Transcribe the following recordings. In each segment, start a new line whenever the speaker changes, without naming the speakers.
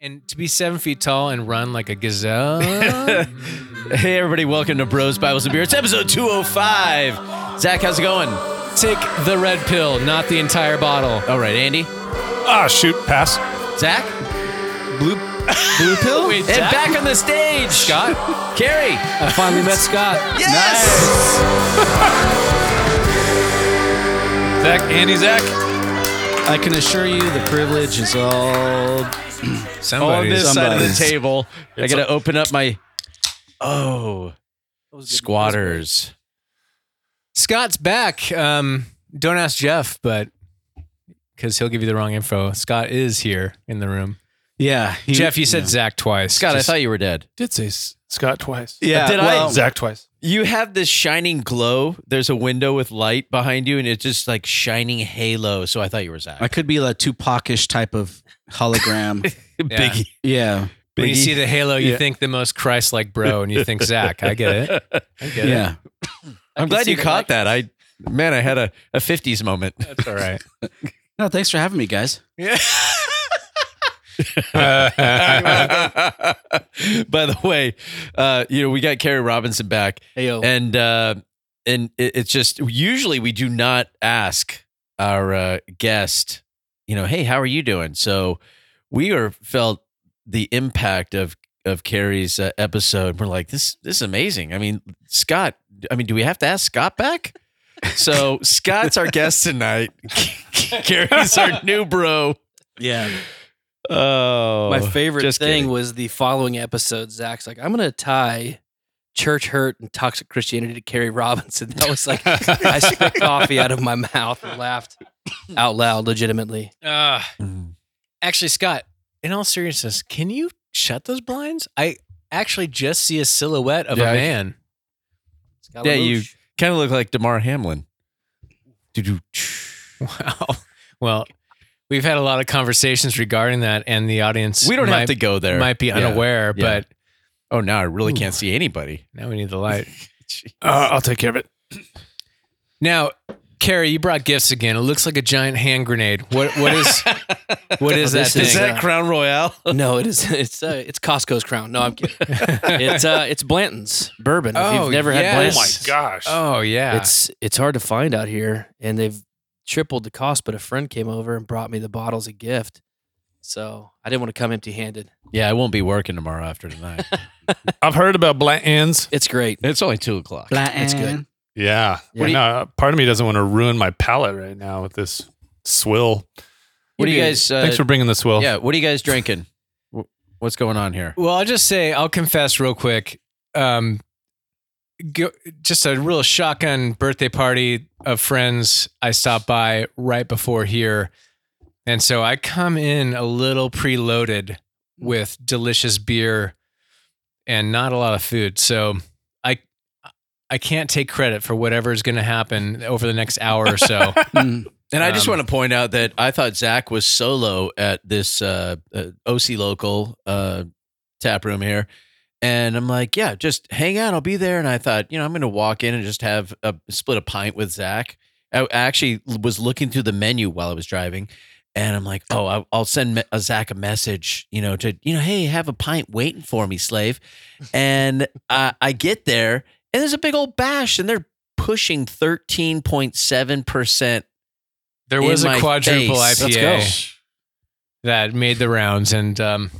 And to be seven feet tall and run like a gazelle.
Hey, everybody, welcome to Bros, Bibles, and Beer. It's episode 205. Zach, how's it going?
Take the red pill, not the entire bottle.
All right, Andy.
Ah, shoot, pass.
Zach? Blue, blue pill?
Wait,
and
Zach?
back on the stage.
Scott?
Carrie.
I finally met Scott.
Yes.
Zach, Andy, Zach.
I can assure you the privilege is all.
On
Somebody's.
this side of
Somebody's.
the table, I
It's
got to open up my. Oh, squatters.
Scott's back. Um, don't ask Jeff, but because he'll give you the wrong info. Scott is here in the room.
Yeah. he-
Jeff, you said Zach twice.
Scott,
Just-
I thought you were dead.
Did say S- Scott twice.
Yeah.
Did I?
well,
Zach twice.
You have this shining glow. There's a window with light behind you, and it's just like shining halo. So I thought you were Zach.
I could be a Tupacish type of hologram.
Yeah.
Biggie.
yeah.
when you
Biggie.
see the halo, you
Yeah.
think the most Christ-like bro, and you think Zach. I get it. I get it.
Yeah.
I'm glad you caught that. I man, I had a, a 50s moment.
That's all right.
No, thanks for having me, guys.
By the way, uh, you know, we got Carrie Robinson back
Hey, yo.
and uh and it, it's just usually we do not ask our uh, guest, you know, hey, how are you doing? So we are felt the impact of of Carrie's uh, episode. We're like, this this is amazing. I mean, Scott. I mean, do we have to ask Scott back? So Scott's our guest tonight. Carrie's our new bro.
Yeah.
Oh,
My favorite
just
thing
kidding.
was the following episode. Zach's like, I'm going to tie church hurt and toxic Christianity to Carrie Robinson. That was like, I spit coffee out of my mouth and laughed out loud, legitimately.
Uh,
Mm.
actually, Scott, in all seriousness, can you shut those blinds? I actually just see a silhouette of a
Yeah, I-
man.
Scott
Yeah, you-
LaLoosh.
kind of look like Damar Hamlin.
Wow. Well, we've had a lot of conversations regarding that, and the audience
We don't
might,
have to go there.
might be
Yeah.
unaware,
Yeah.
but
Oh, now I really
Ooh.
can't see anybody.
now we need the light.
Uh, I'll take care of it.
now, Carrie, you brought gifts again. It looks like a giant hand grenade. What what is what is that
This
thing?
is
Is that
Yeah.
Crown Royale?
uh, No, it is. It's uh, it's Costco's crown. No, I'm kidding. it's uh, it's Blanton's bourbon. if
Oh,
you've never
yes.
had
Oh
Blanton's,
my gosh.
oh yeah.
It's it's hard to find out here, and they've tripled the cost. But a friend came over and brought me the bottle as a gift, so I didn't want to come empty-handed.
Yeah, I won't be working tomorrow after tonight.
I've heard about Blanton's.
It's great.
it's only two o'clock.
That's good.
Yeah.
What do you-
no, part of me doesn't want to ruin my palate right now with this swill.
What do you guys? Uh,
Thanks for bringing the swill.
Yeah, what are you guys drinking? Wh- What's going on here?
Well, I'll just say I'll confess real quick. Um, go, just a real shotgun birthday party of friends. I stopped by right before here, and so I come in a little preloaded with delicious beer and not a lot of food. So I I can't take credit for whatever is going to happen over the next hour or so.
Mm.
And I just
Um,
want to point out that I thought Zach was solo at this uh, uh, OC local uh, tap room here, and I'm like, yeah, just hang out. I'll be there. And I thought, you know, I'm going to walk in and just have a split a pint with Zach. I actually was looking through the menu while I was driving, and I'm like, oh, I- I'll send me- uh, Zach a message, you know, to you know, hey, have a pint waiting for me, slave. And uh, I get there, and there's a big old bash, and they're pushing 13.7 percent
There
In
was a
my
quadruple
face.
IPA
Let's
that made the rounds, and um,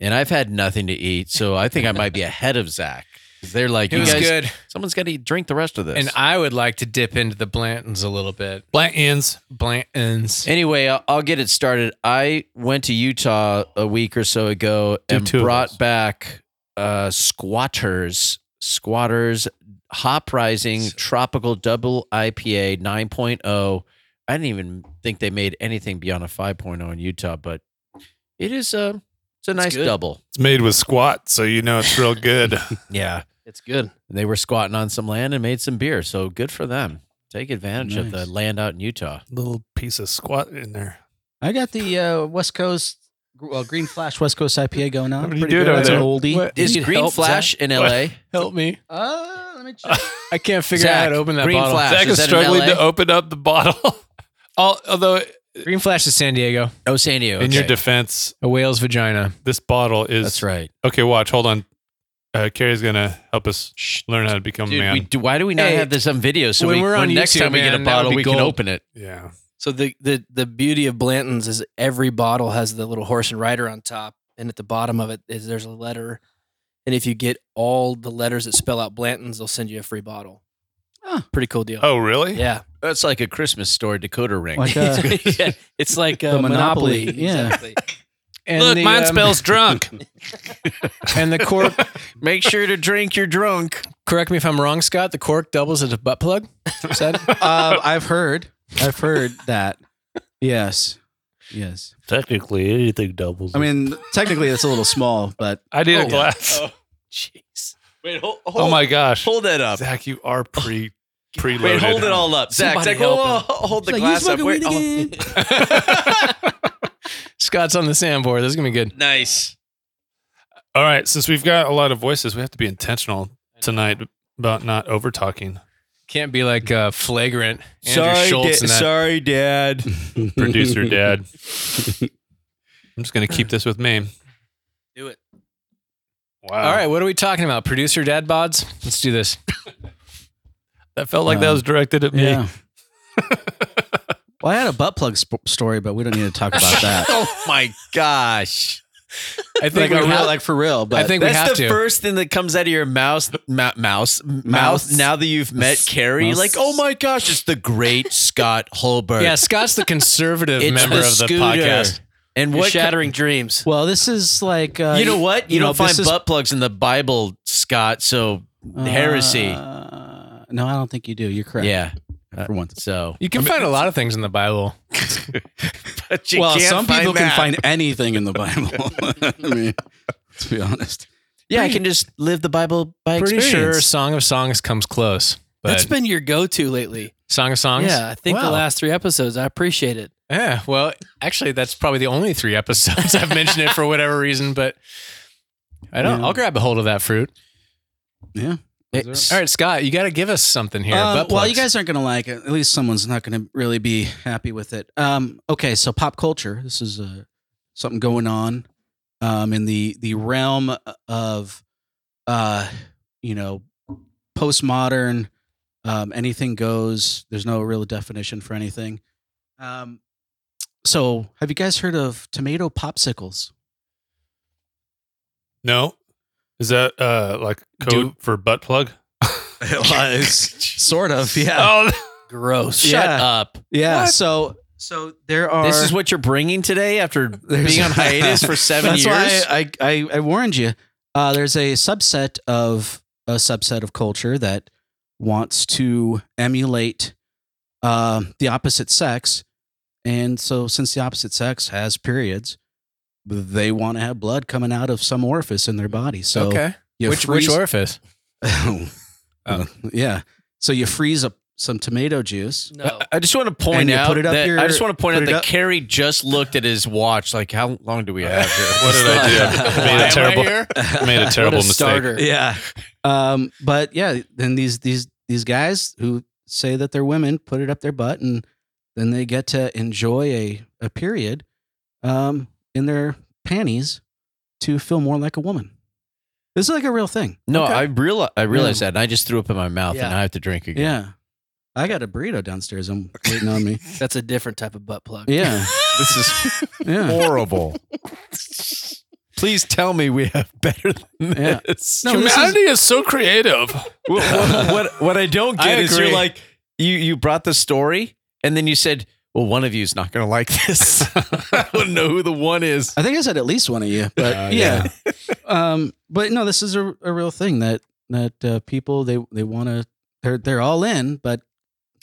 and I've had nothing to eat, so I think I might be ahead of Zach. 'Cause They're like,
it
you
was
guys,
good.
someone's got to drink the rest of this.
And I would like to dip into the Blantons a little bit.
Blanton's.
Blantons.
anyway, I'll, I'll get it started. I went to Utah a week or so ago
Do
and
two of
brought
those.
back uh, squatters, squatters, hop rising tropical double IPA 9.0. oh. I didn't even think they made anything beyond a 5.0 in Utah, but it is a it's a nice
good.
double.
It's made with squat, so you know it's real good.
Yeah.
It's good.
they were squatting on some land and made some beer. So good for them. Take advantage of the
Nice.
land out in Utah.
Little piece of squat in there.
I got the uh, West Coast, well, Green Flash West Coast IPA going on.
What do you
Pretty
do
good.
over
That's
there?
an oldie.
What-
Uh, Is
need
Green
help,
Flash in LA?
Help me.
Uh, let me check.
I can't figure
Zach,
out how to open that
green
bottle.
flag. Ash,
Zach
is
is
that in
struggling
LA?
to open up the bottle. Al- Although
Green Flash is San Diego.
Oh, San Diego.
In your
okay.
defense,
A whale's vagina.
this bottle is
That's right.
okay. Watch, hold on. Uh, Carrie's gonna help us learn how to become a
Dude,
man.
we do, why do we not
Hey,
have this on video? So
when
we,
we're
when
on
next
YouTube,
time we get a
man, that would
bottle,
be
we can
gold.
open it.
yeah,
So the, the the beauty of Blanton's is every bottle has the little horse and rider on top, and at the bottom of it is there's a letter, and if you get all the letters that spell out Blanton's, they'll send you a free bottle.
Huh.
Pretty cool deal.
Oh, really?
Yeah,
That's like a Christmas store decoder ring.
Like, uh,
Yeah, it's like
The
uh, Monopoly.
Monopoly, yeah.
Exactly.
And
Look,
the,
mine
um,
spells drunk.
And the cork.
Make sure to drink your drunk.
correct me if I'm wrong, Scott. The cork doubles as a butt plug. Is that-
Uh, I've heard. I've heard that. Yes. Yes.
Technically, anything doubles.
I mean, technically, it's a little small, but
I need
Oh.
a glass. Oh,
Jeez.
Wait, hold,
my gosh,
hold that up.
Zach, you are pre preloaded.
Wait, hold it all up, Zach.
Somebody
Zach, whoa, whoa,
help
hold the
She's like,
glass
"You
up.
smoking
Wait,
weed
oh.
Scott's on the sandboard. This is gonna be good.
nice.
All right, since we've got a lot of voices, we have to be intentional tonight about not over talking.
Can't be like uh, flagrant. Andrew Schultz and that.
sorry, Dad.
Producer dad. I'm just gonna keep this with me.
Do it.
Wow.
All right, what are we talking about? Producer dad bods? Let's do this. Um,
That felt like that
Wow.
was directed at me.
yeah. well, I had a butt plug sp- story, but we don't need to talk about that.
Oh my gosh.
I
like,
think
we
we have,
like for real, but
I think we
That's
have
the
to.
first thing that comes out of your mouse, ma- mouse, mouth. Now that you've met
Mouse.
Carrie, like, oh my gosh, it's the great Scott Holberg.
yeah, Scott's the conservative
It's
member
the
of the
scooter.
podcast.
and
You're
what?
shattering dreams.
well, this is like uh,
you know what? You,
you know,
don't find
this is-
butt plugs in the Bible, Scott. So heresy.
Uh, no, I don't think you do. You're correct.
yeah.
for once.
So,
You can find a lot of things in the Bible.
but you
well,
can't
some people
find that.
can find anything in the Bible. I mean, let's be honest.
Yeah, I can just live the Bible by
Pretty
experience.
sure Song of Songs comes close.
That's
But
been your go-to lately.
Song of Songs?
Yeah, I think the
Wow.
last three episodes. I appreciate it.
Yeah, well, actually, that's probably the only three episodes I've mentioned it for whatever reason, but I don't.
Yeah.
I'll grab a hold of that fruit.
Yeah.
It's- all right, Scott, you got to give us something here.
Um,
butt
well,
plugs.
you guys aren't going to like it. At least someone's not going to really be happy with it. Um, okay, so pop culture. This is uh, something going on um, in the the realm of uh, you know postmodern. Um, anything goes. There's no real definition for anything. Um, so, have you guys heard of tomato popsicles?
No? Is that uh like code
Do-
for butt plug?
It was sort of, yeah,
Oh
Gross.
Shut
Yeah.
up.
yeah. So, so there are.
This is what you're bringing today after
There's-
being on hiatus for seven
That's
years.
why I, I, I warned you. Uh, there's a subset of a subset of culture that wants to emulate uh, the opposite sex, and so since the opposite sex has periods, they want to have blood coming out of some orifice in their body. So
okay.
you
which Oh.
freeze-
which orifice?
Uh, yeah. So you freeze up some tomato juice.
No.
I just want to point
And you
out
put it up
that
your-
I just want to point
put
out
it
that
up-
Carrie just looked at his watch. Like, how long do we have here?
What did I do?
Why
Made a
am I
terrible-
here?
made a terrible
what a
mistake.
starter.
yeah. Um, but yeah, then these these these guys who say that they're women put it up their butt and then they get to enjoy a, a period um, in their panties to feel more like a woman. This is like a real thing.
No, I realize I realized that, and I just threw up in my mouth, and
Yeah.
I have to drink again.
Yeah. I got a burrito downstairs. I'm waiting on me.
That's a different type of butt plug.
Yeah.
This is
Yeah.
horrible. Please tell me we have better than
Yeah.
this.
No, this is-
is so creative.
what, what, what, what I don't get
I
is you're
agree.
like you you brought the story and then you said, "Well, one of you is not going to like this." I wouldn't know who the one is.
I think I said at least one of you, but
Uh,
yeah. um, but no, this is a, a real thing that that uh, people they they want to they're they're all in, but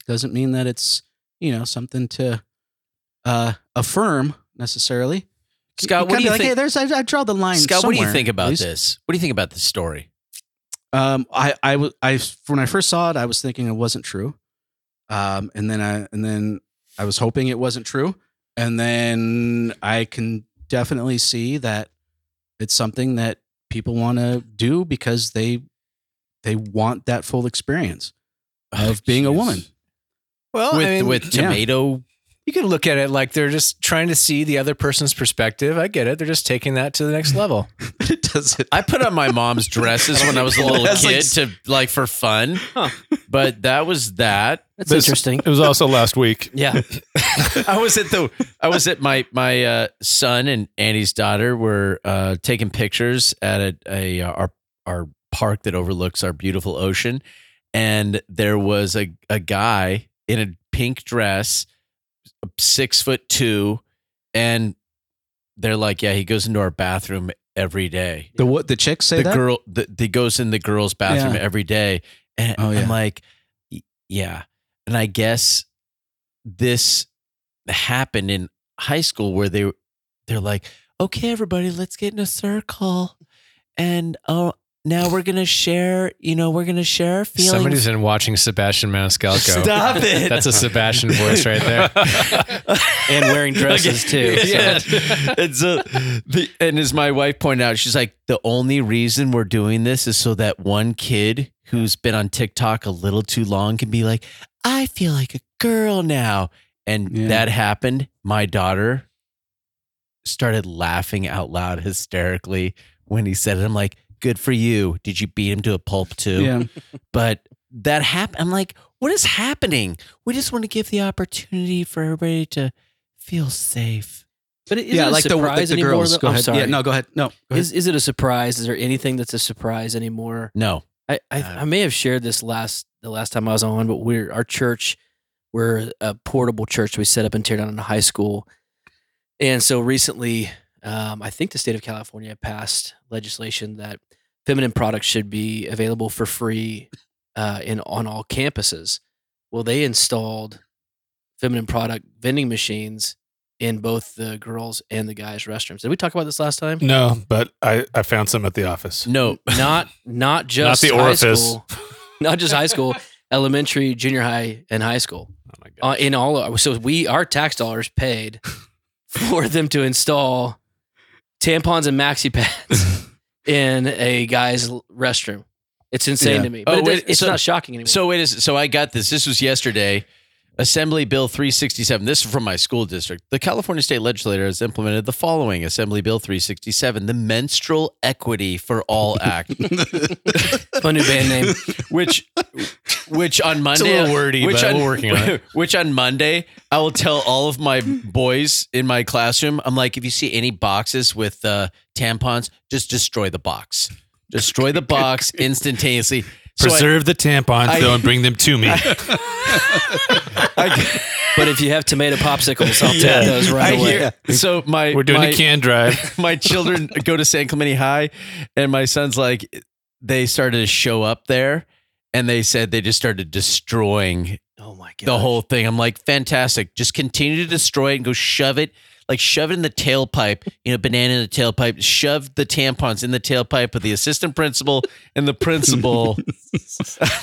doesn't mean that it's you know something to uh, affirm necessarily.
Scott,
kinda
what do
be
you
like,
think?
Hey, there's I, I draw the line.
Scott, what do you
somewhere,
think
at
about
least."
this? What do you think about this story?
Um, I, I, w- I, when I first saw it, I was thinking it wasn't true. Um, and then I, and then I was hoping it wasn't true. And then I can definitely see that it's something that people want to do because they, they want that
Oh,
full experience of being a woman.
Well,
with with
yeah.
tomato.
You
you can look at it like they're just trying to see the other person's perspective. I get it. They're just taking that to the next level.
it doesn't.
I put on my mom's dresses when I was a little
That's like
kid to like for fun, but that was that.
That's
This-
interesting.
It was also last week.
Yeah.
I was at the I was at my my uh, son and Annie's daughter were uh, taking pictures at a, a uh, our our park that overlooks our beautiful ocean, and there was a a guy in a pink dress, six foot two, and they're like, yeah, he goes into our bathroom every day.
The what? The chicks say
the
that.
girl the, the goes in the girls' bathroom
Yeah.
every day, and
Oh, yeah.
I'm like, y- yeah, and I guess this happened in high school where they they're like, okay, everybody, let's get in a circle, and oh, now we're gonna share, you know, we're gonna share our feelings.
Somebody's been watching Sebastian Maniscalco.
Stop it.
That's a Sebastian voice right there.
And wearing dresses too. so-
Yeah. and so, the, and as my wife pointed out, she's like, the only reason we're doing this is so that one kid who's been on TikTok a little too long can be like, I feel like a girl now. And
Yeah.
that happened. My daughter started laughing out loud hysterically when he said it. I'm like, good for you. Did you beat him to a pulp too?
Yeah.
but that happened. I'm like, what is happening? We just want to give the opportunity for everybody to feel safe.
But is
yeah,
it a
like the, like
surprise
the
anymore?
girls.
though?
Go
I'm
ahead.
sorry.
Yeah, no, go ahead. No, go ahead.
Is, is it a surprise? Is there anything that's a surprise anymore?
No,
I, I,
Uh,
I may have shared this last the last time I was on, but we're our church, we're a portable church we set up and tear down in high school, and so recently, um, I think the state of California passed legislation that feminine products should be available for free uh, in on all campuses. Well, they installed feminine product vending machines in both the girls and the guys' restrooms. Did we talk about this last time?
No, but I, I found some at the office.
no.
not not just
the
high
orifice.
school, not just high school, elementary, junior high, and high school.
Oh my
Uh,
gosh.
in all, of, so we our tax dollars paid for them to install tampons and maxi pads in a guy's l- restroom. It's insane
Yeah.
to me, but
Oh,
it does,
wait,
it's
so-
not shocking anymore.
So it is. So I got this. This was yesterday. Assembly Bill 367. This is from my school district. The California state legislature has implemented the following Assembly Bill 367, the Menstrual Equity for All Act,
my new band name.
which which on
It's a
Monday
little wordy, but
on,
we're working on it.
Which on Monday, I will tell all of my boys in my classroom. I'm like, if you see any boxes with uh, tampons, just destroy the box. Destroy the box instantaneously. So I-
Preserve the tampons
I-
though and bring them to me.
But if you have tomato popsicles, I'll
Yeah.
take those
I
right away.
hear- so my
We're doing
my,
a can drive.
my children go to San Clemente High, and my son's like, they started to show up there, and they said they just started destroying
Oh my god,
the whole thing. I'm like, fantastic. Just continue to destroy it and go shove it, like shove it in the tailpipe, you know, banana in the tailpipe, shove the tampons in the tailpipe of the assistant principal and the principal.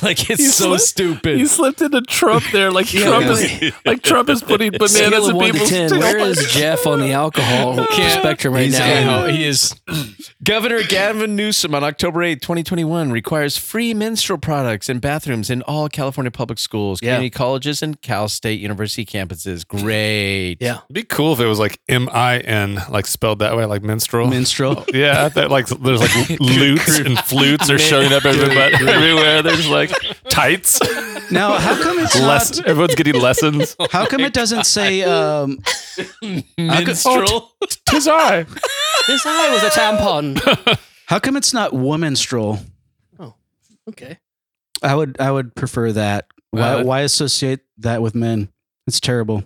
like it's so stupid.
slipped into Trump there, like
Trump is-
like Trump is putting
Scale of one to ten. Where is Jeff on the alcohol spectrum right
He's
now?
out. He is
Governor Gavin Newsom on October 8, 2021 requires free menstrual products in bathrooms in all California public schools,
Yeah.
community colleges, and Cal State University campuses. Great.
Yeah.
It'd be cool if it was like M I N, like spelled that way, like minstrel.
Minstrel.
yeah, I thought like there's like lutes and flutes are showing up everywhere. everywhere. There's like tights.
Now, how come it's not?
Less, everyone's getting lessons.
How come it doesn't say? Um,
Minstrel.
Oh, Tis I.
This eye was a tampon.
how come it's not womanstrel?
okay.
I would I would prefer that. Why
Uh,
why associate that with men? It's terrible.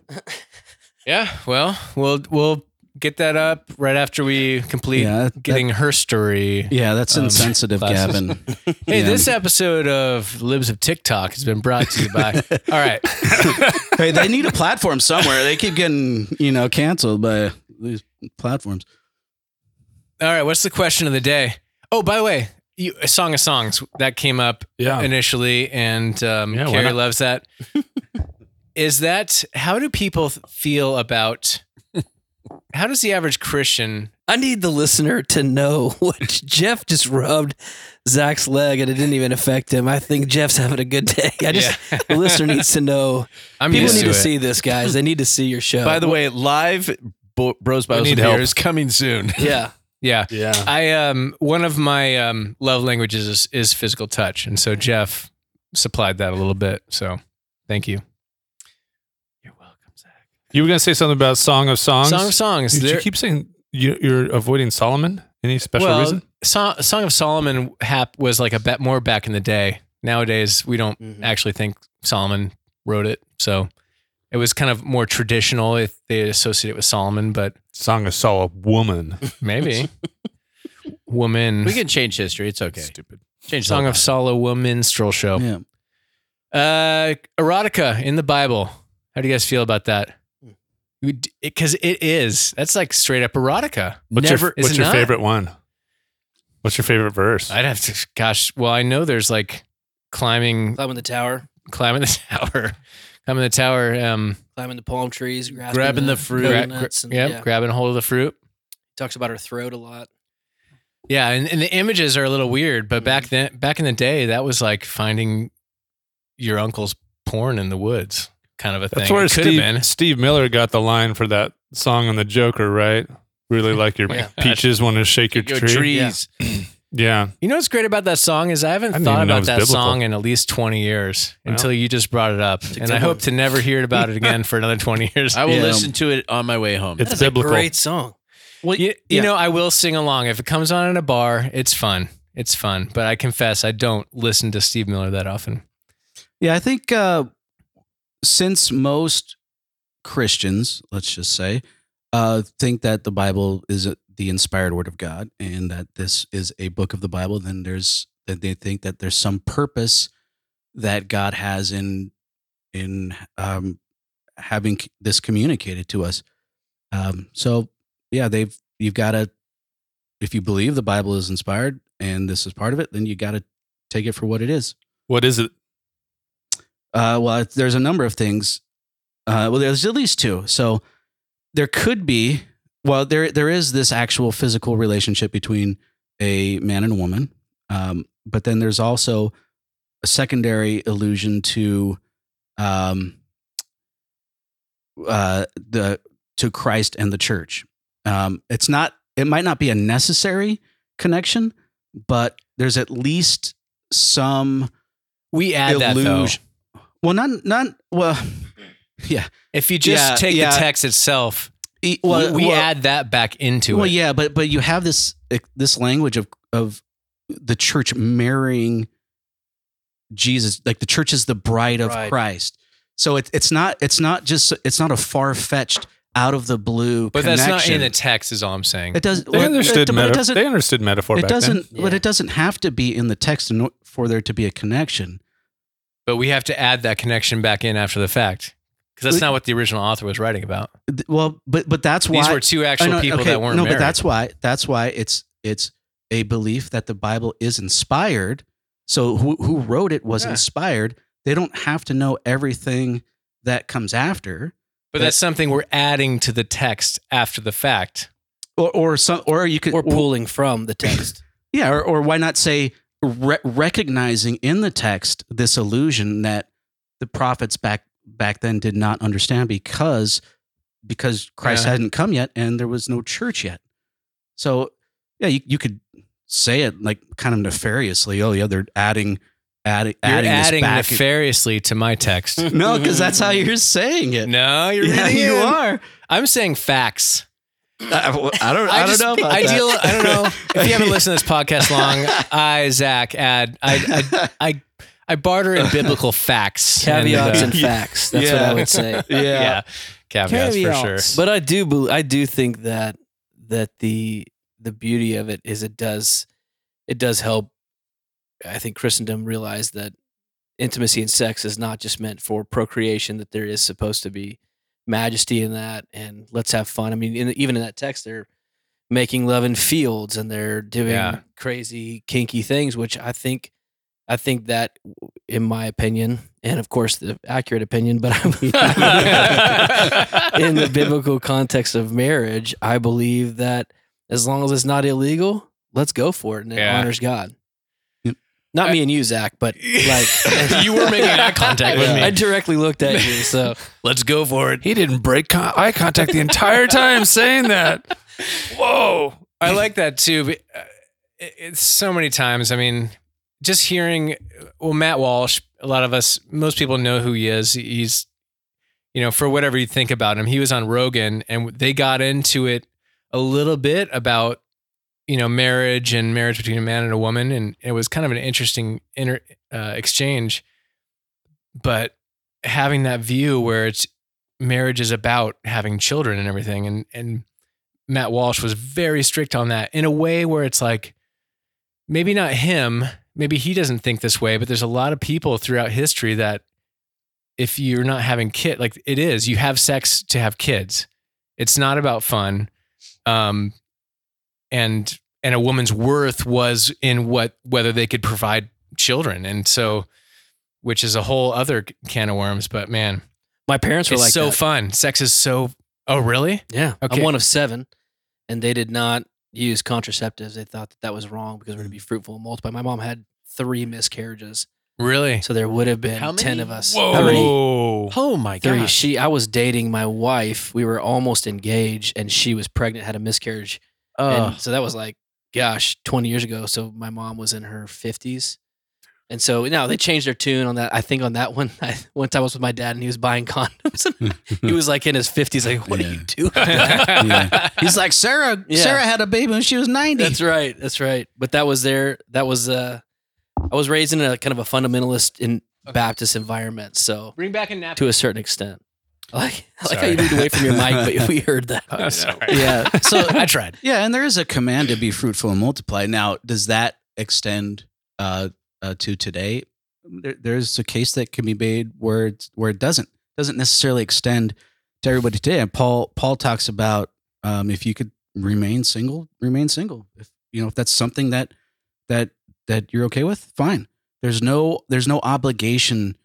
Yeah, well, we'll we'll get that up right after we complete
Yeah, that-
getting her story.
Yeah, that's
Um,
insensitive,
classes.
Gavin.
Hey,
Yeah.
this episode of Libs of TikTok has been brought to you by. All right,
hey, they need a platform somewhere. They keep getting you know canceled by these platforms.
all right. What's the question of the day? Oh, by the way, you, a song of songs that came up
Yeah.
initially, and um,
Oh. Yeah, why
Carrie
not?
loves that. Is that how do people feel about How does the average Christian?
I need the listener to know what Jeff just rubbed Zach's leg and it didn't even affect him. I think Jeff's having a good day. I just
yeah.
the listener needs to know.
I'm
People
used
need
to
to
it.
see this, guys. They need to see your show.
By the way, live Bo- Bros Bibles
uh, need
and
help.
Beer is coming soon.
yeah,
Yeah,
Yeah.
I um one of my um love languages is, is physical touch, and so Jeff supplied that a little bit. So thank you.
You're welcome, Zach.
You were going to say something about Song of Songs?
Song of Songs.
Did you
there-
keep saying you, you're avoiding Solomon? Any special
well,
reason?
So- Song of Solomon hap was like a bet more back in the day. Nowadays, we don't
Mhm.
actually think Solomon wrote it, so it was kind of more traditional if they associate it with Solomon, but
Song of Solomon. Woman.
maybe woman.
We can change history. It's okay.
Stupid.
Change
Song of
Solomon.
Solo Woman Stroll Show.
Yeah.
Uh, erotica in the Bible. How do you guys feel about that? Because it is. That's like straight up erotica.
What's
Never-
your,
is
what's
it
your
not?
favorite one? What's your favorite verse?
I'd have to. Gosh. Well, I know there's like climbing,
climbing the tower,
climbing the tower, climbing the tower. Um,
climbing the palm trees, grasping
Grabbing the fruit.
gra- gra-
coconuts, and-
yep,
yeah.
grabbing hold of the fruit.
talks about her throat a lot.
Yeah, and, and the images are a little weird, but back then, back in the day, that was like finding your uncle's porn in the woods, kind of a
That's
thing.
where
it could have been.
Steve, Steve Miller got the line for that song on the Joker, right? Really like your
Yeah.
peaches want to shake your
Your
tree.
trees.
Yeah.
You know what's great about that song is I haven't
I didn't
thought
even know it
about
was
that
biblical.
song in at least 20 years
Wow.
until you just brought it up.
a
And
good
I hope
one.
to never hear about it again for another 20 years.
I will
Yeah.
listen to it on my way home.
It's biblical.
Great song.
Well, you, you
yeah.
know, I will sing along. If it comes on in a bar, it's fun. It's fun. But I confess, I don't listen to Steve Miller that often.
Yeah, I think uh, since most Christians, let's just say, uh, think that the Bible is uh, the inspired word of God and that this is a book of the Bible, then there's that they think that there's some purpose that God has in in um, having c- this communicated to us. Um, so yeah, they've you've got to if you believe the Bible is inspired and this is part of it, then you got to take it for what it is.
What is it?
Uh, well, there's a number of things. Uh, well, there's at least two. So there could be. Well, there there is this actual physical relationship between a man and a woman, um, but then there's also a secondary allusion to um, uh, the to Christ and the church. Um, it's not. It might not be a necessary connection, but there's at least some
We add that though.
Illusion- well, not not well. Yeah.
If you just
Yeah,
take
yeah.
the text itself,
E-
well, we
well,
add that back into
Well,
it.
yeah, but but you have this eh, this language of of the church marrying Jesus, like the church is the bride of
Bride.
Christ. So it's it's not it's not just it's not a far fetched out of the blue.
But that's
connection.
not in the text, is all I'm saying.
It does.
They
well,
understood,
it, but it
meta-
doesn't.
they understood metaphor
It
back then.
doesn't. But
Yeah.
it doesn't have to be in the text in or- for there to be a connection.
but we have to add that connection back in after the fact. Because
We-
that's not what the original author was writing about.
Th- Well, but but that's why
These were two
I
actual
know,
people that weren't
no,
married.
but that's why that's why it's it's a belief that the Bible is inspired. So who who wrote it was
Yeah.
inspired. They don't have to know everything that comes after,
But that's something we're adding to the text after the fact.
or or some or you could
We're pulling from the text.
yeah, or, or why not say re- recognizing in the text this illusion that the prophets back back then did not understand because because Christ
Yeah.
hadn't come yet and there was no church yet. So yeah, you, you could say it like kind of nefariously. Oh yeah, they're adding adding
You're
adding,
adding,
this back.
nefariously to my text.
no, because that's how you're saying it.
no, you're
yeah,
reading
you
it.
are. Uh,
I'm saying facts.
I, I don't. I, don't
just-
know. About
I
that.
deal. I don't know. If you haven't listened to this podcast long, I Zach add. I I I, I barter in biblical facts, and,
Caveats
uh,
and facts. That's what
Yeah.
I would say.
yeah.
yeah.
caveats, for sure.
But I do, bel- I do think that that the the beauty of it is it does it does help. I think Christendom realize that intimacy and sex is not just meant for procreation; that there is supposed to be majesty in that, and let's have fun. I mean, in, even in that text, they're making love in fields and they're doing
Yeah.
crazy kinky things, which I think I think that, in my opinion, and of course the accurate opinion, but in the biblical context of marriage, I believe that as long as it's not illegal, let's go for it and it
Yeah.
honors God.
Yep.
Not me and you, Zach, but like
You were making eye contact
with me.
I directly looked at you, so
Let's go for it.
He didn't break con- eye contact the entire time saying that. Whoa.
I like that too. But uh, it- it's so many times. I mean, just hearing, well, Matt Walsh, a lot of us, most people know who he is. He's, you know, for whatever you think about him, he was on Rogan and they got into it a little bit about, you know, marriage and marriage between a man and a woman. And it was kind of an interesting inter, uh, exchange. But having that view where it's marriage is about having children and everything and, and, Matt Walsh was very strict on that in a way where it's like maybe not him, maybe he doesn't think this way, but there's a lot of people throughout history that if you're not having kid, like it is, you have sex to have kids. It's not about fun. Um and and a woman's worth was in what whether they could provide children. And so which is a whole other can of worms, but man,
my parents were
it's
like
so
that.
fun. Sex is so Oh, really?
Yeah.
Okay.
I'm one of seven, and they did not use contraceptives. They thought that that was wrong because we're going to be fruitful and multiply. My mom had three miscarriages,
Really?
so there would have been
How
ten
many?
of us. Three.
Whoa.
Oh my
Three.
gosh.
She. I was dating my wife. We were almost engaged, and she was pregnant, had a miscarriage,
Oh.
and so that was like, gosh, twenty years ago. So my mom was in her fifties. And so now they changed their tune on that. I think on that one, I, one time I was with my dad and he was buying condoms. And he was like in his 50s, like, what are
Yeah.
you doing?
Yeah. He's like Sarah.
Yeah.
Sarah had a baby when she was ninety.
That's right. That's right. But that was there. That was uh, I was raised in a kind of a fundamentalist in Baptist environment. So
Bring back a napkin.
to a certain extent, I like I like how
Sorry.
you moved away from your mic, but we heard that.
I'm sorry.
Yeah. So
I tried.
yeah, and there is a command to be fruitful and multiply. Now, does that extend uh, uh, to today? There, there's a case that can be made where it's, where it doesn't doesn't necessarily extend to everybody today. And Paul Paul talks about um, if you could remain single, remain single. If you know if that's something that that that you're okay with, fine. There's no there's no obligation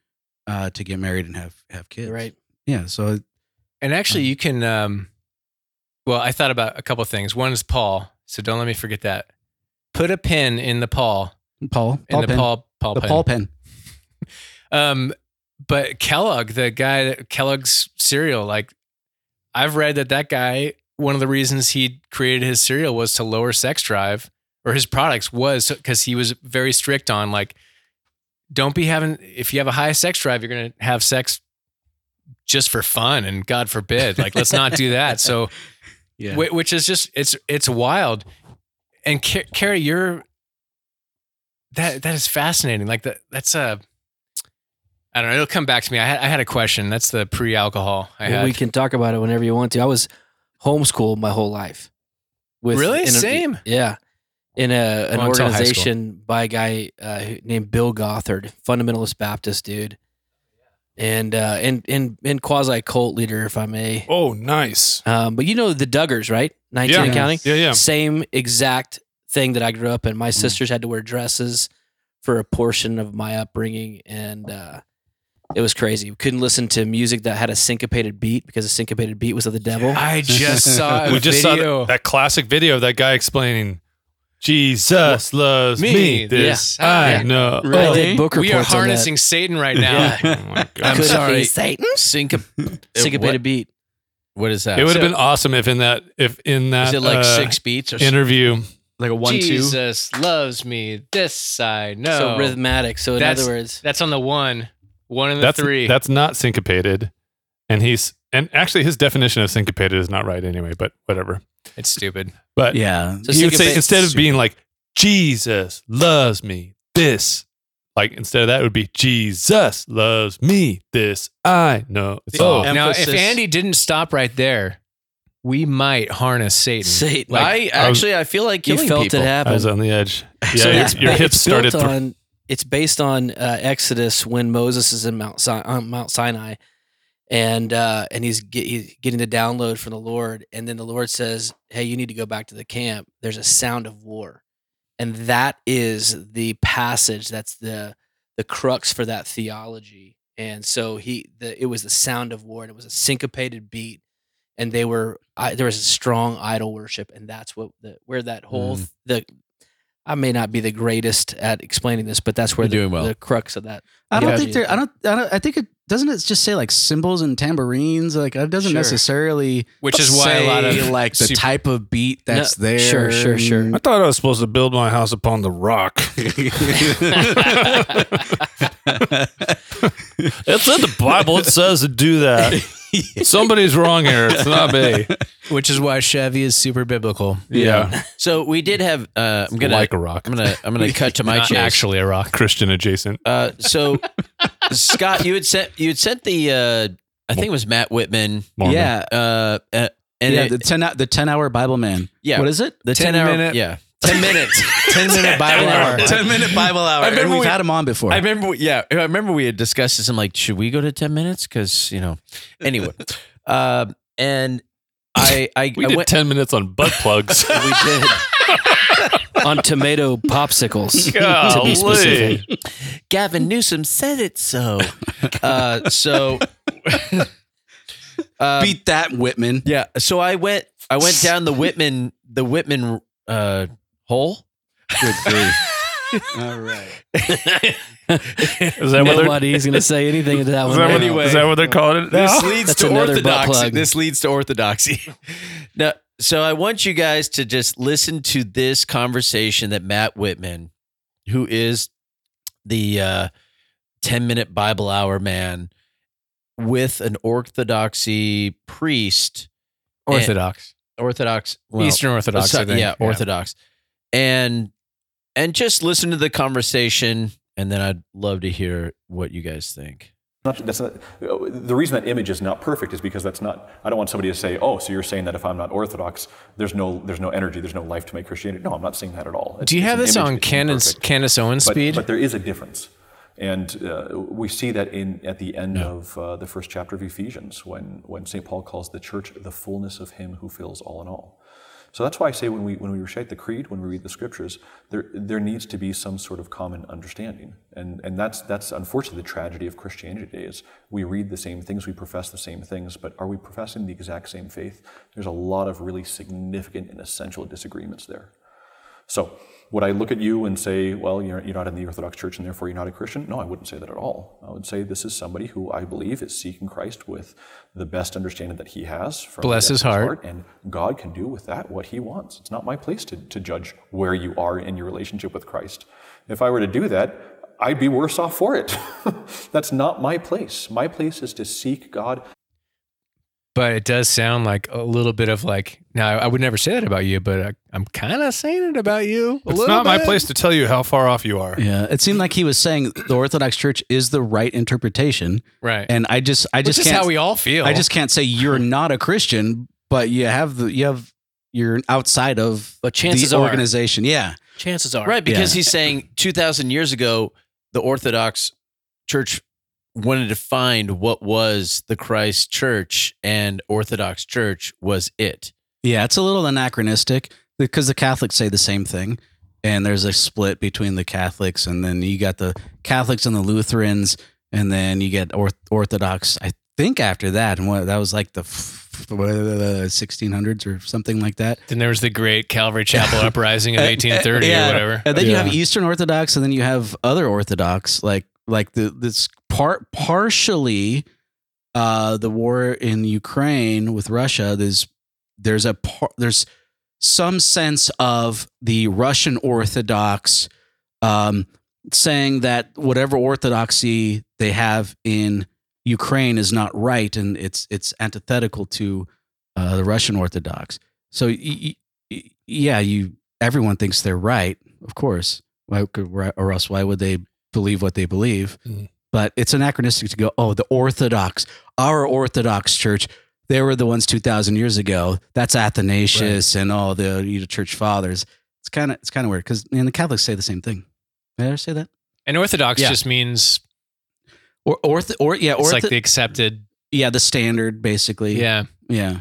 uh, to get married and have have kids.
Right.
Yeah. So
And actually,
Um,
you can. Um, well, I thought about a couple of things. One is Paul, so don't let me forget that. Put a pin in the Paul,
Paul,
in
Paul
the
Penn,
Paul, Paul,
the
pin.
Paul Penn.
Um, but Kellogg, the guy that Kellogg's cereal, like I've read that that guy, one of the reasons he created his cereal was to lower sex drive, or his products was because he was very strict on like, don't be having if you have a high sex drive, you're gonna have sex just for fun, and God forbid, like let's not do that. So
Yeah.
Whi- which is just it's it's wild. And Ca- Carrie, you're that that is fascinating. Like that that's a I don't know. It'll come back to me. I had, I had a question. That's the pre-alcohol. I had.
We can talk about it whenever you want to. I was homeschooled my whole life. With
Really?
in a-
Same.
Yeah. In a, an
Well, until high school.
organization by a guy uh, who- named Bill Gothard, fundamentalist Baptist dude, and uh, and and and quasi cult leader, if I may.
Oh, nice.
Um, but you know the Duggars, right? 19
Yeah.
and counting.
Yeah, Mm. yeah.
Same exact thing that I grew up in. My sisters had to wear dresses for a portion of my upbringing, and uh, it was crazy. We couldn't listen to music that had a syncopated beat because a syncopated beat was of the devil.
I just saw a
we just
video.
saw that, that classic video of that guy explaining Jesus loves me.
Me,
this
yeah.
I
Yeah.
know.
I
Oh,
did book
we are
reports on that.
harnessing Satan right now.
oh my God.
Could it be
sorry.
Satan?
Syncop-
Syncopated
what,
beat.
what is that?
It would have
So-
been awesome if in that if in that
Is it like
uh,
six beats or something?
interview.
Like a one two.
Jesus loves me. This I know.
So rhythmatic. So in
That's-
other words,
That's on the one, one and the
That's
three.
that's not syncopated, and he's and actually his definition of syncopated is not right anyway. But whatever.
it's stupid.
But
Yeah.
So
he would say
syncopate-
instead of being like Jesus loves me this, like instead of that it would be Jesus loves me this. I know. It's all.
Oh.
now, if
Emphasis.
Andy didn't stop right there, we might harness Satan.
Satan.
I actually I feel like
you
killing
felt
people.
it
I was on
happen.
the edge. Yeah,
So
your,
it's-
your
it's
hips started.
built
thr-
on- it's based on uh, Exodus when Moses is in Mount Sin- on Mount Sinai, and uh, and he's, get, he's getting the download from the Lord, and then the Lord says, "Hey, you need to go back to the camp. There's a sound of war." and that is the passage that's the the crux for that theology and so he the, it was the sound of war and it was a syncopated beat and they were I, there was a strong idol worship and that's what the where that whole
Mm.
the I may not be the greatest at explaining this but that's where
You're
the,
doing well.
the crux of that
I don't
Yeah.
think there. I don't. I don't. I think it doesn't. It just say like cymbals and tambourines. Like it doesn't
Sure.
necessarily.
which is why a lot
say,
of
like the
super-
type of beat that's there.
sure, sure, sure.
and-
I thought I was supposed to build my house upon the rock. It's in the Bible. It says to do that.
Somebody's wrong here. It's not me.
which is why Chevy is super biblical.
Yeah.
So we did have. Uh, I'm gonna.
like a rock.
I'm gonna. I'm gonna cut to my
Not
chase.
actually a rock.
Christian adjacent.
Uh, so Scott, you had sent. You had sent the. Uh, I think it was Matt Whitman.
Mormon.
Yeah.
Uh, uh, and
yeah,
it-
the ten hou- the ten hour Bible man.
yeah,
What is it?
the
10
10 hour.
minute-
Yeah, ten minutes.
10 minute Bible hour.
ten minute Bible hour.
remember
And we've
we-
had him on before.
I remember, we- yeah, I remember we had discussed this. I'm like, should we go to 10 minutes? Because you know, anyway. um, and I, I,
We
I
did
went.
10 minutes on butt plugs.
we did.
on tomato popsicles to
Golly.
be specific
Gavin Newsom said it so.
Oh
Uh, so. um,
Beat that Whitman.
yeah, so I went. I went down the Whitman, the Whitman uh, hole.
Good grief. All right.
Is that what they're,
nobody's gonna say anything to that
is
one
that what,
now.
is that what they're calling it?
This
now?
leads
That's
to
another butt
orthodoxy.
plug.
This leads to orthodoxy. now, so I want you guys to just listen to this conversation that Matt Whitman, who is the uh, 10 minute Bible hour man, with an orthodoxy priest,
Eh,
Orthodox.
Orthodox, well,
Eastern Orthodox, I
so-
think.
yeah, Orthodox, and and just listen to the conversation, and then I'd love to hear what you guys think.
Not, that's not, the reason that image is not perfect is because that's not. I don't want somebody to say, "Oh, so you're saying that if I'm not Orthodox, there's no there's no energy, there's no life to make Christianity." No, I'm not saying that at all. It's-
Do you
it's
have
an
this
image,
on
it's
Candace,
imperfect.
Candace Owens
But-
speed?
But, there is a difference, and uh, we see that in at the end of uh, the first chapter of Ephesians, when when Saint Paul calls the church the fullness of Him who fills all in all. So that's why I say when we when we recite the creed, when we read the scriptures, there there needs to be some sort of common understanding, and and that's that's unfortunately the tragedy of Christianity today is we read the same things, we profess the same things, but are we professing the exact same faith? There's a lot of really significant and essential disagreements there. So, would I look at you and say, well, you're, you're not in the Orthodox Church and therefore you're not a Christian? No, I wouldn't say that at all. I would say this is somebody who I believe is seeking Christ with the best understanding that he has. From the
Bless
depth
his
of
heart.
And God can do with that what he wants. It's not my place to, to judge where you are in your relationship with Christ. If I were to do that, I'd be worse off for it. That's not my place. My place is to seek God
but it does sound like a little bit of like, now I would never say that about you, but I, I'm kind of saying it about you. a
It's
little
not my
bit.
place to tell you how far off you are.
Yeah, it seemed like he was saying the Orthodox Church is the right interpretation,
Right.
and I just, I
Which
just
is
can't.
how we all feel.
I just can't say you're not a Christian, but you have the you have you're outside of
but chances
the
are
organization. Yeah,
chances are
Right, because
Yeah.
he's saying 2,000 years ago, the Orthodox Church wanted to find what was the Christ Church, and Orthodox Church was it.
yeah, it's a little anachronistic because the Catholics say the same thing, and there's a split between the Catholics, and then you got the Catholics and the Lutherans, and then you get orth- Orthodox. I think after that, and what that was like the. f- f- 1600s or something like that.
then there was the great Calvary Chapel uprising of 1830
Uh, Yeah.
or whatever.
And then you
Yeah.
have Eastern Orthodox, and then you have other Orthodox, like like the this part partially uh, the war in Ukraine with Russia. There's there's a par, there's some sense of the Russian Orthodox um, saying that whatever orthodoxy they have in Ukraine is not right, and it's it's antithetical to uh, the Russian Orthodox. So y- y- y- yeah, you everyone thinks they're right, of course. Why could, or else why would they believe what they believe?
Mhm.
But it's anachronistic to go, oh, the Orthodox, our Orthodox Church, they were the ones two thousand years ago. That's Athanasius and all the you know, Church Fathers. It's kind of it's kind of weird because and the Catholics say the same thing. Did I ever say that?
And Orthodox
Yeah.
just means
Or orth or yeah,
it's
orth,
like the accepted.
yeah, the standard basically.
Yeah.
yeah.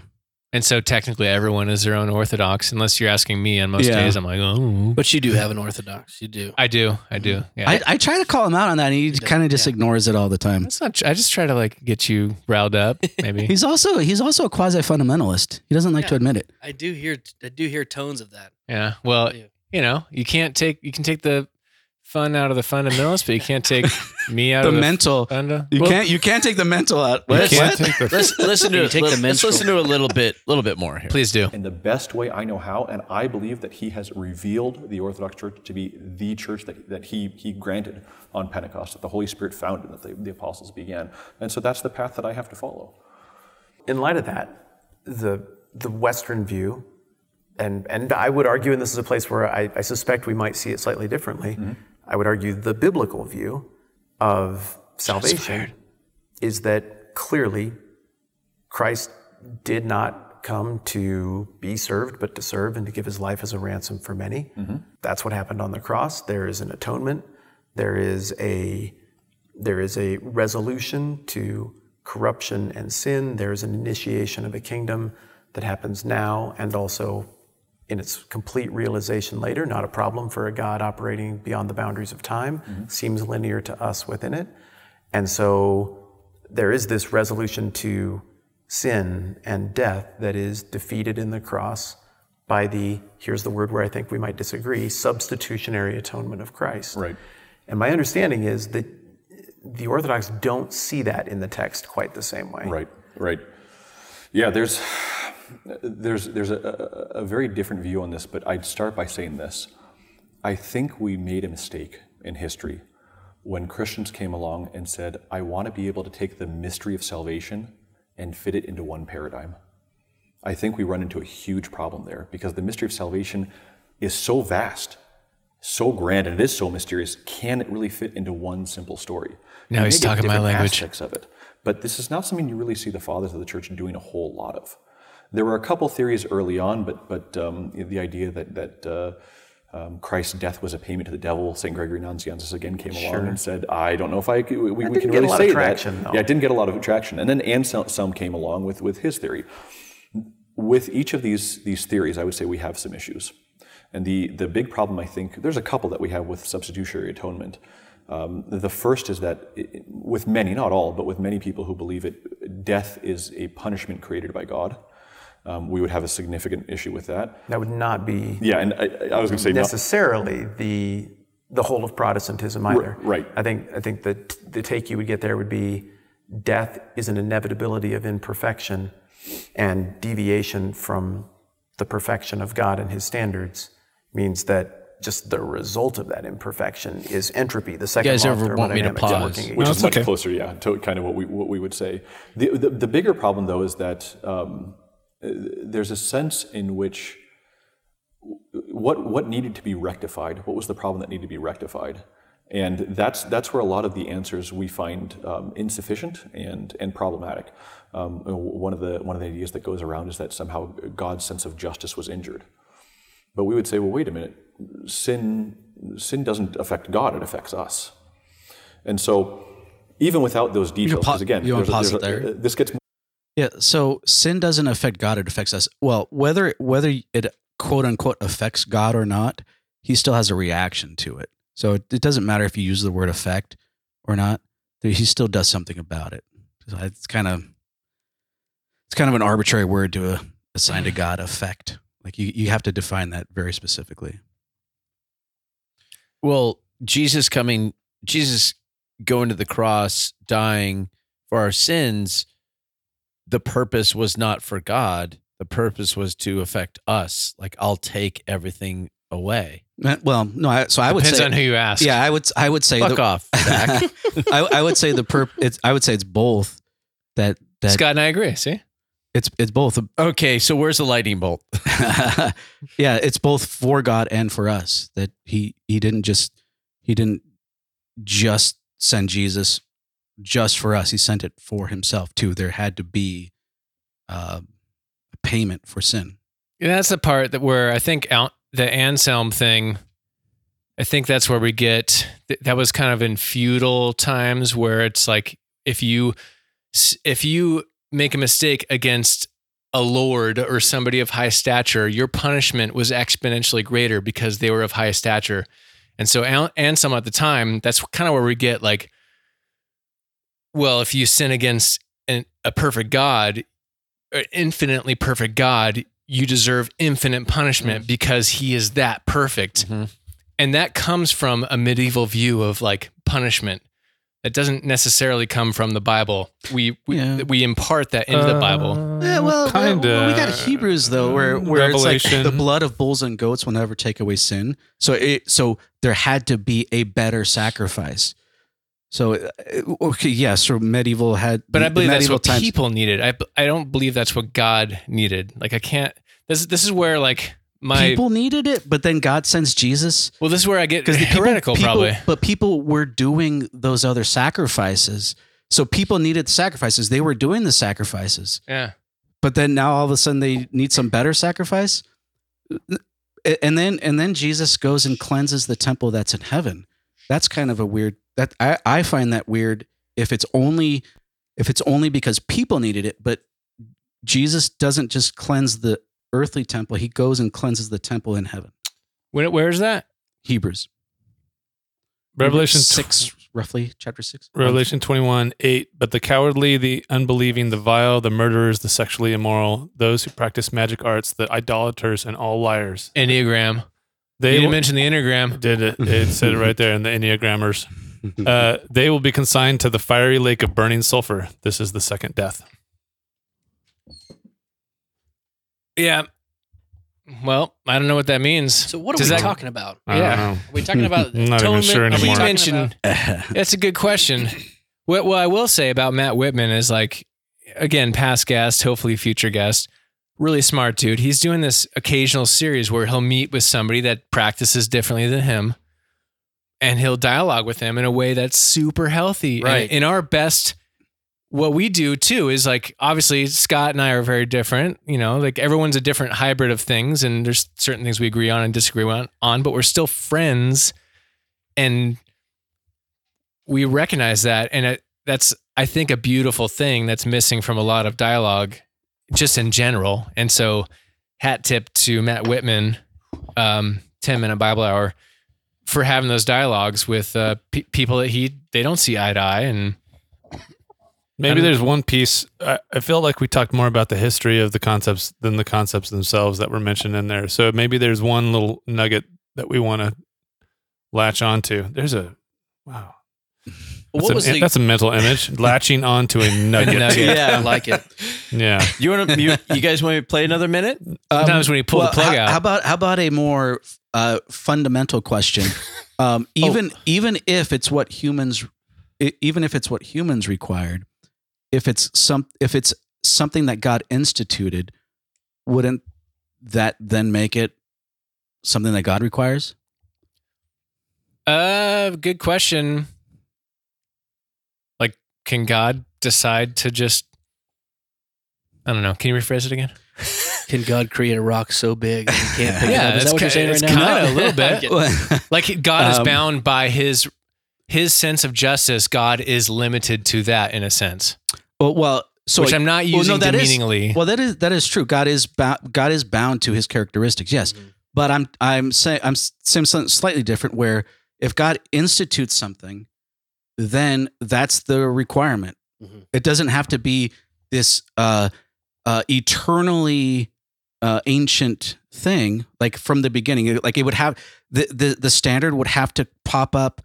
And so technically, everyone is their own Orthodox, unless you're asking me. On most
Yeah.
days, I'm like, oh,
But you do have an orthodox. You do.
I do, I do. Yeah,
Mm. I, I try to call him out on that, and he
does,
kind of just
yeah.
ignores it all the time.
that's not. tr- I just try to like get you riled up, maybe.
He's also he's also a quasi fundamentalist. He doesn't like to
Yeah.
admit it.
I do hear. I do hear tones of that.
yeah. Well, you know, you can't take you can take the fun out of the fundamentals, but you can't take me out
The
of the
mental.
funda-
You can't you can't take the mental out.
You
What?
can't take the-
Let's listen to
You
it.
take the
Let's, let's
menstrual.
listen to a little bit, little bit more here.
Please do.
in the best way I know how, and I believe that he has revealed the Orthodox Church to be the church that, that he, he granted on Pentecost, that the Holy Spirit founded, that the, the apostles began. And so that's the path that I have to follow.
in light of that, the the Western view, and and I would argue, and this is a place where I, I suspect we might see it slightly differently. I would argue the biblical view of salvation is that clearly Christ did not come to be served, but to serve and to give his life as a ransom for many. That's what happened on the cross. There is an atonement. There is a there is a resolution to corruption and sin. There is an initiation of a kingdom that happens now and also in its complete realization later. Not a problem for a God operating beyond the boundaries of time, seems linear to us within it. And so there is this resolution to sin and death that is defeated in the cross by the, here's the word where I think we might disagree, substitutionary atonement of Christ.
Right.
And my understanding is that the Orthodox don't see that in the text quite the same way.
Right, right. Yeah, there's there's there's a, a, a very different view on this, but I'd start by saying this. I think we made a mistake in history when Christians came along and said, "I want to be able to take the mystery of salvation and fit it into one paradigm." I think we run into a huge problem there because the mystery of salvation is so vast, so grand, and it is so mysterious. Can it really fit into one simple story?
Now
You
he's
may get
talking my
different
language.
aspects of it, but this is not something you really see the fathers of the church doing a whole lot of. There were a couple theories early on, but but um, the idea that that uh, um, Christ's death was a payment to the devil. Saint Gregory Nazianzus again came along and said, "I don't know if I c- we, we
That
can
didn't get a
really
lot of
say
traction,
that."
though.
Yeah, it didn't get a lot of traction. And then Anselm came along with with his theory with each of these these theories, I would say we have some issues. And the the big problem I think there's a couple that we have with substitutionary atonement. Um, the first is that i- i- with many, not all, but with many people who believe it, death is a punishment created by God. Um, we would have a significant issue with that.
That would not be
Yeah, and I, I was going to say not,
necessarily the the whole of Protestantism either.
right.
I think I think the the take you would get there would be death is an inevitability of imperfection and deviation from the perfection of God and his standards means that just the result of that imperfection is entropy, the second
guys
law of
ever want me to
thermodynamics
pause?
working against
which is much closer, yeah, to kind of what we what we would say. The the, the bigger problem though is that um, uh, there's a sense in which what what needed to be rectified, what was the problem that needed to be rectified, and that's that's where a lot of the answers we find um, insufficient and and problematic. Um, one of the one of the ideas that goes around is that somehow God's sense of justice was injured. But we would say, well, wait a minute, sin sin doesn't affect God; it affects us. And so, even without those details,
pa-
because again,
you wanna
there's
pause
a-
it
there's a-
there?
this gets
Yeah. So sin doesn't affect God; it affects us. Well, whether whether it quote unquote affects God or not, He still has a reaction to it. So it, it doesn't matter if you use the word affect or not; He still does something about it. So it's kind of it's kind of an arbitrary word to uh, assign to God effect. Like you, you have to define that very specifically.
Well, Jesus coming, Jesus going to the cross, dying for our sins, the purpose was not for God. The purpose was to affect us. Like, I'll take everything away.
Uh, Well, no. I, so I would
Depends
say,
on who you ask.
yeah, I would, I would say
Fuck
the-
off, Zach.
I, I would say the perp. It's, I would say it's both. That that
Scott and I agree. See,
it's it's both.
okay, so where's the lightning bolt?
yeah, it's both for God and for us. That he he didn't just he didn't just send Jesus just for us. He sent it for himself too. There had to be uh, a payment for sin.
And that's the part that where I think Al- the Anselm thing. I think that's where we get th- that was kind of in feudal times where it's like if you s- if you make a mistake against a lord or somebody of high stature, your punishment was exponentially greater because they were of high stature. And so An- Anselm at the time, that's kind of where we get like, well, if you sin against an, a perfect God, an infinitely perfect God, you deserve infinite punishment because he is that perfect. And that comes from a medieval view of like punishment. That doesn't necessarily come from the Bible. We we,
Yeah.
we impart that into the
Uh,
Bible.
Yeah, well,
kind
well, we got
of.
Hebrews though, where where it's like the
Revelation.
blood of bulls and goats will never take away sin. So it so there had to be a better sacrifice. So uh, okay, yeah, so medieval had,
But I
the
believe that's
medieval
what people needed. I I don't believe that's what God needed. Like I can't. This this is where like my
people needed it, but then God sends Jesus
well this is where I get
because the people-
heretical
people-
probably.
But people were doing those other sacrifices, so people needed sacrifices. They were doing the sacrifices.
Yeah.
but then now all of a sudden they need some better sacrifice A- and then and then jesus goes and cleanses the temple that's in heaven that's kind of a weird that i, I find that weird if it's only if it's only because people needed it but jesus doesn't just cleanse the earthly temple he goes and cleanses the temple in heaven
Where, where is that?
hebrews
Revelation
six roughly chapter six
Revelation 21, 8. But the cowardly, the unbelieving, the vile, the murderers, the sexually immoral, those who practice magic arts, the idolaters, and all liars.
Enneagram.
They
you didn't
will-
mention the enneagram.
did it. It said it right there in the Enneagrammers. Uh, they will be consigned to the fiery lake of burning sulfur. This is the second death.
Yeah. Well, I don't know what that means.
So what are
Does
we
that-
talking about?
I
Yeah.
don't know.
Are we talking about
I'm not even
atonement?
sure
Are we
anymore.
talking
Mention-
about-
That's a good question. What what I will say about Matt Whitman is like again, past guest, hopefully future guest, really smart dude. He's doing this occasional series where he'll meet with somebody that practices differently than him and he'll dialogue with them in a way that's super healthy. And
Right.
in our best what we do too is like obviously Scott and I are very different, you know, like everyone's a different hybrid of things and there's certain things we agree on and disagree on, on but we're still friends and we recognize that and it, that's I think a beautiful thing that's missing from a lot of dialogue just in general. And so hat tip to Matt Whitman um 10 minute Bible hour for having those dialogues with uh, pe- people that he they don't see eye to eye and
Maybe
And-
there's one piece. I, I feel like we talked more about the history of the concepts than the concepts themselves that were mentioned in there. So maybe there's one little nugget that we want to latch onto. There's a wow. That's,
What
an-
was the-
that's a mental image. Latching onto a nugget.
nugget.
Yeah, I like it.
Yeah.
You want to? You, you guys want me to play another minute?
Um,
Sometimes when you pull the plug
how,
out.
How about how about a more uh, fundamental question? Um,
Oh.
even even if it's what humans, e- even if it's what humans required, if it's some if it's something that God instituted, wouldn't that then make it something that God requires?
Uh, good question. Like, can God decide to just? I don't know. Can you rephrase it again?
Can God create a rock so big that you can't pick it up?
that's
Is that what you're
ki-
saying
it's
right now?
Kinda, a little bit.
I'm kidding.
Like, God is
Um,
bound by his his sense of justice. God is limited to that in a sense,
well, well, so
which I'm not
well,
using
no, that is-
demeaningly.
Well, that is that is true. God is bound. God is bound to His characteristics. Yes, but I'm I'm saying I'm saying something slightly different. Where if God institutes something, then that's the requirement.
Mhm.
It doesn't have to be this uh, uh, eternally uh, ancient thing. Like from the beginning, like it would have the the the standard would have to pop up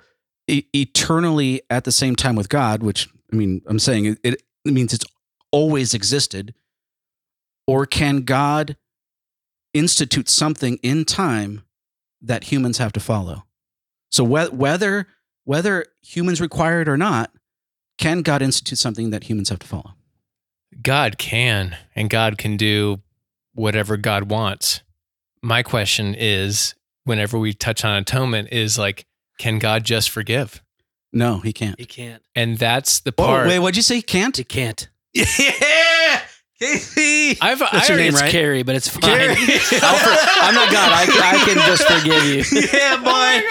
e- eternally at the same time with God. Which I mean, I'm saying it, it means it's always existed or can God institute something in time that humans have to follow? So whe- whether whether humans require it or not, can God institute something that humans have to follow?
God can, and God can do whatever God wants. My question is, whenever we touch on atonement, is like, can God just forgive?
No, he can't.
He can't.
And that's the part.
wait, what'd you say? He can't?
He can't.
Yeah, Casey.
I've,
That's
I
your
already-
name,
name,
it's
right?
Carrie, but it's fine. I'll for- I'm not God. I, I can just forgive you.
yeah, boy.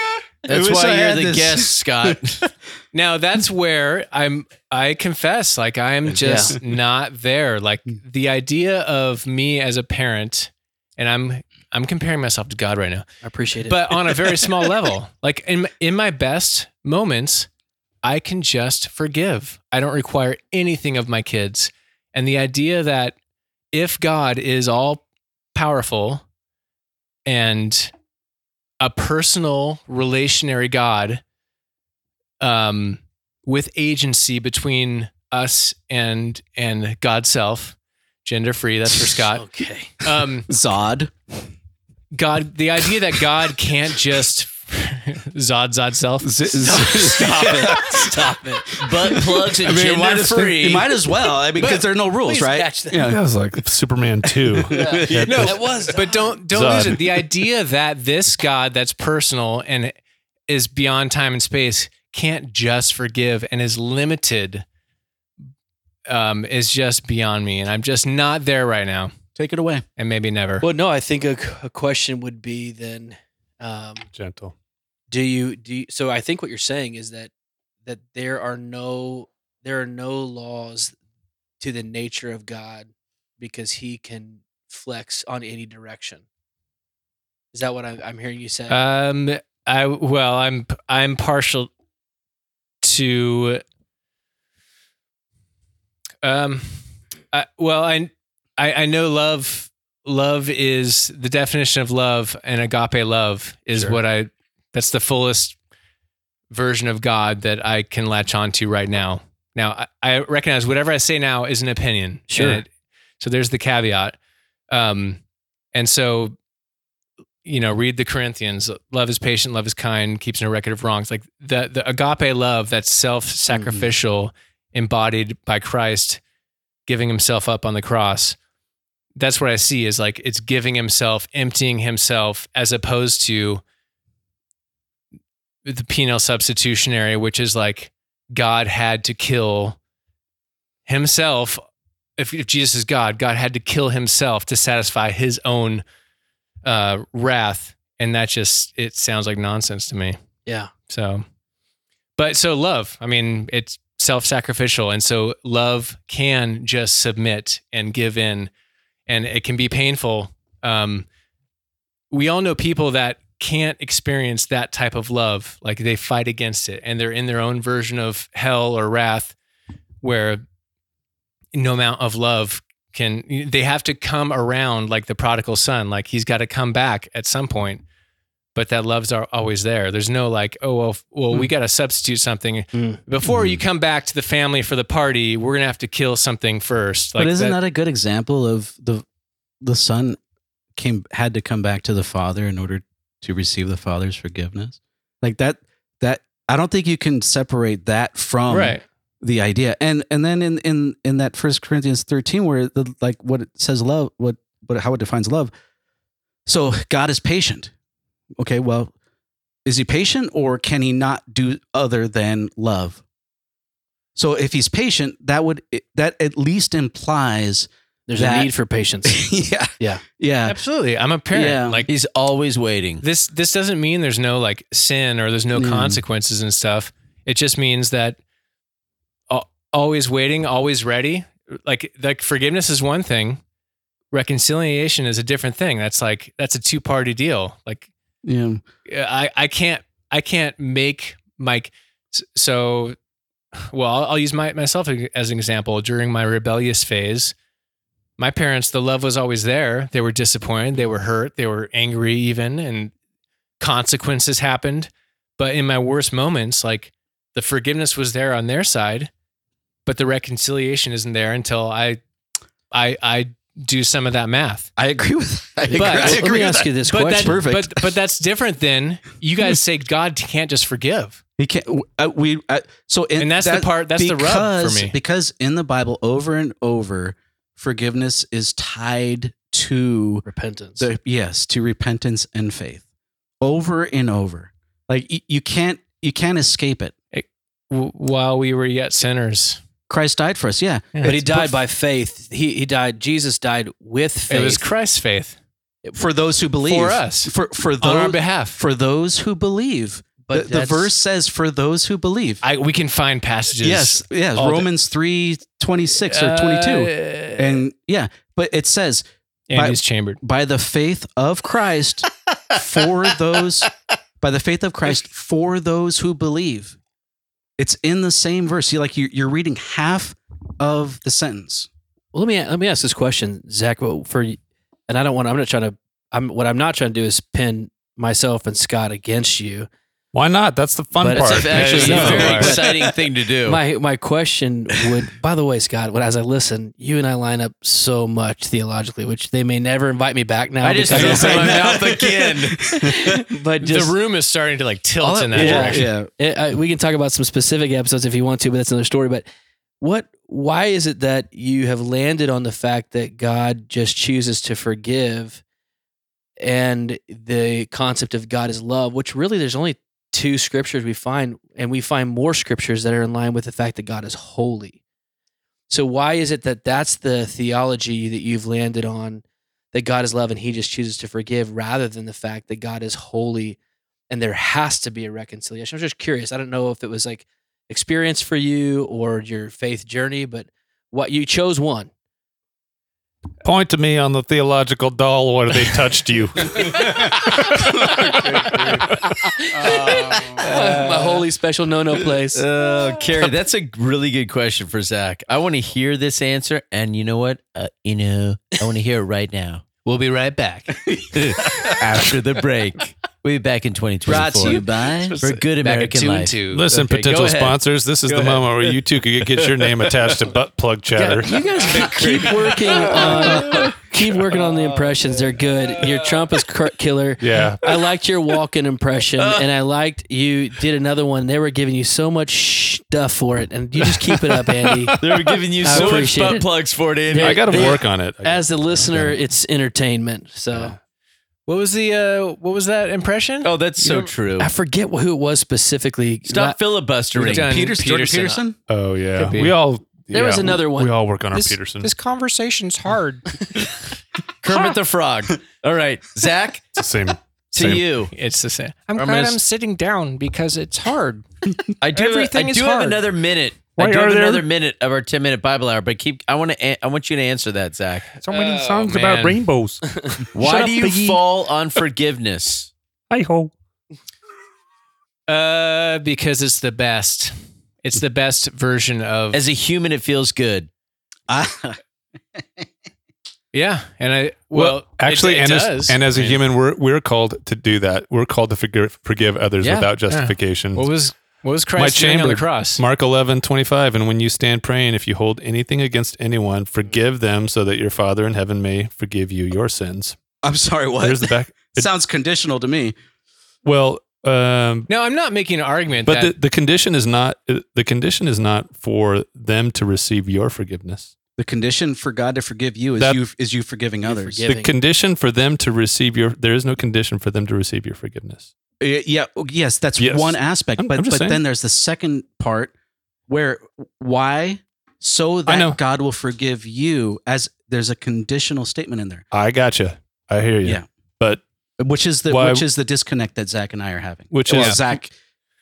That's
wish I
why you're
had
the
this.
guest, Scott.
Now that's where I'm I confess like I'm just not there. Like the idea of me as a parent and I'm I'm comparing myself to God right now.
I appreciate it.
But on a very small level. Like in in my best moments, I can just forgive. I don't require anything of my kids. And the idea that if God is all powerful and a personal relationary God um, with agency between us and and God self, gender free. That's for Scott.
okay.
Um,
Zod.
God, the idea that God can't just zod zod self.
Stop it.
Stop it.
Butt plugs and
it might,
gender
as,
free.
it might as well. I mean, because there are no rules,
please
right?
catch that.
That was like Superman 2.
No,
That was.
but don't don't
Zod.
lose it. The idea that this God that's personal and is beyond time and space can't just forgive and is limited um, is just beyond me, and I'm just not there right now,
Take it away.
and maybe never.
Well, no, I think a, a question would be then, um,
Gentle.
do you do? You, so I think what you're saying is that that there are no there are no laws to the nature of God because He can flex on any direction. Is that what I'm, I'm hearing you say?
Um, I well, I'm I'm partial to. Um, I, well, I, I I know love. Love is the definition of love, and agape love is what I. That's the fullest version of God that I can latch onto right now. Now I, I recognize whatever I say now is an opinion. and
Sure.
it- so there's the caveat. Um, and so you know, read the Corinthians. Love is patient, love is kind, keeps no record of wrongs. Like the the agape love that's self-sacrificial, embodied by Christ, giving himself up on the cross. That's what I see is like it's giving himself, emptying himself, as opposed to the penal substitutionary, which is like God had to kill himself. If, if Jesus is God, God had to kill himself to satisfy his own uh, wrath, and that just it sounds like nonsense to me.
yeah.
So, but so love. I mean, it's self-sacrificial, and so love can just submit and give in, and it can be painful. Um, we all know people that can't experience that type of love, like they fight against it, and they're in their own version of hell or wrath, where no amount of love can they have to come around like the prodigal son like he's got to come back at some point but that love's are always there there's no like oh well, f- well
Mm.
we got to substitute something
Mm.
before you come back to the family for the party we're gonna have to kill something first like
but isn't that, a good example of the the son came had to come back to the father in order to receive the father's forgiveness? Like that that I don't think you can separate that from
right
the idea. And and then in in in that First Corinthians thirteen, where the like what it says love, what what how it defines love. So God is patient. Okay, well, is he patient or can he not do other than love? So if he's patient, that would that at least implies
There's
That-
a need for patience.
yeah
Yeah.
yeah
absolutely i'm a parent
Yeah.
like
He's always waiting.
this this doesn't mean there's no like sin or there's no
Mm.
consequences and stuff it just means that al- always waiting always ready like like forgiveness is one thing reconciliation is a different thing that's like that's a two party deal like
yeah.
I I can't I can't make my s- so well I'll, I'll use my myself e, as an example during my rebellious phase my parents the love was always there they were disappointed they were hurt they were angry even and consequences happened but in my worst moments like the forgiveness was there on their side but the reconciliation isn't there until I I I do some of that math
I agree with I agree,
But-
I
Let
agree
me
with
ask
that.
you this
but
question.
that,
Perfect.
but but that's different than you guys say God can't just forgive.
He can't. Uh, we uh, so in,
And that's the part- that's the rub for
because-
me.
because in the Bible, over and over, forgiveness is tied to
Repentance.
the yes to repentance and faith, over and over. Like y- you can't you can't escape it.
w- while we were yet sinners.
Christ died for us. Yeah,
but he died by faith. He he died. Jesus died with faith.
It was Christ's faith
for those who believe
for us
for for
on our
those
behalf.
for those who believe. The,
But
the
that's-
verse says, "For those who believe."
I we can find passages.
yes, yes.
all the- Uh,
Romans three twenty six or twenty two, and yeah, but it says
Andy's chambered.
by the faith of Christ for those by the faith of Christ for those who believe. It's in the same verse. You like you you're reading half of the sentence.
Well, let me let me ask this question, Zach. Well, for and I don't want. I'm not trying to. I'm what I'm not trying to do is pin myself and Scott against you.
Why not? That's the fun
But it's
part.
a- actually
Yeah,
a
yeah,
very
yeah.
good-
exciting thing to do.
My my question would. by the way, Scott, when as I listen, you and I line up so much theologically, which they may never invite me back now.
I just
because-
opened my mouth again.
but just
the room is starting to like
All
tilt
that-
in that
yeah,
direction.
Yeah.
it, eh, I, we can talk about some specific episodes if you want to, but that's another story. But what, why is it that you have landed on the fact that God just chooses to forgive and the concept of God is love, which really there's only two scriptures we find, and we find more scriptures that are in line with the fact that God is holy. So why is it that that's the theology that you've landed on that God is love and he just chooses to forgive rather than the fact that God is holy and there has to be a reconciliation. I was just curious. I don't know if it was like experience for you or your faith journey, but what you chose one.
Point to me on the theological doll where they touched you.
My holy special no-no place.
Oh, Carrie, that's a really good question for Zach. I want to hear this answer, and you know what? Uh, you know, I want to hear it right now. We'll be right back after the break. We'll be back in 2024
Brought to you by
for Good American Life.
Listen,
Okay, go
potential
ahead.
sponsors, this is the moment where you two could get your name attached to butt plug chatter.
You guys keep- keep working on keep working on the impressions. They're good. Your Trump is cr- killer.
Yeah.
I liked your walking impression, and I liked you did another one. They were giving you so much stuff for it, and you just keep it up, Andy.
They were giving you
I
so much
appreciate
butt
it.
plugs for it, Andy.
I got to work on it.
As the listener, it's entertainment. So.
What was the uh what was that impression?
oh, that's so true.
I forget who it was specifically.
Stop
La-
filibustering.
Done.
Peterson. Jordan Peterson?
oh yeah,
Could be.
we all. yeah,
There was another
we-
one.
We all work on our
This-
Peterson.
This conversation's hard.
Uh, Kermit the Frog. All right, Zach,
It's the same.
to
Same.
you.
It's the same. I'm
Or
glad
miss-
I'm sitting down because it's hard.
I do.
Everything
I
is
do have
hard.
another minute. I
Why
do
are
have
there-
another minute of our ten minute Bible hour, but keep. I want to. I want you to answer that, Zach.
So
many Oh, songs about man.
rainbows.
Why do you fall on forgiveness?
Hi ho.
Uh, because it's the best. It's the best version of
As a human, it feels good.
Ah,
yeah. And I well, it-
actually,
it
and
does.
as and as a
I mean,
human, we're we're called to do that. We're called to forgive forgive others
Yeah,
without justification.
what was what was Christ doing on
chamber-
the cross?
Mark eleven twenty five. And when you stand praying, if you hold anything against anyone, forgive them, so that your Father in heaven may forgive you your sins.
I'm sorry, what?
There's the back. it-
Sounds conditional to me.
well, um,
No, I'm not making an argument
but
that
the, the condition is not the condition is not for them to receive your forgiveness.
The condition for God to forgive you is
That-
you is you forgiving others.
forgive-
The
Giving.
condition for them to receive your there is no condition for them to receive your forgiveness.
Y- Yeah, oh, yes, that's
Yes.
one aspect.
I'm-
but
I'm just
but
saying.
then there's the second part where why so
know.
that God will forgive you as there's a conditional statement in there,
I gotcha. I hear you.
Yeah.
But
which is the
Why-
which is the disconnect that Zach and I are having.
Which
Well,
is-
Zach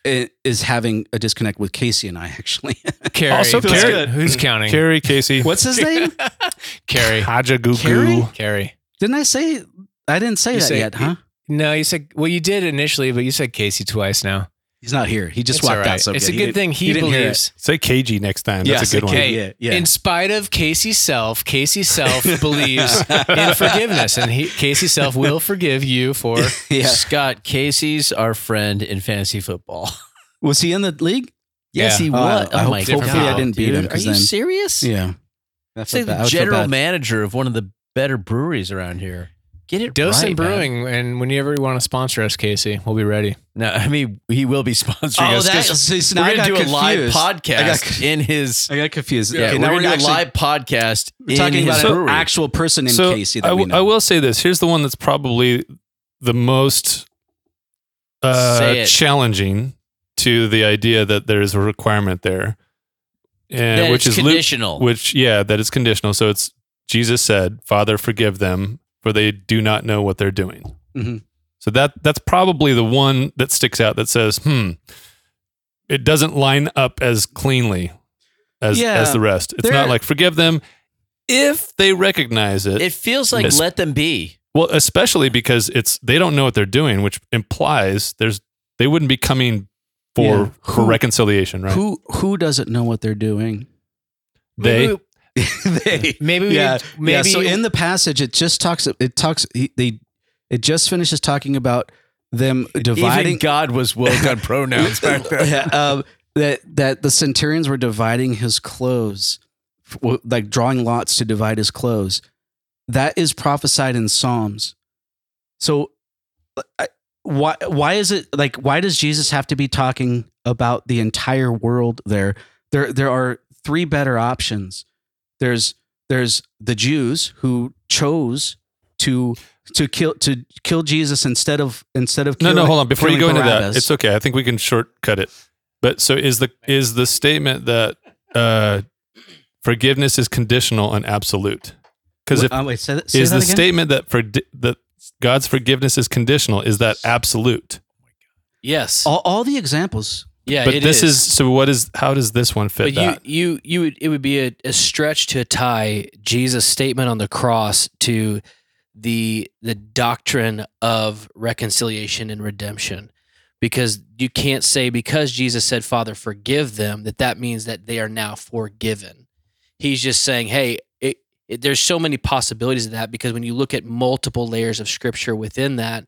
i- is having a disconnect with Casey and I actually.
Carrie,
Also
who's,
Carrie-
who's counting?
Carrie Casey,
What's his name?
Carrie.
Hajagugu.
Carrie?
Carrie.
Didn't I say I didn't say
You
that
say-
yet, huh?
No, you said well, you did initially, but you said Casey twice now.
He's not here. He just
It's all
walked
right.
out. So
it's
good.
a
He
good
didn't-
thing he
didn't hear it.
believes.
Say KG next time.
Yeah,
That's
say
a good one.
K.
Yeah, yeah.
In spite of Casey Self, Casey Self believes in forgiveness, and he, Casey Self will forgive you for.
Yeah.
Scott Casey's our friend in fantasy football.
Was he in the league?
Yes, he
Oh, I-
was.
I
oh
hope-
my
hopefully
god!
I
didn't beat him,
dude. Are
'cause
you
then-
serious?
Yeah. I
Say
felt bad. I
the
would feel
general
bad.
manager of one of the better breweries around here. Get it
Dose
right,
and
man.
Brewing, and whenever you want to sponsor us, Casey, we'll be ready.
No, I mean he will be sponsoring
Oh,
us. 'cause
that, see, so now
we're
I
gonna
got
do
confused.
a live podcast
I got,
in his.
I got confused.
Yeah,
okay,
we're
now
gonna
we're
do
actually
a live podcast.
we're talking
in his
about an
brewery.
actual person named
so
Casey. That
I,
we
w-
know.
I will say this. Here's the one that's probably the most
Say
uh,
it.
challenging to the idea that there is a requirement there, and
That
which
it's
is Luke,
conditional.
which yeah, that is conditional. So it's Jesus said, "Father, forgive them, for they do not know what they're doing."
Mhm.
So that that's probably the one that sticks out that says, "Hmm, it doesn't line up as cleanly as
Yeah.
as the rest." It's
There-
not like forgive them if they recognize it.
It feels like
Miss-
let them be.
well, especially because it's they don't know what they're doing, which implies there's they wouldn't be coming for
Yeah.
for
Who-
reconciliation, right?
Who who doesn't know what they're doing?
they
they
Maybe we
yeah,
maybe
yeah. So in the passage, it just talks. It talks. he- They it just finishes talking about them
Even
dividing.
God was woke on pronouns back then.
Yeah, um, that that the centurions were dividing his clothes, f- w- like drawing lots to divide his clothes. That is prophesied in Psalms. So, I, why why is it like why does Jesus have to be talking about the entire world? There, there there are three better options. There's there's the Jews who chose to to kill to kill Jesus instead of instead of
No,
killing,
no, hold on. Before you go
killing
into that,
Barabbas.
it's okay. I think we can shortcut it. But so is the is the statement that uh, forgiveness is conditional and absolute? Because if
Um, wait, say that, say
is
that
the
again?
statement that for that God's forgiveness is conditional is that absolute?
Yes.
all, all the examples.
yeah.
But
it
this is. so. What is how does this one fit
But you,
that?
you, you would, it would be a, a stretch to tie Jesus' statement on the cross to the the doctrine of reconciliation and redemption, because you can't say because Jesus said, "Father, forgive them," that that means that they are now forgiven. He's just saying, "Hey, it, it, there's so many possibilities of that." Because when you look at multiple layers of Scripture within that,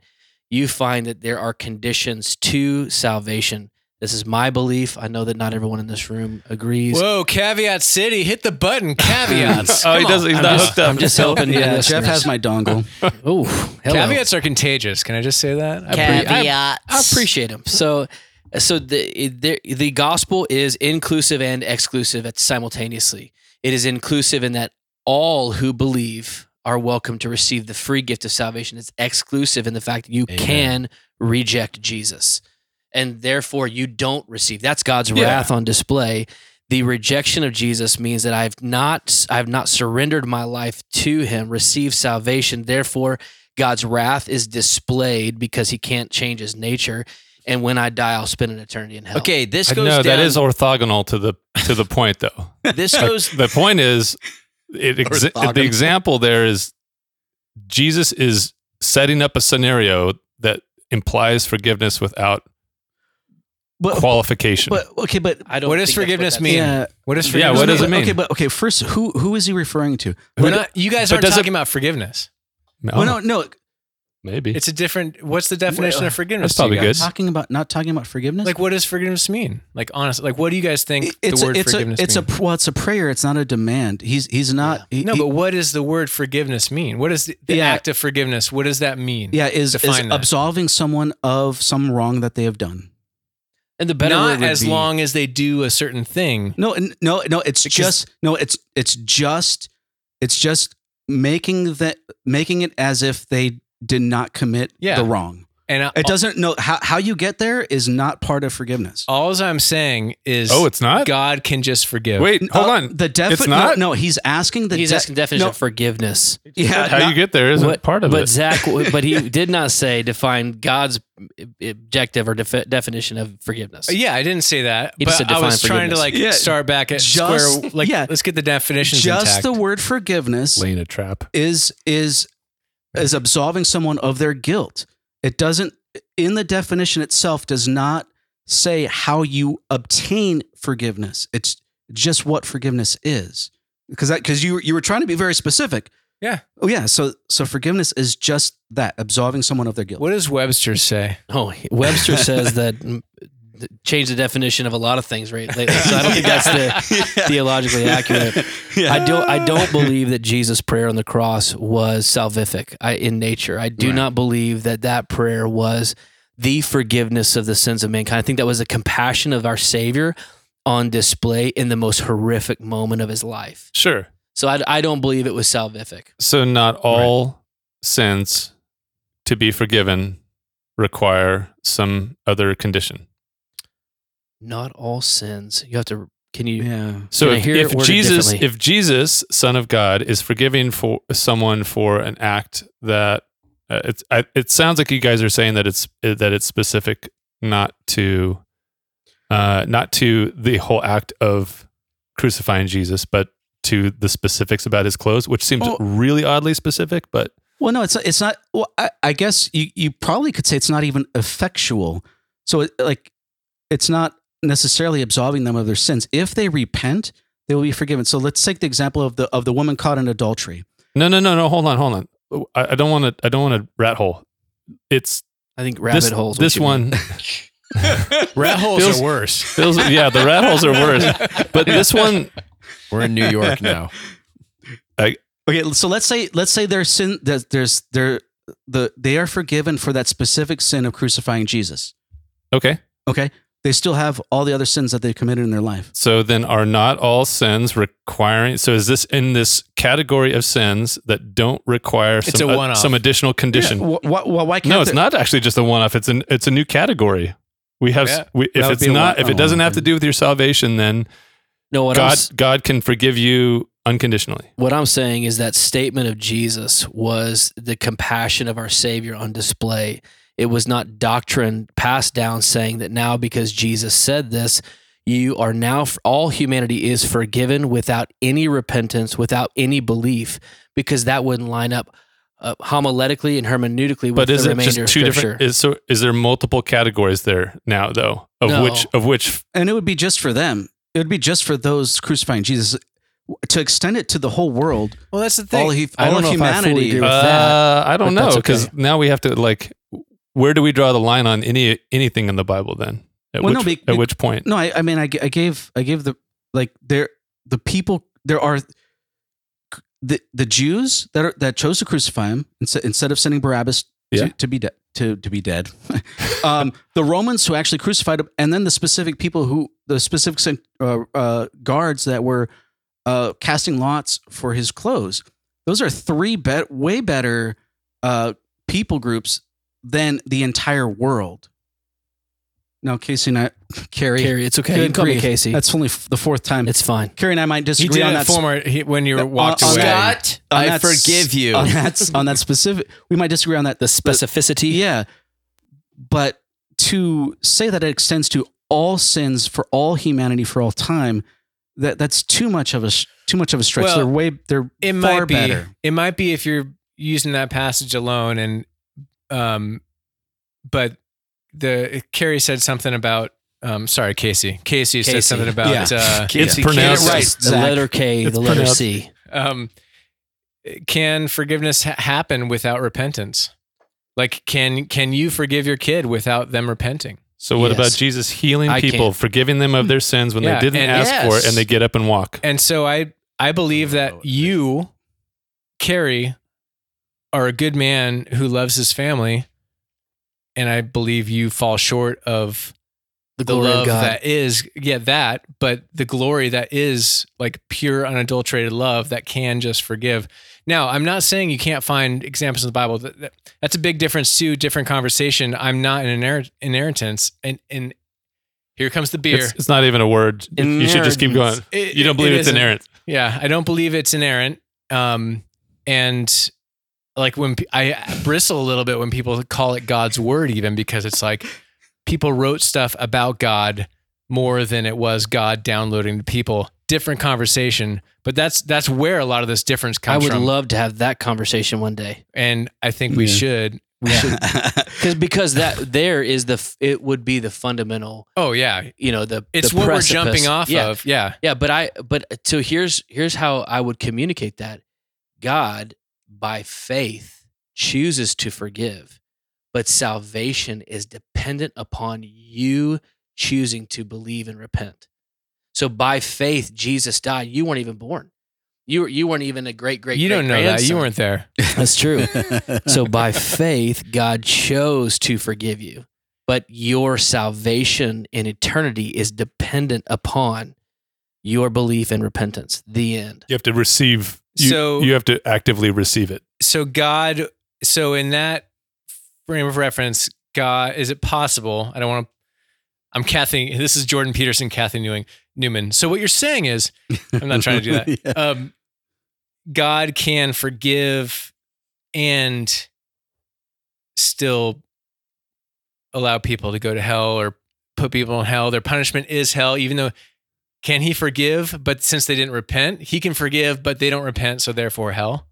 you find that there are conditions to salvation. This is my belief. I know that not everyone in this room agrees.
Whoa, caveat city, hit the button. Caveats.
oh,
Come
he
on.
doesn't. He's
I'm
not
just-
hooked up.
I'm just helping.
Yeah, Jeff has my dongle.
Oh, hello.
Caveats are contagious. Can I just say that? I pre- I-
Caveats. I, appreciate them. So, so the, the the gospel is inclusive and exclusive at simultaneously. It is inclusive in that all who believe are welcome to receive the free gift of salvation. It's exclusive in the fact that you can reject Jesus, and therefore you don't receive. That's God's wrath on display. The rejection of Jesus means that I've not I've not surrendered my life to Him, received salvation. Therefore, God's wrath is displayed because he can't change his nature. And when I die, I'll spend an eternity in hell.
Okay, this
I
goes
know
down.
that is orthogonal to the to the point though.
this goes.
the point is it exi- the example there is Jesus is setting up a scenario that implies forgiveness without
But,
qualification.
but okay, but
I don't.
What does
think that's
forgiveness
that's-
mean?
yeah,
What is
Yeah,
forgiveness?
what does it
But-
mean?
Okay, but okay, first who who is he referring to?
We're not, you guys
but
aren't
does it-
talking about forgiveness.
no,
Well, no, no,
maybe.
It's a different. What's the definition of forgiveness?
that's
to you
probably good.
guys?
talking about not talking about forgiveness.
Like, what does forgiveness mean? Like, honestly, like, what do you guys think
It- it's
the
a,
word
it's a
forgiveness
it's
means?
a well, it's a prayer. It's not a demand. He's he's not. he-
no,
he-
but what does the word forgiveness mean? What is the, the
Yeah.
act of forgiveness? What does that mean?
yeah, is, is
define that.
absolving someone of some wrong that they have done.
And the better word
Not
would
as
be-
long as they do a certain thing.
No, n- no, no. It's just no. It's it's just it's just making that making it as if they did not commit
Yeah.
the wrong.
And I,
It doesn't. No, how how you get there is not part of forgiveness.
all I'm saying is
oh, it's not.
God can just forgive.
Wait, hold
Uh,
on.
The defi-
It's not?
No, no, he's asking the.
He's
de-
asking the definition
no,
of forgiveness.
yeah,
How
no,
you get there isn't part of
but
it.
Zach, but he did not say define God's eh, objective or defi- definition of forgiveness.
Uh, Yeah, I didn't say that.
He just
but
said
I was
define
trying to like
forgiveness. Yeah.
start back at
Just-
square. Like,
yeah.
let's get the definitions
just
intact.
the word forgiveness
Laying a trap.
is is is absolving someone of their guilt. It doesn't in the definition itself does not say how you obtain forgiveness. It's just what forgiveness is. Because that because you you were trying to be very specific.
Yeah.
Oh yeah. So so forgiveness is just that absolving someone of their guilt.
what does Webster say?
Oh, Webster says that mm, th- change the definition of a lot of things right lately. So I don't think that's the, theologically accurate. I don't. I don't believe that Jesus' prayer on the cross was salvific I, in nature. I do not believe that that prayer was the forgiveness of the sins of mankind. I think that was the compassion of our Savior on display in the most horrific moment of His life.
Sure.
So I, I don't believe it was salvific.
So not all sins to be forgiven require some other condition.
Not all sins. You have to. Can you?
Yeah.
So
Can I
if,
hear it
if
worded
Jesus,
differently?
if Jesus, Son of God, is forgiving for someone for an act that Uh, it's I, it sounds like you guys are saying that it's uh, that it's specific not to uh not to the whole act of crucifying Jesus, but to the specifics about his clothes, which seems
Oh.
really oddly specific, but
Well, no, it's it's not. Well, I, I guess you you probably could say it's not even effectual. So it, like, it's not necessarily absolving them of their sins. If they repent, they will be forgiven. So let's take the example of the of the woman caught in adultery.
no, no, no, no. Hold on, hold on. I, I don't want to. I don't want to rat hole. It's
I think rabbit
this,
holes.
This one,
Rat holes
Feels-
are worse.
feels, yeah, the rat holes are worse. But this one,
We're in New York now.
Okay, so let's say let's say their sin that there's their the they are forgiven for that specific sin of crucifying Jesus.
okay.
Okay, they still have all the other sins that they committed in their life.
So then, are not all sins requiring? So is this in this category of sins that don't require
It's
some
a one-off.
some additional condition?
Wh- wh- wh- why can't
no, it's
the-
not actually just a one-off. It's an it's a new category. We have
Yeah,
we, if
would
it's
be a
not
one-
if it
oh,
doesn't have
okay.
to do with your salvation, then
No, what
God
else?
God can forgive you unconditionally.
What I'm saying is that statement of Jesus was the compassion of our Savior on display. It was not doctrine passed down saying that now because Jesus said this, you are now, all humanity is forgiven without any repentance, without any belief, because that wouldn't line up uh, homiletically and hermeneutically with
But
the
is it
remainder
just
of
two
Scripture.
different? Is so is there multiple categories there now though of
No.
which of which
and it would be just for them. It would be just for those crucifying Jesus. To extend it to the whole world,
Well, that's the thing.
all, he,
I
all
don't
of
know if I fully
humanity.
agree with that.
uh, I don't
but
know
that's
because
okay.
now we have to like where do we draw the line on any anything in the Bible then? At
Well,
which
no, be-
at which point?
No, I, I mean, I, g- I gave, I gave the like there, the people there are the the Jews that are that chose to crucify him instead instead of sending Barabbas
Yeah.
to, to be dead to to be dead. um, the Romans who actually crucified him, and then the specific people who the specific uh, uh, guards that were uh, casting lots for his clothes. Those are three bet way better uh, people groups than the entire world. Now, Casey and I, Carrie,
Carrie, it's okay. You
Good
can call me
grief.
Casey.
that's only f- the fourth time.
it's fine.
Carrie and I might
he
disagree
did
on
it
that.
for me he- when you
Uh,
walked
on
away.
that- on
I
that s-
forgive you.
on that on that specific. We might disagree on that.
The specificity.
yeah, but to say that it extends to all sins for all humanity for all time, that that's too much of a s- too much of a stretch.
Well,
they're way they're
it
far
might be
better.
it might be if you're using that passage alone and um but the Carrie said something about um sorry Casey Casey,
Casey.
said something about uh
It's
Casey,
pronounced-
get it right.
Zach.
The letter K,
It's
the letter
pronounced-
C.
um can forgiveness ha- happen without repentance like can can you forgive your kid without them repenting
So what
Yes.
about Jesus healing
I
people,
can't.
forgiving them of their sins when
Yeah,
they didn't
and-
ask for it,
Yes.
and they get up and walk?
and so I I believe
Oh,
that
okay.
you, Carrie, are a good man who loves his family, and I believe you fall short of
The
the
glory of
love
God.
that is yeah that, but the glory that is like pure unadulterated love that can just forgive. Now I'm not saying you can't find examples in the Bible. That, that- that's a big difference too. Different conversation. I'm not an inher- inheritance, and and here comes the beer.
It's, it's not even a word. You should just keep going.
Inheritance.
It-
You don't
it-
believe
it
it's
isn't.
inerrant.
Yeah, I don't believe it's inerrant. Um, and like when pe- I bristle a little bit when people call it God's word, even because it's like people wrote stuff about God more than it was God downloading to people. Different conversation, but that's that's where a lot of this difference
I
comes
would
from.
love to have that conversation one day.
and I think we
Yeah.
should. We should.
Cuz because that there is the f- it would be the fundamental,
Oh yeah,
you know, the
it's
the
what
precipice.
we're jumping off
yeah.
of. Yeah,
Yeah, but I but uh, so here's here's how I would communicate that. God by faith chooses to forgive, but salvation is dependent upon you choosing to believe and repent. So by faith Jesus died. You weren't even born. You were, you weren't even a great great
you don't know that. You
great-grandson.
weren't there.
That's true. so by faith, God chose to forgive you, but your salvation in eternity is dependent upon your belief and repentance. The end.
You have to receive. You,
So-
you have to actively receive it.
so God, so in that frame of reference, God, is it possible? I don't want to. I'm Kathy. This is Jordan Peterson, Kathy Newing, Newman. So what you're saying is, I'm not trying to do that.
Yeah.
Um, God can forgive and still allow people to go to hell or put people in hell. Their punishment is hell, even though can he forgive? But since they didn't repent, he can forgive, but they don't repent, so therefore hell.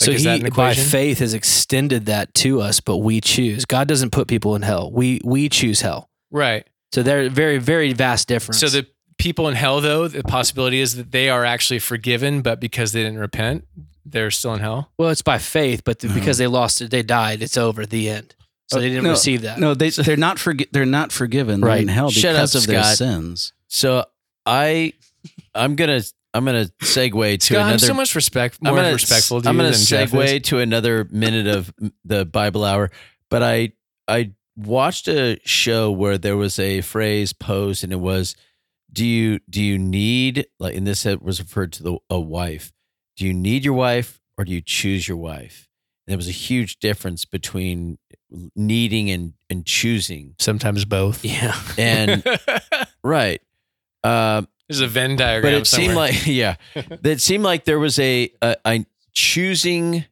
Like,
so
is that
he,
an
by
equation?
faith, has extended that to us, but we choose. God doesn't put people in hell. We we choose hell.
right?
So they're very very vast difference.
So the people in hell, though, the possibility is that they are actually forgiven, but because they didn't repent, they're still in hell.
well, it's by faith, but th-
Uh-huh.
because they lost it, they died. It's over. The end.
Uh,
So they didn't
No,
receive that.
No, they they're not forgi- they're not forgiven. They're in
Right.
hell
Shut
because
up,
of their
Scott.
sins.
So I, I'm gonna, I'm gonna segue to
God,
another.
I'm so much respect, more respectful to
I'm
you
gonna
than Jeff is.
segue to another minute of the Bible hour, but I I watched a show where there was a phrase posed, and it was, "Do you do you need like?" And this was referred to the, a wife. Do you need your wife, or do you choose your wife? And there was a huge difference between needing and and choosing.
Sometimes both.
Yeah.
And right, um,
There's a Venn diagram.
but it seemed
somewhere.
like yeah, it seemed like there was a, a, a choosing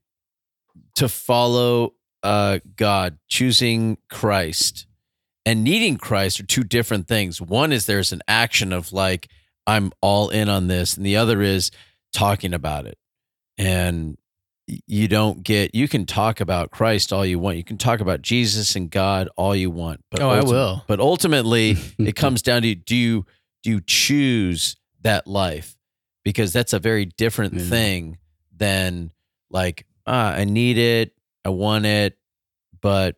to follow uh, God, choosing Christ, and needing Christ are two different things. One is there's an action of like I'm all in on this, and the other is talking about it. And y- you don't get you can talk about Christ all you want. You can talk about Jesus and God all you want. But
Oh, I
ulti-
will.
But ultimately, it
Mm-hmm.
comes down to do you do you choose that life because that's a very different
Yeah.
thing than like ah, I need it, I want it, but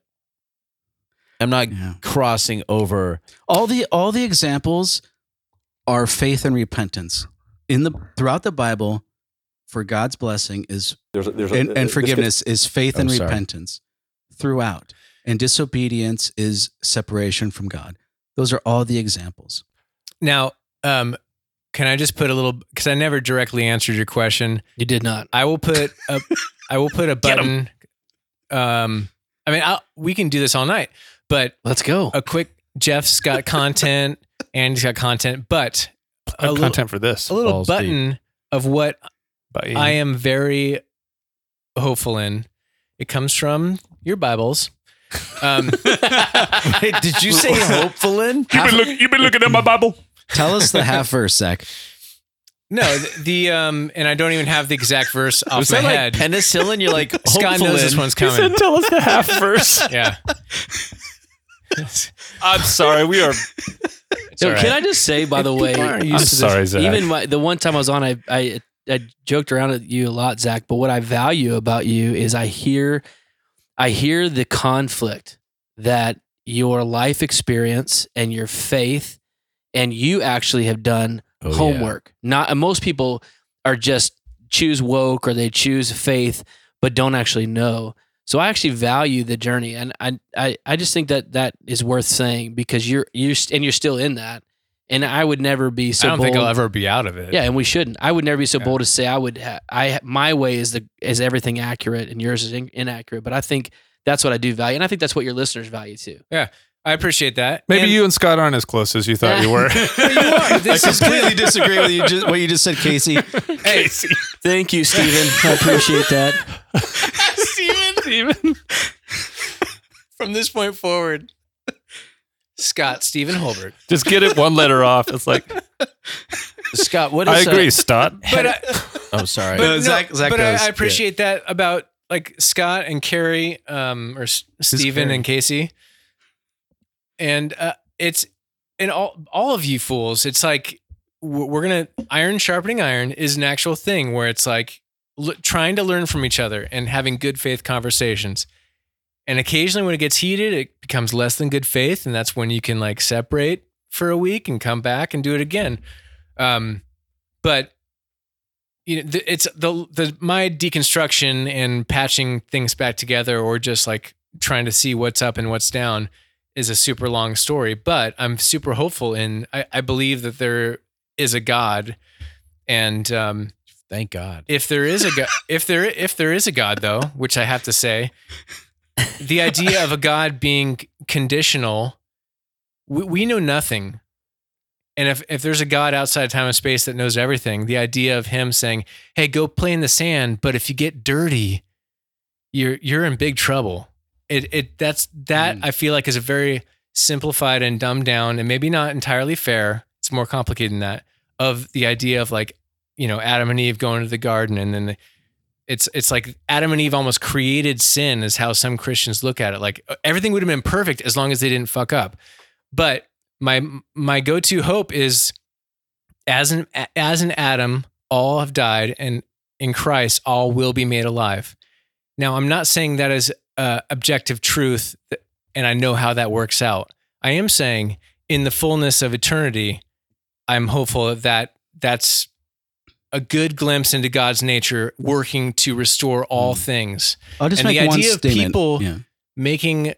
I'm not
Yeah.
crossing over.
All the all the examples are faith and repentance in the throughout the Bible. For God's blessing is
There's a, there's a,
and, and
this gets-
forgiveness is faith and
Oh, sorry.
repentance throughout, and disobedience is separation from God. Those are all the examples.
Now, um, can I just put a little? Because I never directly answered your question.
you did not.
I will put a, I will put a button. Um, I mean, I'll, we can do this all night, but
Let's go.
a quick Jeff's got content, Andy's got content, but
I
a
have
little-
content for this.
a little
Balls deep.
button of what
Bye.
I am very hopeful in. It comes from your Bibles. Um,
Wait, did you say hopeful in?
You've been, look, you've been looking at my Bible.
Tell us the half verse, Zach.
no, th- the um, and I don't even have the exact verse off
Was
my
that like
head.
penicillin? You're like hopeful
Scott knows
in.
this one's coming.
Tell us the half verse.
Yeah.
I'm sorry, we are.
Yo,
all
Can
right.
I just say, by the way,
I'm sorry, Zach.
even my, the one time I was on, I, I I joked around at you a lot, Zach. But what I value about you is I hear, I hear the conflict that your life experience and your faith, and you actually have done
Oh, yeah.
homework. Not and most people are just choose woke or they choose faith, but don't actually know. So I actually value the journey, and I I, I just think that that is worth saying because you're you and you're still in that. And I would never be so
I don't
bold.
think I'll ever be out of it.
Yeah, and we shouldn't. I would never be so
Yeah.
bold to say I would. Ha- I my way is the is everything accurate and yours is in- inaccurate. But I think that's what I do value, and I think that's what your listeners value too.
I appreciate that.
Maybe
And-
you and Scott aren't as close as you thought you were.
But you are. This
I
is
completely
good.
disagree with you just, what you just said, Casey.
Hey,
Thank you, Stephen. I appreciate that.
from this point forward, Scott Stephen Holbert.
Just get it one letter off. It's like
Scott, what
I
is?
agree, Stott.
uh, But I,
i I'm Oh, sorry.
but, no,
Zach- Zach
but I,
goes,
I
yeah.
appreciate that about like Scott and Carrie, um, or S- Steven and Casey, and uh, it's and all all of you fools. It's like we're we're gonna iron sharpening iron is an actual thing where it's like l- trying to learn from each other and having good faith conversations. And occasionally, when it gets heated, it becomes less than good faith, and that's when you can like separate for a week and come back and do it again. Um, but you know, th- it's the the my deconstruction and patching things back together, or just like trying to see what's up and what's down, is a super long story. But I'm super hopeful, and I, I believe that there is a God, and um,
Thank God.
if there is a god, if there if there is a god though, which I have to say, the idea of a god being conditional, we, we know nothing. And if, if there's a God outside time and space that knows everything, the idea of him saying, Hey, go play in the sand, but if you get dirty, you're you're in big trouble. It it that's that I feel like is a very simplified and dumbed down and maybe not entirely fair. It's more complicated than that of the idea of like, you know, Adam and Eve going to the garden and then the, it's it's like Adam and Eve almost created sin is how some Christians look at it. Like uh, everything would have been perfect as long as they didn't fuck up. But my my go-to hope is as an as an Adam, all have died, and in Christ, all will be made alive. Now, I'm not saying that is uh, objective truth, and I know how that works out. I am saying, in the fullness of eternity, I'm hopeful that that's a good glimpse into God's nature, working to restore all things.
I'll Mm. just
and
make
the
one
idea of
statement.
people
Yeah.
making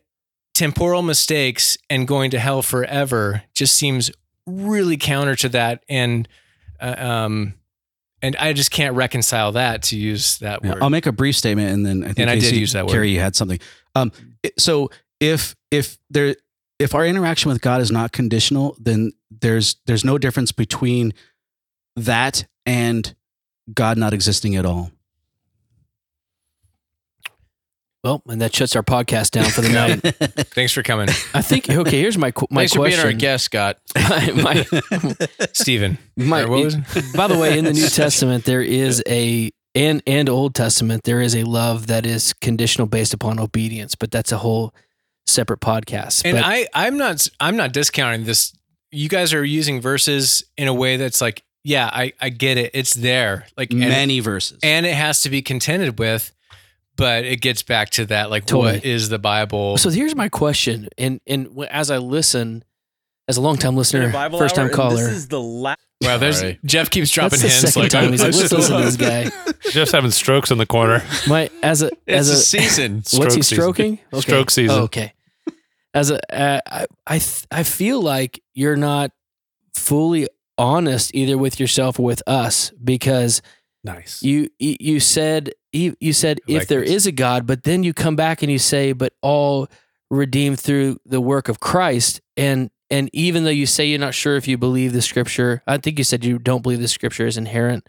temporal mistakes and going to hell forever just seems really counter to that and uh, um and I just can't reconcile that to use that
Yeah, um,
word.
I'll make a brief statement, and then I think
And I did
Casey-
use that word.
Carrie, you had something. Um, it- so if if there if our interaction with God is not conditional, then there's there's no difference between that and God not existing at all.
Well, and that shuts our podcast down for the night.
Thanks for coming,
I think. Okay, here's my qu- my
Thanks
question.
for being our guest, Scott.
my,
Stephen.
my,
Or what was-
by the way, in the New Testament there is a and and Old Testament there is a love that is conditional based upon obedience, but that's a whole separate podcast.
and
but
I I'm not I'm not discounting this. You guys are using verses in a way that's like, yeah, I I get it. It's there. Like and-
Many verses.
and it has to be contended with, but it gets back to that like
Totally.
what is the Bible?
so here's my question, and and w- as I listen, as a long time listener,
Bible
first time
hour, and
caller,
This is the last.
Wow, there's
Sorry.
Jeff keeps
that's
dropping
the
hints
second
like
time
I-
he's
I
like,
just-
let's listen to this guy.
Jeff's having strokes in the corner.
My as a
It's
as
a
a
season.
What's he
Stroke season.
stroking? Okay.
Stroke season.
Oh, okay. As a, uh, I, I, th- I feel like you're not fully honest either with yourself or with us because
Nice.
you you you said you you said
I
if
like
there is
this.
a God, but then you come back and you say, but all redeemed through the work of Christ, and and even though you say you're not sure if you believe the Scripture, I think you said you don't believe the Scripture is inherent,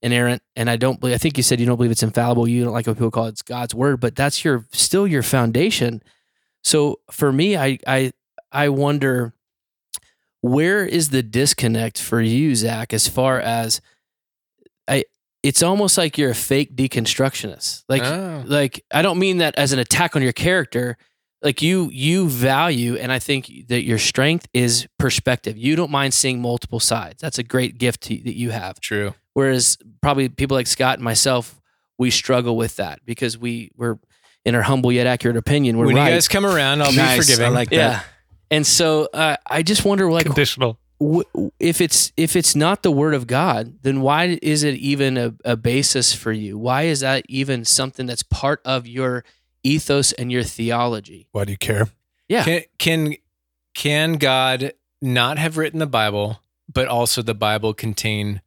inerrant, and I don't believe. I think you said you don't believe it's infallible. You don't like when people call it God's word, but that's your still your foundation. So for me, I I I wonder where is the disconnect for you, Zach, as far as I it's almost like you're a fake deconstructionist. Like
Oh.
like I don't mean that as an attack on your character. Like you you value and I think that your strength is perspective. You don't mind seeing multiple sides. That's a great gift to, that you have.
True.
Whereas probably people like Scott and myself, we struggle with that because we we're in our humble yet accurate opinion, we're
when
right.
you guys come around, I'll
Nice,
be
I
forgiving.
like
yeah.
that.
And so uh, I just wonder, like,
Conditional.
w- if it's if it's not the word of God, then why is it even a, a basis for you? Why is that even something that's part of your ethos and your theology?
Why do you care?
Yeah.
Can can can God not have written the Bible, but also the Bible contain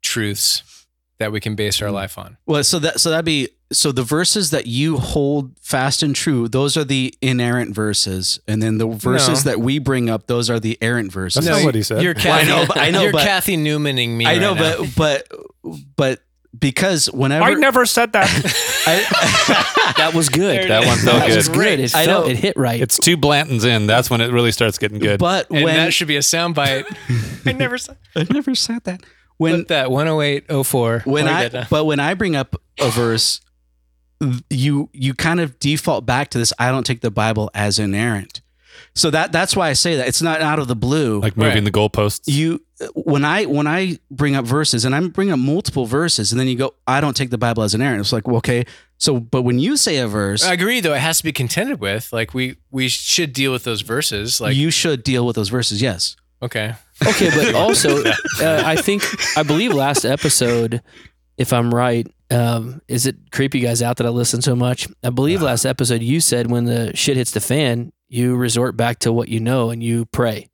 truths that we can base our life on?
Well, so that so that'd be so the verses that you hold fast and true, those are the inerrant verses, and then the verses
No.
that we we bring up, those are the errant verses.
That's
No,
not
you-
what he said.
You're
I
Kathy,
know, but- I know,
you're
but-
Kathy Newmaning me.
I know,
right now.
but but but because whenever
I never said that.
I-
That was good.
That one felt
That
good.
was good. It
I
felt
know.
it hit right.
It's two Blantons in. That's when it really starts getting good.
but
and
when
that should be a soundbite. I never said
I never said that. When
Flip that 10804.
when
Let me
I
get that.
but when I bring up a verse, th- you you kind of default back to this. I don't take the Bible as inerrant, so that that's why I say that it's not out of the blue.
like moving
Right.
the goalposts.
you when I when I bring up verses and I'm bringing up multiple verses, and then you go, I don't take the Bible as inerrant. It's like well, okay, so but when you say a verse,
I agree though it has to be contended with. Like we we should deal with those verses. Like
you should deal with those verses. Yes,
okay.
Okay, but also, uh, I think I believe last episode, if I'm right, um, is it creep you guys out that I listen so much? I believe last episode you said when the shit hits the fan, you resort back to what you know and you pray,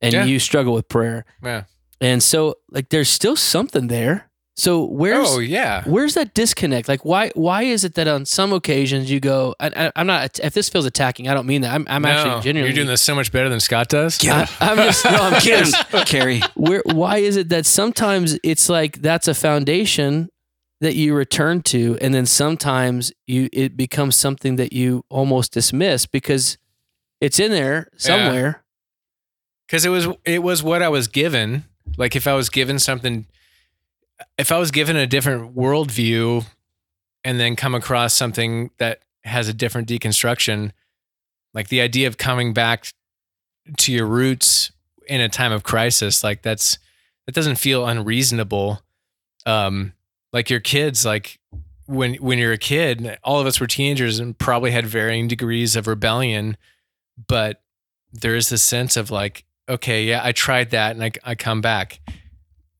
and
Yeah.
you struggle with prayer,
Yeah.
and so like there's still something there. So where's
oh yeah.
where's that disconnect? Like why why is it that on some occasions you go? I, I, I'm not. If this feels attacking, I don't mean that. I'm, I'm
No,
actually genuinely.
You're doing this so much better than Scott does.
I, I'm just no. I'm kidding
Carrie.
where why is it that sometimes it's like that's a foundation that you return to and then sometimes you it becomes something that you almost dismiss because it's in there somewhere
because it was it was what I was given. Like if I was given something, if I was given a different worldview, and then come across something that has a different deconstruction, like the idea of coming back to your roots in a time of crisis, like that's that doesn't feel unreasonable. Um, like your kids, like when when you're a kid, all of us were teenagers and probably had varying degrees of rebellion, but there is this sense of like, okay, yeah, I tried that and I, I come back.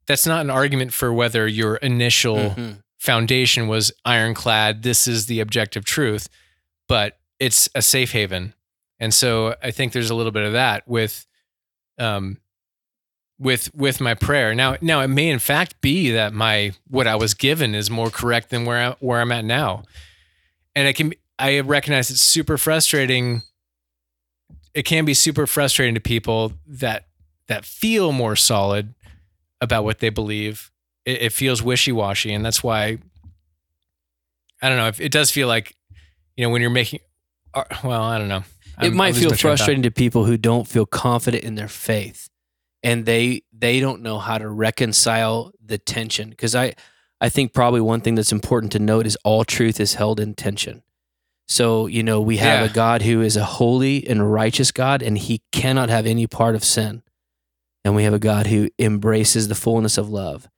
That's not an argument for whether your initial
Mm-hmm.
Mm-hmm.
Mhm.
foundation was ironclad. This is the objective truth, but it's a safe haven. And so I think there's a little bit of that with, um, with with my prayer now now it may in fact be that my what I was given is more correct than where I, where I'm at now, and I can I recognize it's super frustrating it can be super frustrating to people that that feel more solid about what they believe. It, it feels wishy washy, and that's why I don't know. If it does feel like you know when you're making, uh, well, I don't know.
it
I'm- I'm
might
losing
feel
my train of thought.
frustrating to people who don't feel confident in their faith and they they don't know how to reconcile the tension because i i think probably one thing that's important to note is all truth is held in tension so you know we have
Yeah.
a god who is a holy and righteous god and he cannot have any part of sin and we have a god who embraces the fullness of love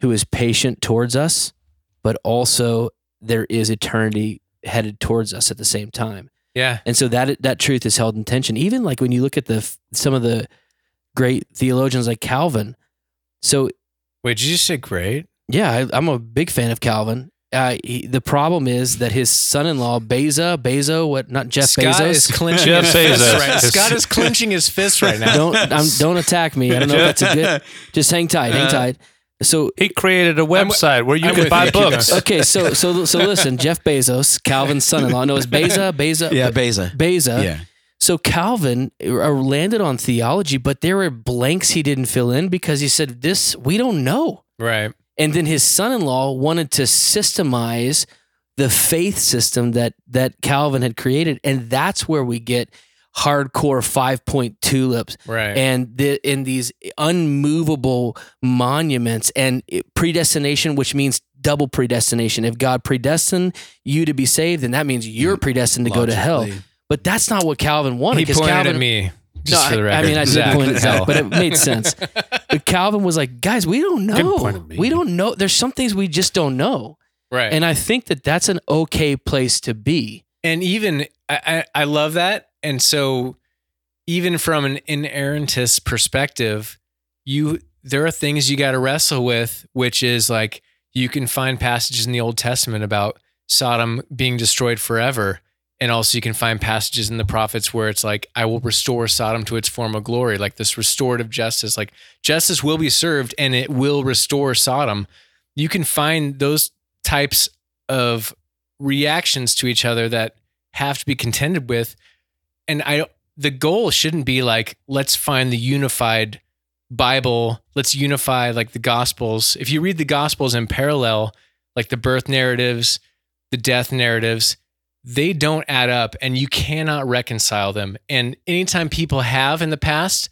who is patient towards us but also there is eternity headed towards us at the same time
Yeah,
and so that that truth is held in tension. Even like when you look at the some of the great theologians like Calvin. So
wait, did you say great?
yeah, I, I'm a big fan of Calvin. Uh, he, the problem is that his son-in-law Beza Bezo, what not Jeff
Scott
Bezos.
is clenching
Jeff
his fist
Bezos.
right. Scott is clenching his fist right now.
don't um, don't attack me. I don't know if that's a good. Just hang tight, hang
Uh,
tight. So
He created a
wi-
website where you
I'm with
could buy
you. Keep
books.
going.
okay, so so so listen, Jeff Bezos, Calvin's son-in-law. No, it's Beza Beza.
Yeah, Beza.
Beza.
yeah.
So Calvin uh, landed on theology, but there were blanks he didn't fill in because he said, This, we don't know.
Right.
And then his son in law wanted to systemize the faith system that, that Calvin had created. And that's where we get hardcore five point tulips
Right.
and the, in these unmovable monuments and it- predestination, which means double predestination. If God predestined you to be saved, then that means you're predestined to go to hell.
Logically.
But that's not what Calvin wanted.
Mm-hmm. he
'cause
pointed
Calvin,
at me. Just
no,
for the
I-
record.
I mean, I did
Zach,
point
what
at
the
Zach,
hell?
but it made sense. But Calvin was like, guys, we don't
Couldn't point
know.
at me.
We don't know. There's some things we just don't know.
right.
And I think that that's an okay place to be.
and even I, I I love that. And so, even from an inerrantist perspective, you there are things you got to wrestle with, which is like you can find passages in the Old Testament about Sodom being destroyed forever, and also you can find passages in the prophets where it's like I will restore Sodom to its former glory, like this restorative justice, like justice will be served and it will restore Sodom. You can find those types of reactions to each other that have to be contended with and i the goal shouldn't be like let's find the unified bible let's unify like the gospels if you read the gospels in parallel like the birth narratives the death narratives they don't add up and you cannot reconcile them and anytime people have in the past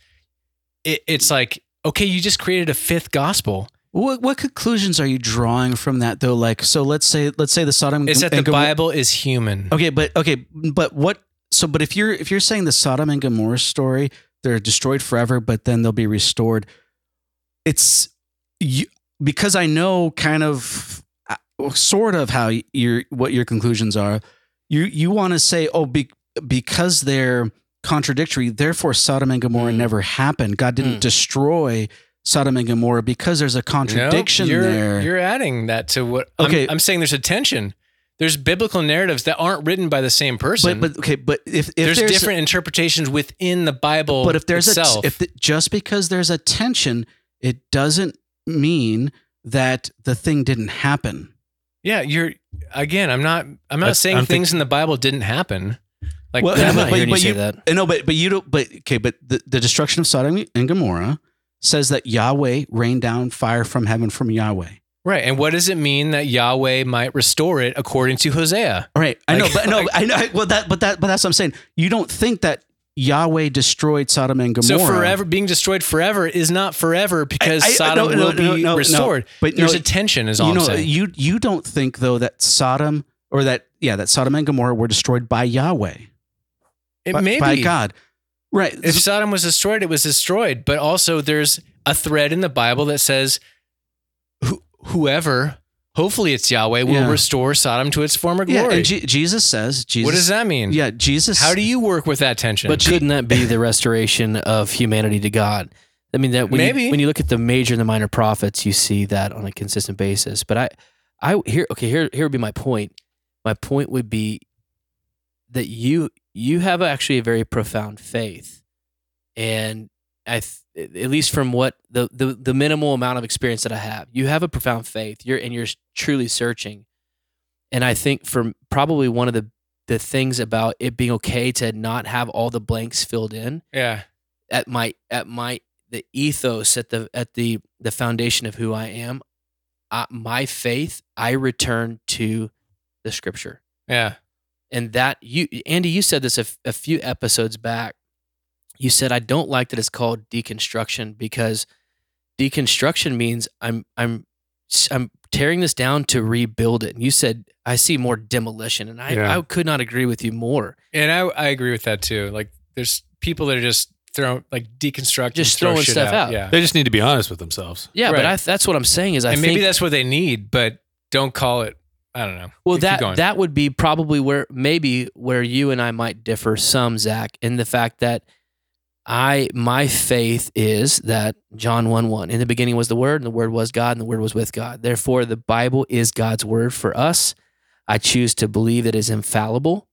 it, it's like okay you just created a fifth gospel
What what conclusions are you drawing from that though? Like, so let's say let's say the Sodom
it's that
Mm-hmm. and
the
Gomorrah-
bible is human
Okay, but okay, but what? So, but if you're if you're saying the Sodom and Gomorrah story, they're destroyed forever, but then they'll be restored. It's you because I know kind of uh, sort of how your what your conclusions are. You you want to say oh be, because they're contradictory, therefore Sodom and Gomorrah
Mm.
never happened. God didn't
Mm.
destroy Sodom and Gomorrah because there's a contradiction
you're,
there.
You're adding that to what I'm-
Okay.
I'm, saying there's a tension. There's biblical narratives that aren't written by the same person.
but but okay, but if if
there's, different interpretations within the Bible.
but if there's
itself.
a if the, just because there's a tension it doesn't mean that the thing didn't happen
yeah, you're again. I'm not. I'm not
That's-
saying
I'm
things in the Bible didn't happen. Like
Well,
that-
I'm not
but-
hearing you
but
say
you-
that.
Uh, no but but you don't but okay but the, the destruction of sodom and gomorrah says that yahweh rained down fire from heaven from yahweh
Right. And what does it mean that Yahweh might restore it according to Hosea?
All right, I
Like-
know, but no, I know. Well, that, but that, but that's what I'm saying. You don't think that Yahweh destroyed Sodom and
So
Gomorrah?
forever being destroyed forever is not forever because
I- I-
Sodom
no, no,
will
no,
be
no, no.
restored.
But
there's
no,
a tension is all
you
I'm
know,
saying.
you you don't think though that Sodom or that yeah that Sodom and Gomorrah were destroyed by Yahweh,
it
by,
may
by
be.
God, right?
If
So-
Sodom was destroyed, it was destroyed. But also there's a thread in the Bible that says who whoever, hopefully it's Yahweh, will
Yeah.
restore Sodom to its former
yeah,
glory.
and Je- Jesus says, Jesus,
what does that mean?
Yeah, Jesus.
How do you work with that tension?
But couldn't that be the restoration of humanity to God? I mean, that when
Maybe.
You, when you look at the major and the minor prophets, you see that on a consistent basis. But I, I here, okay, here, here would be my point. My point would be that you, you have actually a very profound faith, and I, th- at least from what the, the the minimal amount of experience that I have, you have a profound faith. You're and you're truly searching, and I think from probably one of the the things about it being okay to not have all the blanks filled in
yeah.
at my at my the ethos at the at the the foundation of who I am I, my faith I return to the scripture
Yeah.
and that you Andy you said this a, f- a few episodes back you said I don't like that it's called deconstruction because deconstruction means I'm I'm s- I'm tearing this down to rebuild it and you said I see more demolition and I,
Yeah.
I could not agree with you more
And I, I agree with that too. Like there's people that are just throwing like deconstructing,
Just
throw
throwing
shit
stuff
out.
out.
Yeah.
They just need to be honest with themselves.
Yeah, but
Right.
I, that's what I'm saying is I
and
think
maybe that's what they need, but don't call it. I don't know.
well
Keep
that
going.
that would be probably where maybe where you and I might differ some Zach in the fact that I my faith is that John one one in the beginning was the Word and the Word was God and the Word was with God therefore the Bible is God's word for us I choose to believe that it is infallible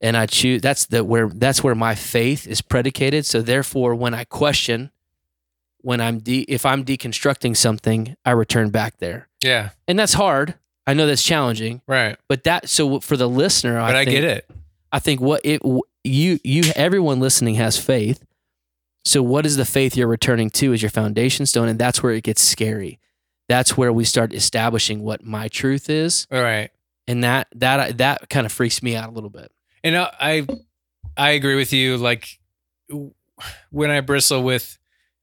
and I choose that's the where that's where my faith is predicated so therefore when I question when I'm de- if I'm deconstructing something I return back there
yeah,
and that's hard. I know that's challenging,
right.
but that so for the listener,
But I,
think,
get it.
I think what it you you everyone listening has faith. So what is the faith you're returning to as your foundation stone, and that's where it gets scary. That's where we start establishing what my truth is,
All right.
and that that that kind of freaks me out a little bit.
And I, I, I agree with you. Like when I bristle with,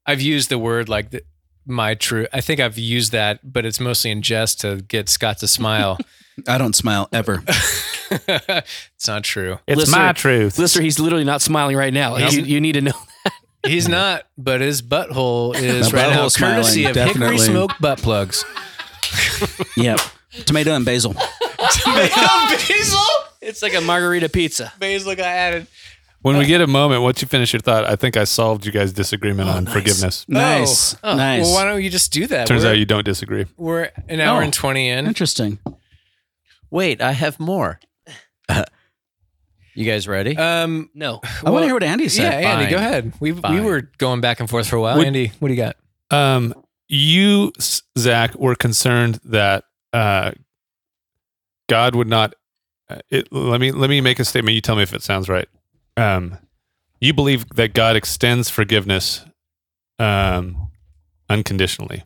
I've used the word like the, my true. I think I've used that, but it's mostly in jest to get Scott to smile.
I don't smile ever.
it's not true.
It's
Listener-
my truth.
Listener, he's literally not smiling right now. Like, you, you need to know.
He's not, but his butthole is
My
right now
butthole's smiling,
courtesy of hickory
definitely.
smoke butt plugs.
yep, tomato and basil.
Oh. Basil,
It's like a margarita pizza.
basil got added.
when we get a moment, once you finish your thought, I think I solved you guys' disagreement on forgiveness.
Nice,
Oh,
nice.
Well, why don't you just do that?
Turns
we're,
out you don't disagree.
we're an hour
Oh.
and twenty in.
Interesting.
Wait, I have more. you guys ready?
Um,
No,
I want
Well,
to hear what Andy
yeah,
said.
Andy,
fine.
go ahead. We we
Fine.
were going back and forth for a while.
Would-
Andy, what do you got?
Um, you, S- Zach, were concerned that uh, God would not. uh, It, let me let me make a statement. You tell me if it sounds right. Um, you believe that God extends forgiveness, um, unconditionally.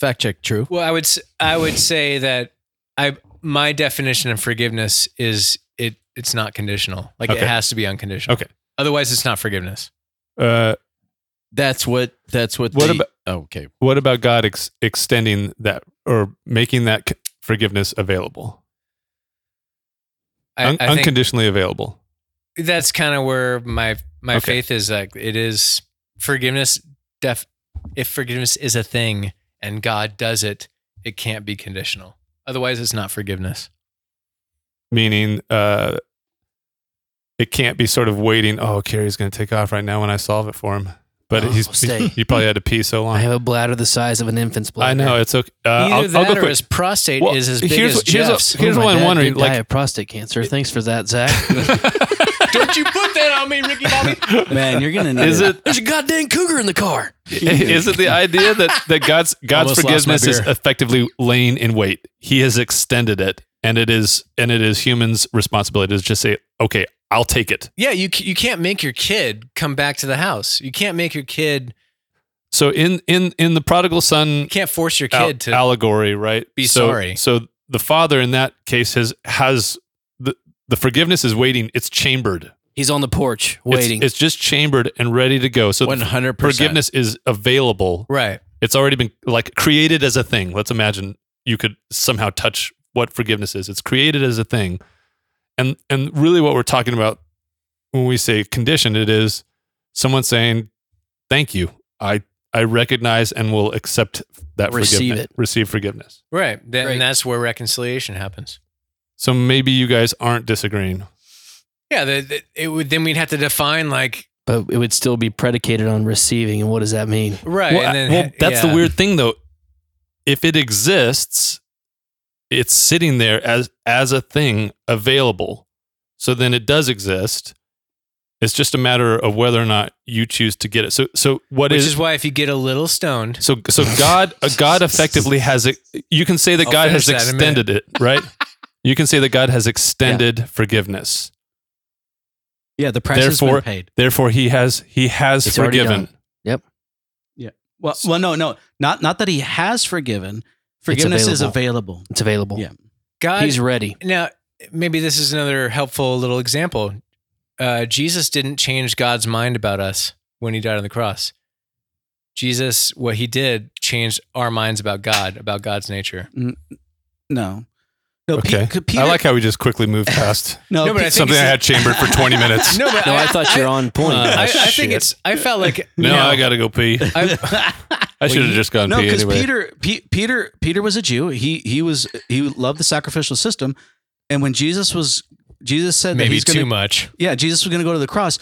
Fact check true.
Well, I would s- I would say that I my definition of forgiveness is it it's not conditional. Like it
Okay.
has to be unconditional.
Okay.
Otherwise, it's not forgiveness.
Uh,
That's what. That's what.
What
the- oh,
about-
Okay.
what about God ex- extending that or making that c- forgiveness available,
I,
Un-
I think
unconditionally available?
that's kind of where my my
Okay.
faith is. Like it is forgiveness. Def if forgiveness is a thing and God does it, it can't be conditional. Otherwise, it's not forgiveness.
meaning uh it can't be sort of waiting oh Carrie's going to take off right now when I solve it for him but
Oh,
he's
stay.
he probably had to pee so long
I
I,
have a bladder the size of an infant's bladder.
know it's okay uh,
Either
I'll,
that
I'll
or
go quick.
his prostate
Well,
is as big
here's
as
what- here's what-
Jeff's.
here's
Oh, my
what I'm
dad
wondering,
did die
like-
of prostate cancer. Thanks for that, Zach.
Don't you put that on me, Ricky Bobby.
Man, you're gonna. Need
is it
There's a goddamn cougar in the car.
is it the idea that that God's God's
Almost lost my
forgiveness is
beer.
effectively laying in wait he has extended it and it is and it is humans responsibility to just say okay I'll take it
yeah, you c- you can't make your kid come back to the house. You can't make your kid
So in in in the prodigal son
You can't force your kid
al-
to.
allegory, right?
be
so,
sorry.
So the father in that case has has the the forgiveness is waiting. It's chambered.
He's on the porch
It's-
waiting.
It's, just chambered and ready to go. So the
One hundred percent.
forgiveness is available.
right.
It's already been like created as a thing. Let's imagine you could somehow touch what forgiveness is. It's created as a thing. And and really what we're talking about when we say conditioned, it is someone saying, Thank you. I I recognize and will accept that
Receive
forgiveness.
it.
Receive forgiveness.
Right. Then
Right.
And that's where reconciliation happens.
So maybe you guys aren't disagreeing.
Yeah. The, the, it would, then we'd have to define like,
but it would still be predicated on receiving. And what does that mean?
right.
well,
and then,
well, that's
yeah.
the weird thing though. If it exists, it's sitting there as as a thing available. So then it does exist. It's just a matter of whether or not you choose to get it. So so what
Which
is
is why if you get a little stoned,
so so God uh, God effectively has it. You can say that
I'll
God has
finish that in a minute.
extended it, right? you can say that God has extended forgiveness.
Yeah, the price
Therefore-
has been paid.
Therefore, he has he has
It's already
forgiven.
Well, well, no, no, not not that he has forgiven. Forgiveness is available.
It's available.
Yeah.
God
He's ready.
Now, maybe this is another helpful little example. Uh, Jesus didn't change God's mind about us when he died on the cross. Jesus, what he did, changed our minds about God, about God's nature.
No, no. Pe-
Okay,
c- Peter,
I like how we just quickly moved past
no,
No, but
Pe-
I think
something I
it's-
had chambered for twenty minutes.
No, but
No, I thought you were on point.
Uh,
I, I
shit.
think it's. I felt like
No,
now-
I gotta go pee.
I-
I should have just gone
no,
pee
because
anyway.
Peter, Pe- Peter, Peter was a Jew. He he was he loved the sacrificial system, and when Jesus was Jesus said that
maybe
he's going
too
to
much.
yeah Jesus was going to go to the cross.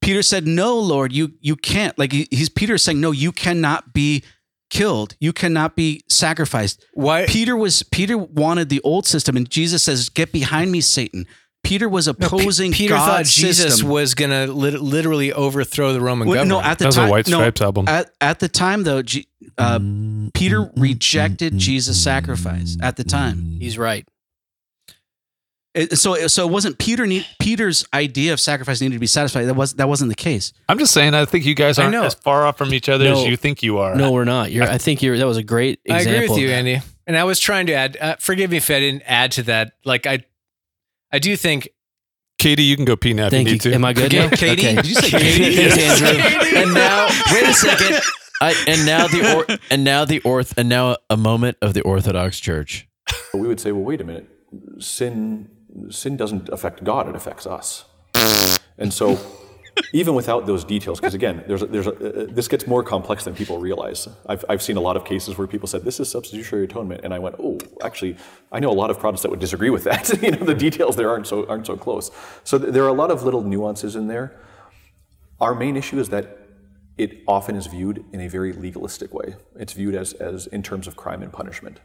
Peter said, "No, Lord, you you can't." Like he, he's Peter is saying, "No, you cannot be killed. You cannot be sacrificed."
Why?
Peter was Peter wanted the old system, and Jesus says, "Get behind me, Satan." Peter was
Pe-
opposing
Peter thought
God's
Jesus
system.
was going to lit- literally overthrow the Roman
Well,
government.
no, at the
that was
time,
a White
no,
Stripes album.
at, at the time though, G, uh, Peter
Mm-hmm.
rejected Jesus' sacrifice at the time.
He's right.
It- so, so it wasn't Peter. Need, Peter's idea of sacrifice needed to be satisfied. That was that wasn't the case.
I'm just saying. I think you guys
I
aren't
know.
as far off from each other
No.
as you think you are.
No, we're not. You're, I think you're. That was a great
I
example.
agree with
of
you,
that.
Andy. And I was trying to add. Uh, forgive me if I didn't add to that. Like I, I do think
Katie, you can go pee now if you
Thank
need
you.
to.
Am I good?
Ka-
now?
Katie?
Okay.
Did you say
Katie?
Katie?
Thanks, Andrew.
And now, wait a second. I, and now the or, and now the orth and now a moment of the Orthodox Church.
But we would say, well, wait a minute, sin, sin doesn't affect God, it affects us. And so, even without those details, because again, there's a, there's a, uh, this gets more complex than people realize. I've, I've seen a lot of cases where people said, this is substitutionary atonement. And I went, oh, actually, I know a lot of Protestants that would disagree with that. you know, the details there aren't so, aren't so close. So, th- there are a lot of little nuances in there. Our main issue is that it often is viewed in a very legalistic way. It's viewed as, as in terms of crime and punishment.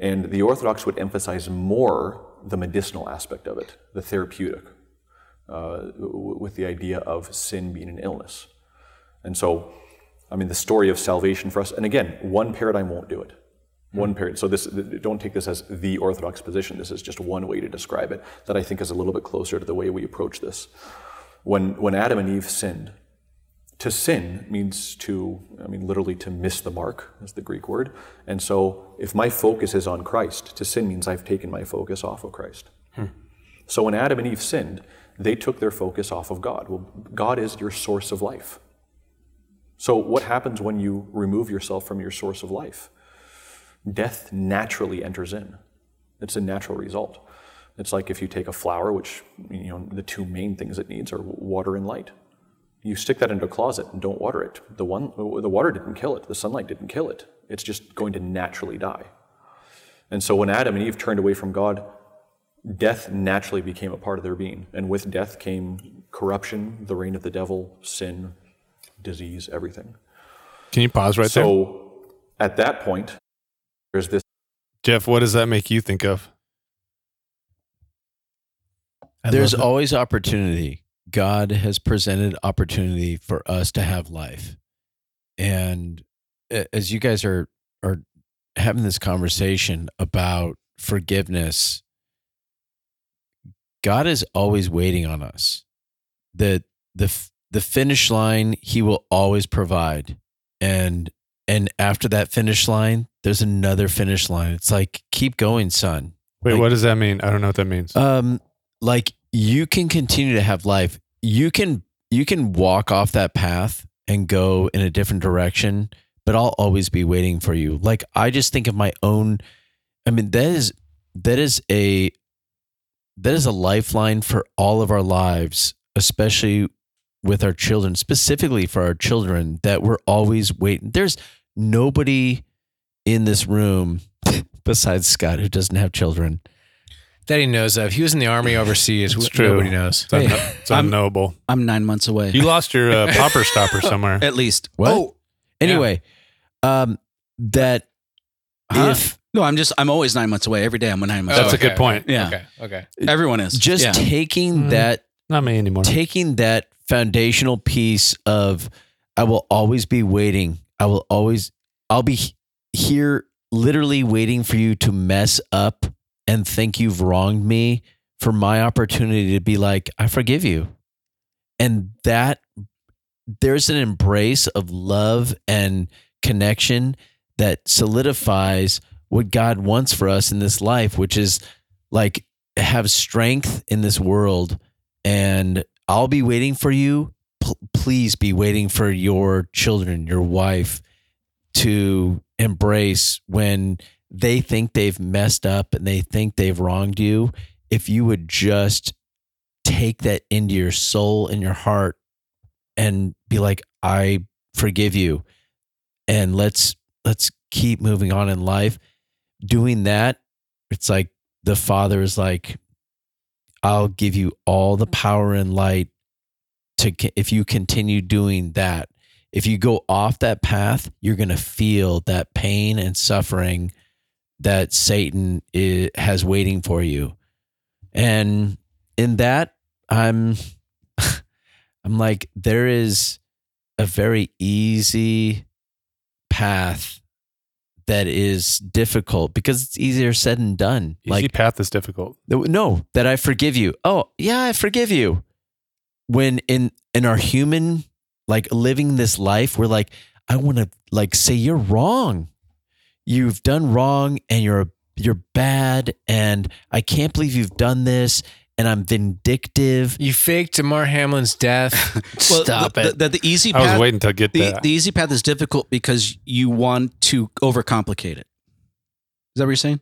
And the Orthodox would emphasize more the medicinal aspect of it, the therapeutic, uh, w- with the idea of sin being an illness. And so, I mean, the story of salvation for us, and again, one paradigm won't do it. One paradigm. So, this th- don't take this as the Orthodox position. This is just one way to describe it that I think is a little bit closer to the way we approach this. When, when Adam and Eve sinned, to sin means to, I mean, literally to miss the mark is the Greek word. And so if my focus is on Christ, to sin means I've taken my focus off of Christ. So when Adam and Eve sinned, they took their focus off of God. Well, God is your source of life. So what happens when you remove yourself from your source of life? Death naturally enters in. It's a natural result. It's like if you take a flower, which you know the two main things it needs are water and light you stick that into a closet and don't water it. The one, the water didn't kill it. The sunlight didn't kill it. It's just going to naturally die. And so when Adam and Eve turned away from God, death naturally became a part of their being, and with death came corruption, the reign of the devil, sin, disease, everything.
Can you pause right there,
so at that point, there's this.
Jeff? What does that make you think of?
There's always opportunity. God has presented opportunity for us to have life. And a- as you guys are are having this conversation about forgiveness, God is always waiting on us. The the f- the finish line he will always provide. and and after that finish line, there's another finish line. It's like keep going, son.
Wait,
Like-
what does that mean? I don't know what that means.
Um, like you can continue to have life. You can you can walk off that path and go in a different direction, but I'll always be waiting for you. Like I just think of my own. I mean, that is that is a that is a lifeline for all of our lives, especially with our children, specifically for our children. That we're always waiting. There's nobody in this room besides Scott who doesn't have children
That he knows of. He was in the army overseas.
It's
Wh-
true.
Nobody knows.
it's, un- it's
I'm-
unknowable.
I'm nine months away.
You lost your uh, popper stopper somewhere.
At least.
What?
Oh,
Anyway, um, that
Huh?
if
no, I'm just, I'm always nine months away. Every day I'm nine
That's
months
Oh.
away.
a
okay.
good point.
Yeah.
Okay. Okay.
Everyone is.
just
yeah.
taking
Mm.
that
Not me anymore.
taking that foundational piece of I will always be waiting. I will always I'll be he- here literally waiting for you to mess up and think you've wronged me for my opportunity to be like I forgive you. And that there's an embrace of love and connection that solidifies what God wants for us in this life, which is like have strength in this world and I'll be waiting for you. P- please be waiting for your children, your wife to embrace when they think they've messed up and they think they've wronged you. If you would just take that into your soul and your heart and be like, I forgive you. And let's let's keep moving on in life. Doing that, it's like the father is like, I'll give you all the power and light to co- if you continue doing that. If you go off that path, you're going to feel that pain and suffering that Satan i has waiting for you. And in that, I'm I'm like there is a very easy path that is difficult because it's easier said than done.
Easy path is difficult.
Th- no that i forgive you oh yeah i forgive you when in in our human like living this life we're like i want to like say you're wrong you've done wrong and you're you're bad and i can't believe you've done this and i'm vindictive
You faked Damar Hamlin's death.
Well,
Stop
the,
it.
The, the, the easy
I
path-
was waiting to get
the,
that.
the easy path is difficult because you want to overcomplicate it. Is that what you're saying?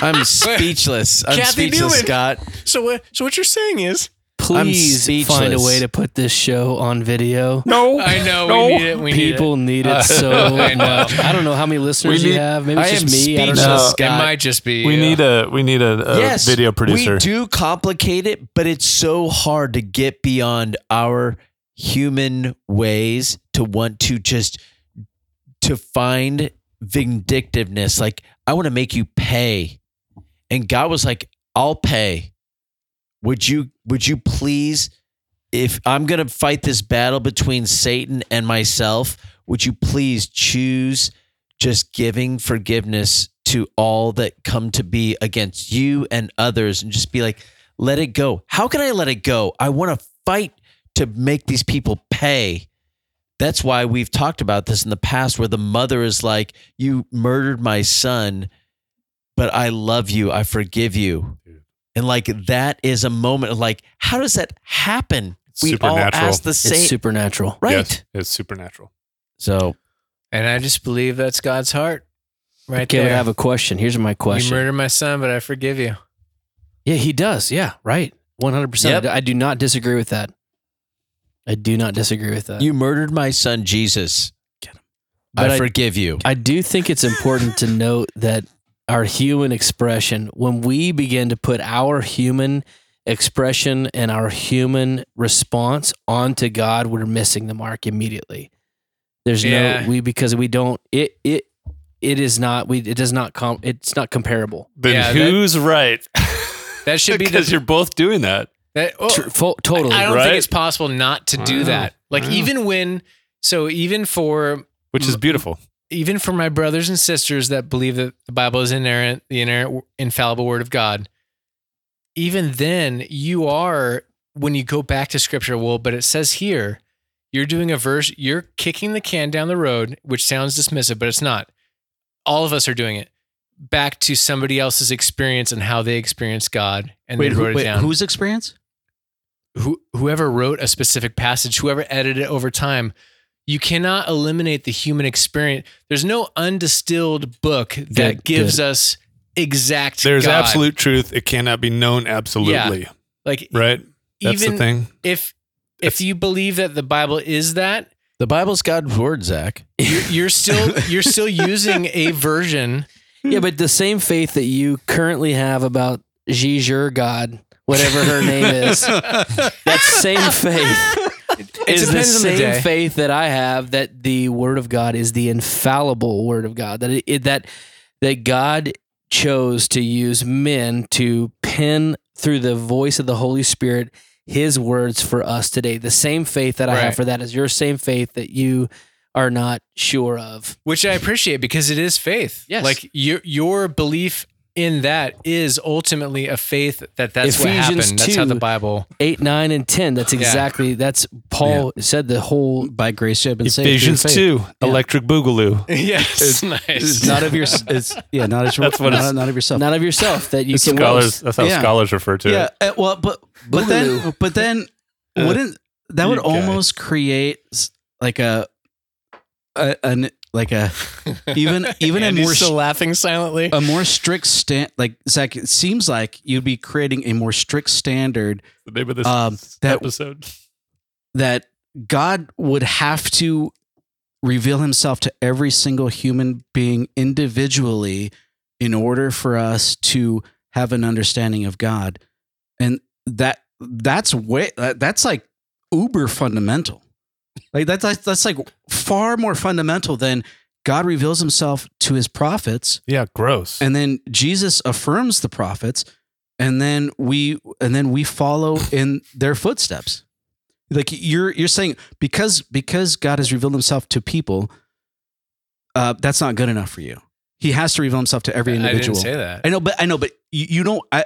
i'm speechless i'm
Kathy
speechless
Newman.
scott
so what? So what you're saying is?
Please find a
speechless.
way to put this show on video.
No,
I know
No.
we need it. We need
People need
Uh,
it so
I know.
much. I don't know how many listeners
We
you
need-
have. Maybe
it.
it's just me. I don't
speechless,
know.
No.
It
Scott.
might just be.
we
you.
need a we need a, a
yes,
video producer.
We do complicate it, but it's so hard to get beyond our human ways to want to just to find vindictiveness. Like I want to make you pay, and God was like, "I'll pay." Would you? Would you please? If I'm gonna fight this battle between Satan and myself, would you please choose just giving forgiveness to all that come to be against you and others and just be like, let it go. How can I let it go? I want to fight to make these people pay. That's why we've talked about this in the past where the mother is like, you murdered my son, but I love you. I forgive you. And like that is a moment of like, how does that happen? We all
Supernatural.
ask the
It's
same,
supernatural.
right?
Yes, it's supernatural.
So
And I just believe that's God's heart, right
Okay,
there.
I have a question. Here's my
You
question.
murdered my son, but I forgive you.
Yeah, he does. Yeah, right. 100%.
Yep.
I do not disagree with that. I do not disagree with that.
you murdered my son, Jesus.
uh, But
I
I-
forgive you.
I do think it's important to note that our human expression, when we begin to put our human expression and our human response onto God, we're missing the mark immediately. There's
Yeah.
no we because we don't it it it is not we it does not com it's not comparable.
Then
Yeah, that-
who's right?
That should be the-
because you're both doing that.
That, oh,
Tr- fo- totally.
I don't
right?
think it's possible not to do
Wow.
that. Like
Wow.
even when, so even for
Which is beautiful.
even for my brothers and sisters that believe that the Bible is inerrant, the inerrant, infallible Word of God, even then you are when you go back to Scripture. Well, but it says here, You're doing a verse. You're kicking the can down the road, which sounds dismissive, but it's not. All of us are doing it. Back to somebody else's experience and how they experienced God, and
Wait,
they
who-
wrote it
wait,
down.
whose experience?
who, whoever wrote a specific passage, whoever edited it over time, you cannot eliminate the human experience. There's no undistilled book that
Good,
gives us exact.
There's
God.
absolute truth. It cannot be known absolutely.
like
Right? That's
even
the thing.
if if you believe that the Bible is that,
The Bible's God's word, Zach.
you're, you're still you're still using a version.
Yeah, but the same faith that you currently have about Zhe your God, whatever her name is, that same faith
It
is the
depends on the
same
day.
faith that I have that the Word of God is the infallible Word of God. That it, it- that that God chose to use men to pen through the voice of the Holy Spirit His words for us today. The same faith that I
Right.
have for that is your same faith that you are not sure of.
which I appreciate because it is faith.
Yes.
like your your belief in that is ultimately a faith that that's what
Ephesians
happened. That's how the
2.
Bible.
Eight, nine, and ten. That's
Yeah.
exactly that's Paul said the whole
By grace you have been saved. through
Ephesians
faith.
2, Electric Boogaloo.
yes, nice.
Not of your, it's, yeah, not of your,
That's what
not,
it's-
not of yourself.
None of yourself that you can
Scholars, that's how
Yeah.
scholars refer to
yeah,
it.
uh, well, but but then but then
Uh,
wouldn't that would
you guys.
almost create s- like a, a an like a even even a
Andy's
more
still
s-
laughing silently.
a more strict stand like Zach. It seems like you'd be creating a more strict standard
The name of this
Um, that-
episode.
that God would have to reveal Himself to every single human being individually in order for us to have an understanding of God, and that that's way that- that's like uber fundamental. Like that's that's, that's like far more fundamental than God reveals Himself to His prophets
Yeah, gross.
and then Jesus affirms the prophets, and then we and then we follow in their footsteps. Like you're you're saying because because God has revealed Himself to people, uh, that's not good enough for you. He has to reveal Himself to every
I didn't
individual.
say that.
I know, but I know, but you, you don't. I,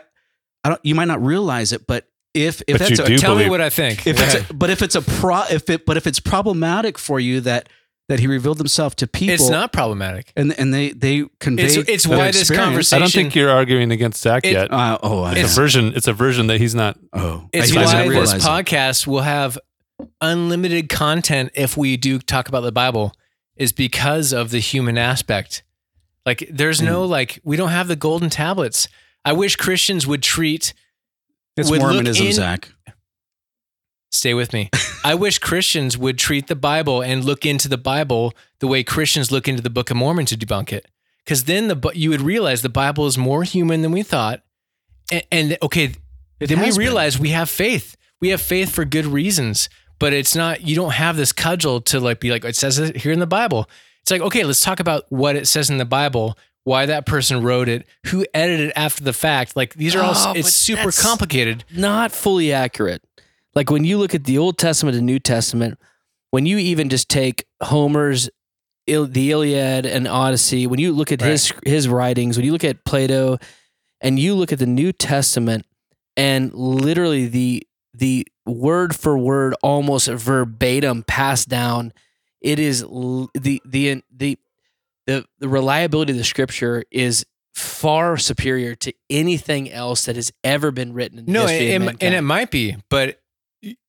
I don't. You might not realize it, but if
But
if that's
you
a,
do
Tell me
believe-
what I think.
if it's a, but if it's a pro if it but if it's problematic for you that that He revealed Himself to people,
it's not problematic.
And and they they convey
It's it's
their
why this
experience.
conversation.
I don't think you're arguing against Zach
It-
yet.
Uh, oh, I
It's a
it's-
version. It's a version that he's not.
Oh,
It's
I
didn't
why
realize
this
it.
podcast will have unlimited content if we do talk about the Bible is because of the human aspect. Like there's no
Mm.
like we don't have the golden tablets. I wish Christians would treat
It's
would look
Mormonism,
in-
Zach.
stay with me. I wish Christians would treat the Bible and look into the Bible the way Christians look into the Book of Mormon to debunk it. Cuz then the Bi- you would realize the Bible is more human than we thought. And, and okay, then we
has been.
realize we have faith. We have faith for good reasons, but it's not. You don't have this cudgel to like be like it says it here in the Bible. It's like okay, let's talk about what it says in the Bible, why that person wrote it, who edited it after the fact. Like these are all.
Oh,
it's
but
super
that's-
complicated.
not fully accurate. Like when you look at the Old Testament and New Testament, when you even just take Homer's Il- the Iliad and Odyssey, when you look at his his writings, when you look at Plato, and you look at the New Testament, and literally the the word for word, almost verbatim, passed down, it is l- the the the the, the reliability of the Scripture is far superior to anything else that has ever been written in the
No, it,
history of
it- and it
mankind.
might be, but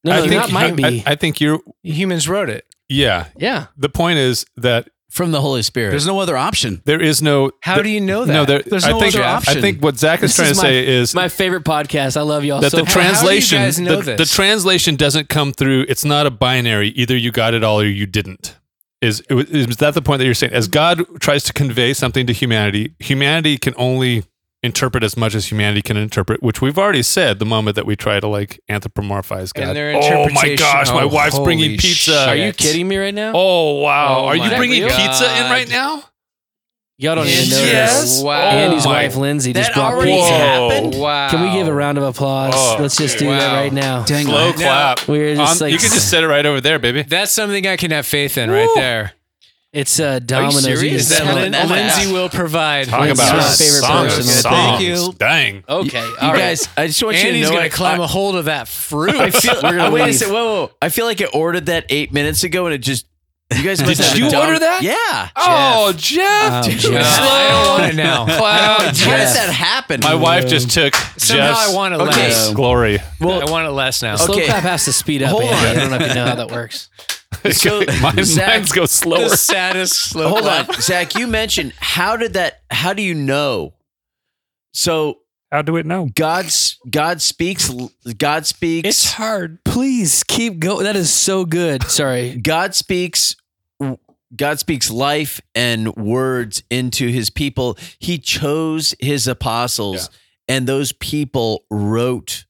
no,
I
no,
think
not might be.
I, I think you're.
humans wrote it.
Yeah.
yeah,
The point is that
From the Holy Spirit.
There's no other option.
there is no.
How
the-
do you know that?
No, there,
There's
I
no
think,
other
I
option.
think what Zach is
This
trying
is
to say is
my favorite podcast. I love y'all
that
so
the
much.
translation,
How do you guys know
the, the
this?
translation doesn't come through. It's not a binary. Either you got it all or you didn't. Is is that the point that you're saying? As God tries to convey something to humanity, humanity can only interpret as much as humanity can interpret, which we've already said. The moment that we try to like anthropomorphize God,
And their
oh my
interpretation-
gosh, my
oh,
wife's bringing
holy
pizza.
shit.
Are you kidding me right now?
Oh wow,
Oh
are you
my
bringing
God.
pizza in right now?
Y'all don't even know
Yes.
this.
Wow.
Andy's
Oh my-
wife Lindsay just
That
brought
already
pizza.
happened?
Wow.
Can we give a round of applause?
Oh,
Let's just do that
wow.
right now.
Dang
Slow
it.
clap.
We're just
Um,
like
you can just set it right over there, baby.
That's something I can have faith in right there.
It's uh, Domino's. You
serious?
can
Is that
sell
Lin-
it.
Lindsay
Lindsay will provide.
Talk
Lindsay's
about
favorite
songs.
person.
songs.
Thank you.
Dang.
Oh,
Okay, all
you
right.
guys, I just want you to
Andy's
know
gonna
I-
climb
I-
a hold of that fruit. I
I feel,
feel,
oh, wait a
leave.
second. Whoa, whoa, whoa. I feel like I ordered that eight minutes ago, and it just you guys. must
Did
have a
you
dumb-
order that?
Yeah.
Oh, Jeff!
Oh, Jeff. I don't want it now.
Cloud
How
Jeff.
does that happen?
My wife just took
Somehow
Jeff's
I want it
Okay.
less.
glory.
I want it less now.
Slow
Okay.
clap has to speed up.
Hold
Andy. I
on.
don't know if you know how that works.
So,
Mine,
Zach,
mine's go slower.
The saddest slow
hold
clap.
on, Zach. You mentioned how did that? How do you know? So
How do it know?
God's God speaks. God speaks.
It's hard. Please keep going. That is so good. Sorry.
God speaks God speaks life and words into his people. He chose his apostles and those people wrote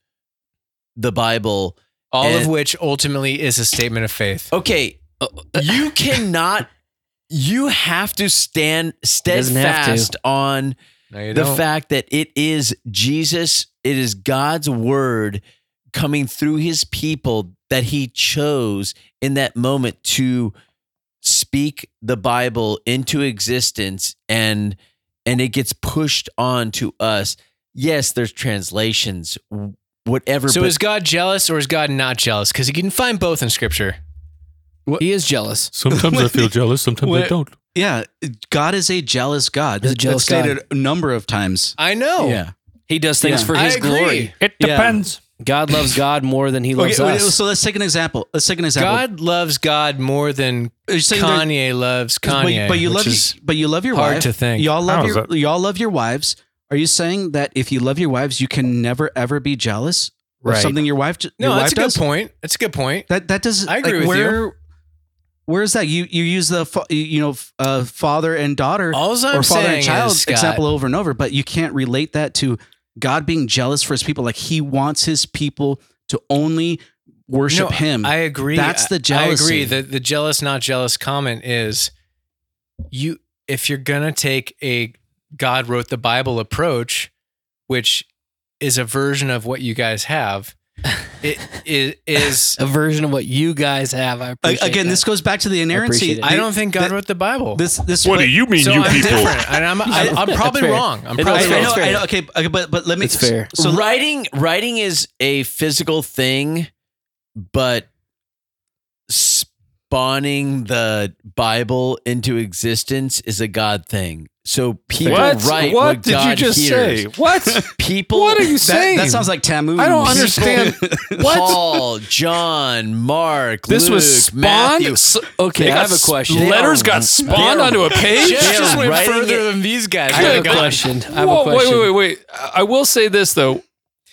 the Bible.
All of
And-
which ultimately is a statement of faith.
Okay, you cannot you have to stand
doesn't have to.
steadfast on
No, you
the
don't.
fact that it is Jesus, it is God's word coming through his people that he chose in that moment to speak the Bible into existence and and it gets pushed on to us. Yes, there's translations, w- whatever.
so
but
is God jealous or is God not jealous? Because you can find both in Scripture.
He is jealous.
Sometimes I feel jealous. Sometimes I
Wait.
don't.
Yeah, God is a jealous God.
He's a jealous
That's stated a number of times.
I know.
Yeah.
He does things
Yeah.
for
I
his
agree.
glory.
It
Yeah.
depends.
God loves God more than he
Okay,
loves
wait,
us.
so let's take an example. Let's take an example.
God loves God more than
Are you saying there-
Kanye loves
But-
Kanye.
But, you
which
love
is
your, but you love your
hard
wife.
to think.
How
Y'all love
is
your
that-
y'all love your wives. Are you saying that if you love your wives, you can never ever be jealous of
Right.
something your wife? j-
no,
your
that's
wife
a good
does?
point. That's a good point.
That that does.
I agree with
where, you. Where is that? You you use the fa- you know f- uh, father and daughter
All I'm
or father
saying
and child
is, Scott,
example over and over, but you can't relate that to God being jealous for His people. Like He wants His people to only worship
No,
Him.
I agree.
That's
I-
the
I
jealousy.
agree. The the jealous not jealous comment is you if you're gonna take a God wrote the Bible approach, which is a version of what you guys have, it, it is
a version of what you guys have. I
A-
appreciate
Again, this goes back to the
appreciate
inerrancy.
it.
I don't think God
that-
wrote the Bible.
This this
What
but-
do you mean,
so
you
I'm
people?
different, and I'm I, I'm probably
That's fair.
wrong. I'm
It
probably
I,
is
I
fair.
know,
It's
I know. Okay, okay, but but let me.
It's fair.
So right.
writing writing is a physical thing, but spawning the Bible into existence is a God thing. So people
What?
write
what
what,
did
God
you just
hears.
say? What?
People
what are you
that,
saying?
that sounds like Tamu.
I don't
and-
understand. what?
Paul, John, Mark,
This
Luke,
was spawned.
Matthew.
s-
okay,
they
I
got
have a
s-
question.
Letters
They are-
got spawned
they are-
onto a page.
Jeff just went
writing
further
it-
than these guys.
Oh
I have
would've
a
gone.
question. I have
Whoa,
a question.
Wait, wait, wait, wait. I I will say this though,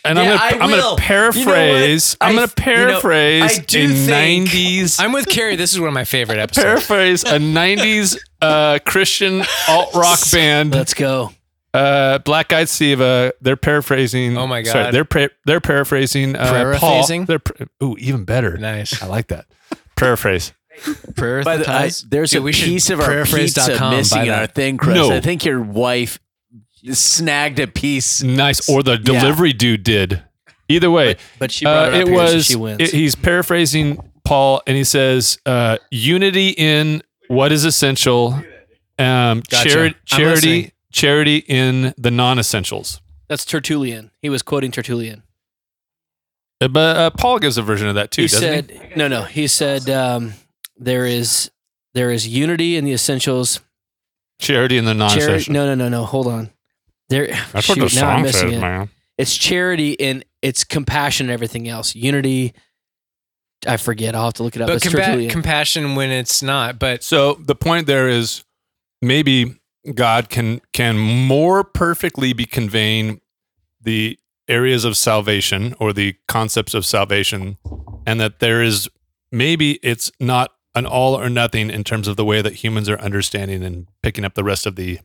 and
Yeah,
I'm
I
gonna I am
will.
gonna paraphrase.
You know
I'm
what?
gonna
I- you know,
paraphrase
I do
a
think-
'90s.
I'm with Carrie. This is one of my favorite episodes.
paraphrase a '90s uh, Christian alt rock band,
Let's go.
uh, Black Eyed Siva. They're paraphrasing.
Oh my
Sorry,
God.
they're pra- they're paraphrasing uh, Paul.
Paraphrasing?
They're pr- ooh, even better.
Nice.
I like that. Paraphrase.
Prayer
By the, I,
ties.
there's
Dude,
a
we should
piece of our pizza
paraphrase.com
missing
by
in
that.
our thing, Chris.
No.
I think your wife snagged a piece.
Nice. Or the
Yeah.
delivery dude did. Either way,
But she
Uh,
brought it up
it
here, so
was.
she wins.
it- he's paraphrasing Paul, and he says, uh, "Unity in what is essential, um,
Gotcha.
chari-
I'm
charity,
listening.
charity in the non-essentials."
That's Tertullian. He was quoting Tertullian.
Uh, But uh, Paul gives a version of that too,
he
doesn't
said, "No, no." He said, um, "There is there is unity in the essentials."
he? Charity in the
Chari-
non-essential.
no, no, no, no. Hold on. There.
That's
shoot,
what the
now I'm
song
missing
says,
it.
man.
It's charity and it's compassion and everything else. Unity. I forget. I'll have to look it up.
But
It's
compa-
Tertullian.
compassion when it's not. But
So the point there is, maybe God can can more perfectly be conveying the areas of salvation or the concepts of salvation, and that there is maybe it's not an all or nothing in terms of the way that humans are understanding and picking up the rest of the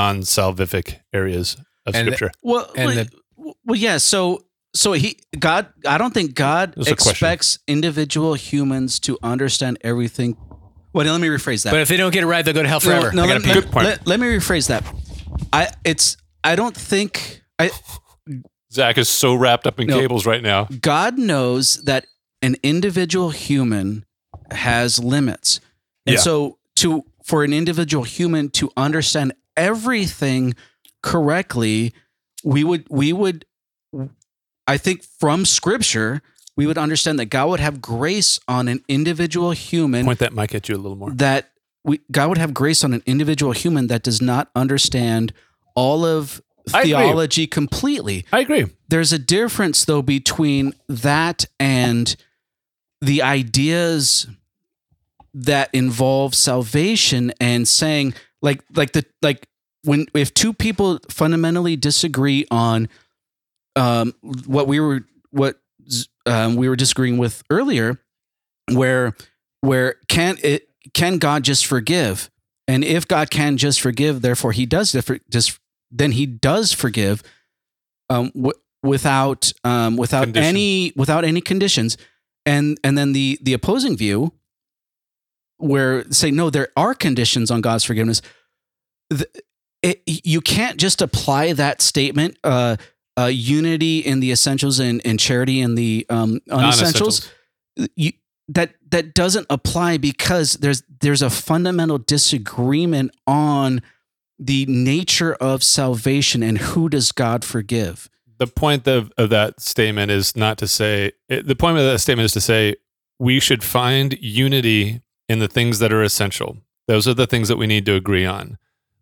non-salvific areas of
And-
scripture.
Well,
And
well, well, yeah. So, so he God. I don't think God
That's a question.
expects individual humans to understand everything. Wait, let me rephrase that.
but if they don't get it right, they'll go to hell
No,
forever.
no,
I gotta
let,
pee.
let-
Good point.
let- let me rephrase that. I it's I don't think I
Zach is so wrapped up in
No.
cables right now.
God knows that an individual human has limits. And
Yeah.
so to for an individual human to understand everything correctly, we would we would I think from scripture, we would understand that God would have grace on an individual human
Point that mic at you a little more.
that we, God would have grace on an individual human that does not understand all of
I agree.
theology completely.
I agree.
There's a difference though between that and the ideas that involve salvation and saying like like the like when if two people fundamentally disagree on um what we were what um, we were disagreeing with earlier where where can it can God just forgive? And if God can just forgive, therefore He does differ, just then He does forgive, um, w- without um, without
Condition.
any without any conditions. And and then the the opposing view, where say no, there are conditions on God's forgiveness. Th- it, you can't just apply that statement. Uh, uh, unity in the essentials and, and charity in the um,
Non-essentials.
unessentials you, that that doesn't apply because there's there's a fundamental disagreement on the nature of salvation and who does God forgive.
the point of, of that statement is not to say it, the point of that statement is to say we should find unity in the things that are essential those are the things that we need to agree on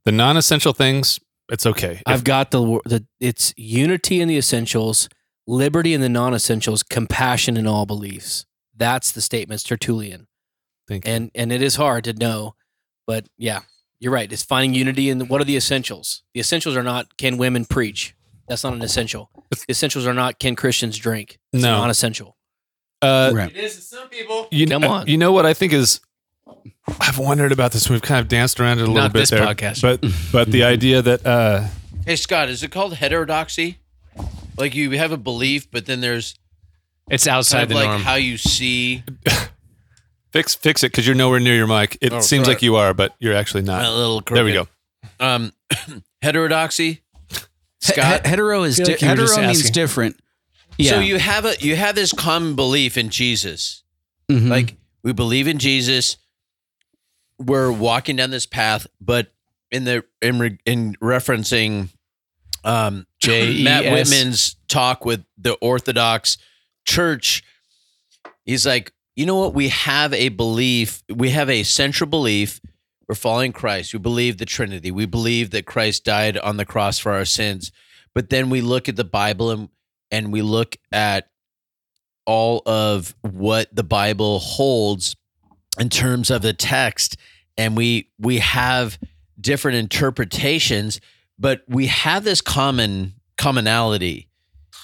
the non-essential things it's okay
I've got the, wor- the it's unity in the essentials, liberty in the non-essentials, compassion in all beliefs. That's the statements Tertullian.
Thank you.
And and it is hard to know, but yeah, you're right. It's finding unity in the, what are the essentials? The essentials are not can women preach. That's not an essential. The essentials are not can Christians drink. It's
No.
non-essential.
uh,
Right.
is to some people.
you,
Come
uh,
on.
you know what i think is i've wondered about this we've kind of danced around it a little
Not
bit
this
there
podcast.
but but the idea that uh
Hey Scott, is it called heterodoxy? Like you have a belief, but then there's
It's outside
kind of
the
like
norm.
how you see
fix fix it because you're nowhere near your mic it seems
Oh, sorry.
like you are but you're actually not
a little. Crooked.
there we go
Um, heterodoxy. Scott,
He- hetero is
feel
di-
like you were
hetero
just
means
asking.
different. Yeah.
So you have a you have this common belief in Jesus.
Mhm.
Like we believe in Jesus. We're walking down this path, but in the in re, in referencing um
J E
Matt
S.
Whitman's talk with the Orthodox Church, he's like, you know what? We have a belief. We have a central belief. We're following Christ. We believe the Trinity. We believe that Christ died on the cross for our sins. But then we look at the Bible and and we look at all of what the Bible holds in terms of the text, and we we have different interpretations, but we have this common commonality,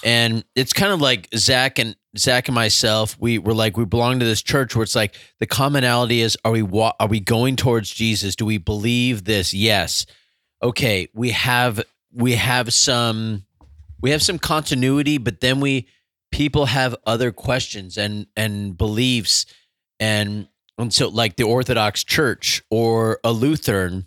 and it's kind of like Zach and Zach and myself. We were like we belong to this church where it's like the commonality is are we wa- are we going towards Jesus? Do we believe this? Yes. Okay, we have we have some we have some continuity but then we people have other questions and and beliefs and and so like the orthodox church or a lutheran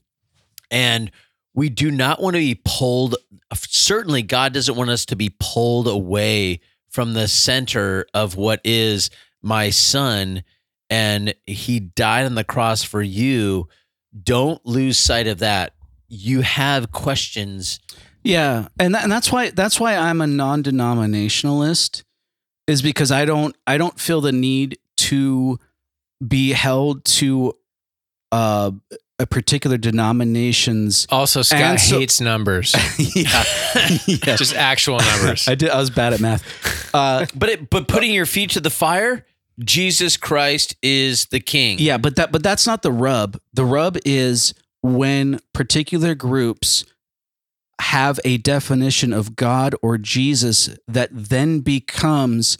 and we do not want to be pulled certainly god doesn't want us to be pulled away from the center of what is my son and he died on the cross for you don't lose sight of that you have questions
Yeah, and that, and that's why that's why I'm a non-denominationalist is because I don't I don't feel the need to be held to uh, a particular denomination's
also, Scott
And so-
hates numbers,
yeah, yeah.
just actual numbers.
I did I was bad at math. Uh,
But it, but putting your feet to the fire, Jesus Christ is the King.
Yeah, but that but that's not the rub. The rub is when particular groups have a definition of God or Jesus that then becomes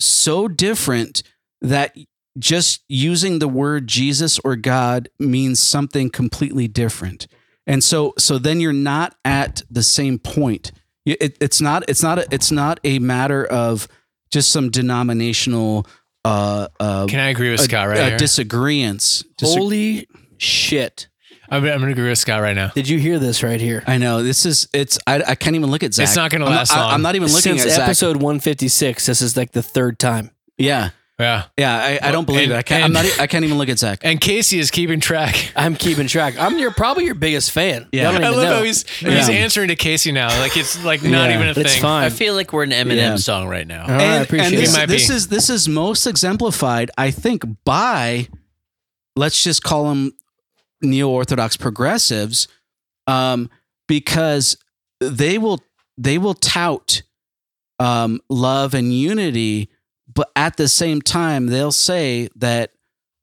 so different that just using the word Jesus or God means something completely different. And so so then you're not at the same point. You- It, it's not it's not a, it's not a matter of just some denominational uh, uh,
Can I agree with Scott right
uh,
here?
disagreements. Disag-
Holy shit.
I'm, I'm going to agree with Scott right now.
Did you hear this right here?
I know this is it's. I, I can't even look at Zach.
It's not gonna
I'm
last
I-
long.
I'm not even looking
Since
at Zach.
episode 156, this is like the third time.
Yeah,
Yeah.
Yeah, I, I don't believe
and-
it. I can't. I'm
and- Oh,
not. e- I can't even look at Zach.
And Casey is keeping track.
I'm keeping track. I'm your probably your biggest fan.
Yeah.
Y'all don't
I
even
love
know.
how he's he's
Yeah.
answering to Casey now. Like it's like not
Yeah.
even a
but it's
thing.
fine.
I feel like we're an Eminem
Yeah. Uh,
song right now.
All right, I appreciate
and
it.
this,
Might
this
be.
is this is most exemplified, I think, by let's just call them neo-orthodox progressives, um, because they will they will tout um, love and unity, but at the same time they'll say that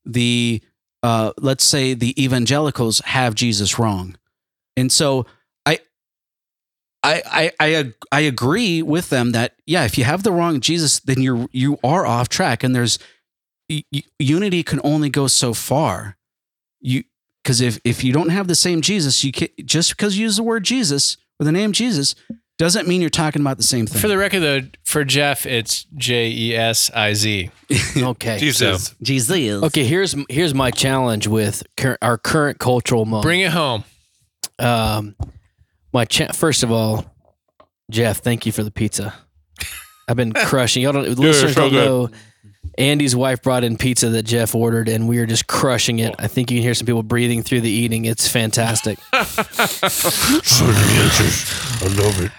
the uh, let's say the evangelicals have Jesus wrong, and so I I I I, ag- I agree with them that yeah, if you have the wrong Jesus, then you're you are off track, and there's y- y- unity can only go so far. You because if if you don't have the same Jesus, you can just because you use the word Jesus or the name Jesus doesn't mean you're talking about the same thing.
For the record, though, for Jeff, it's J E S I Z.
okay.
Jesus.
Jesus.
Okay, here's here's my challenge with cur- our current cultural moment.
Bring it home.
um, my cha- first of all, Jeff, thank you for the pizza. I've been crushing. Y'all don't listeners
so
don't
good.
know. Andy's wife brought in pizza that Jeff ordered, and we are just crushing it. I think you can hear some people breathing through the eating. It's fantastic.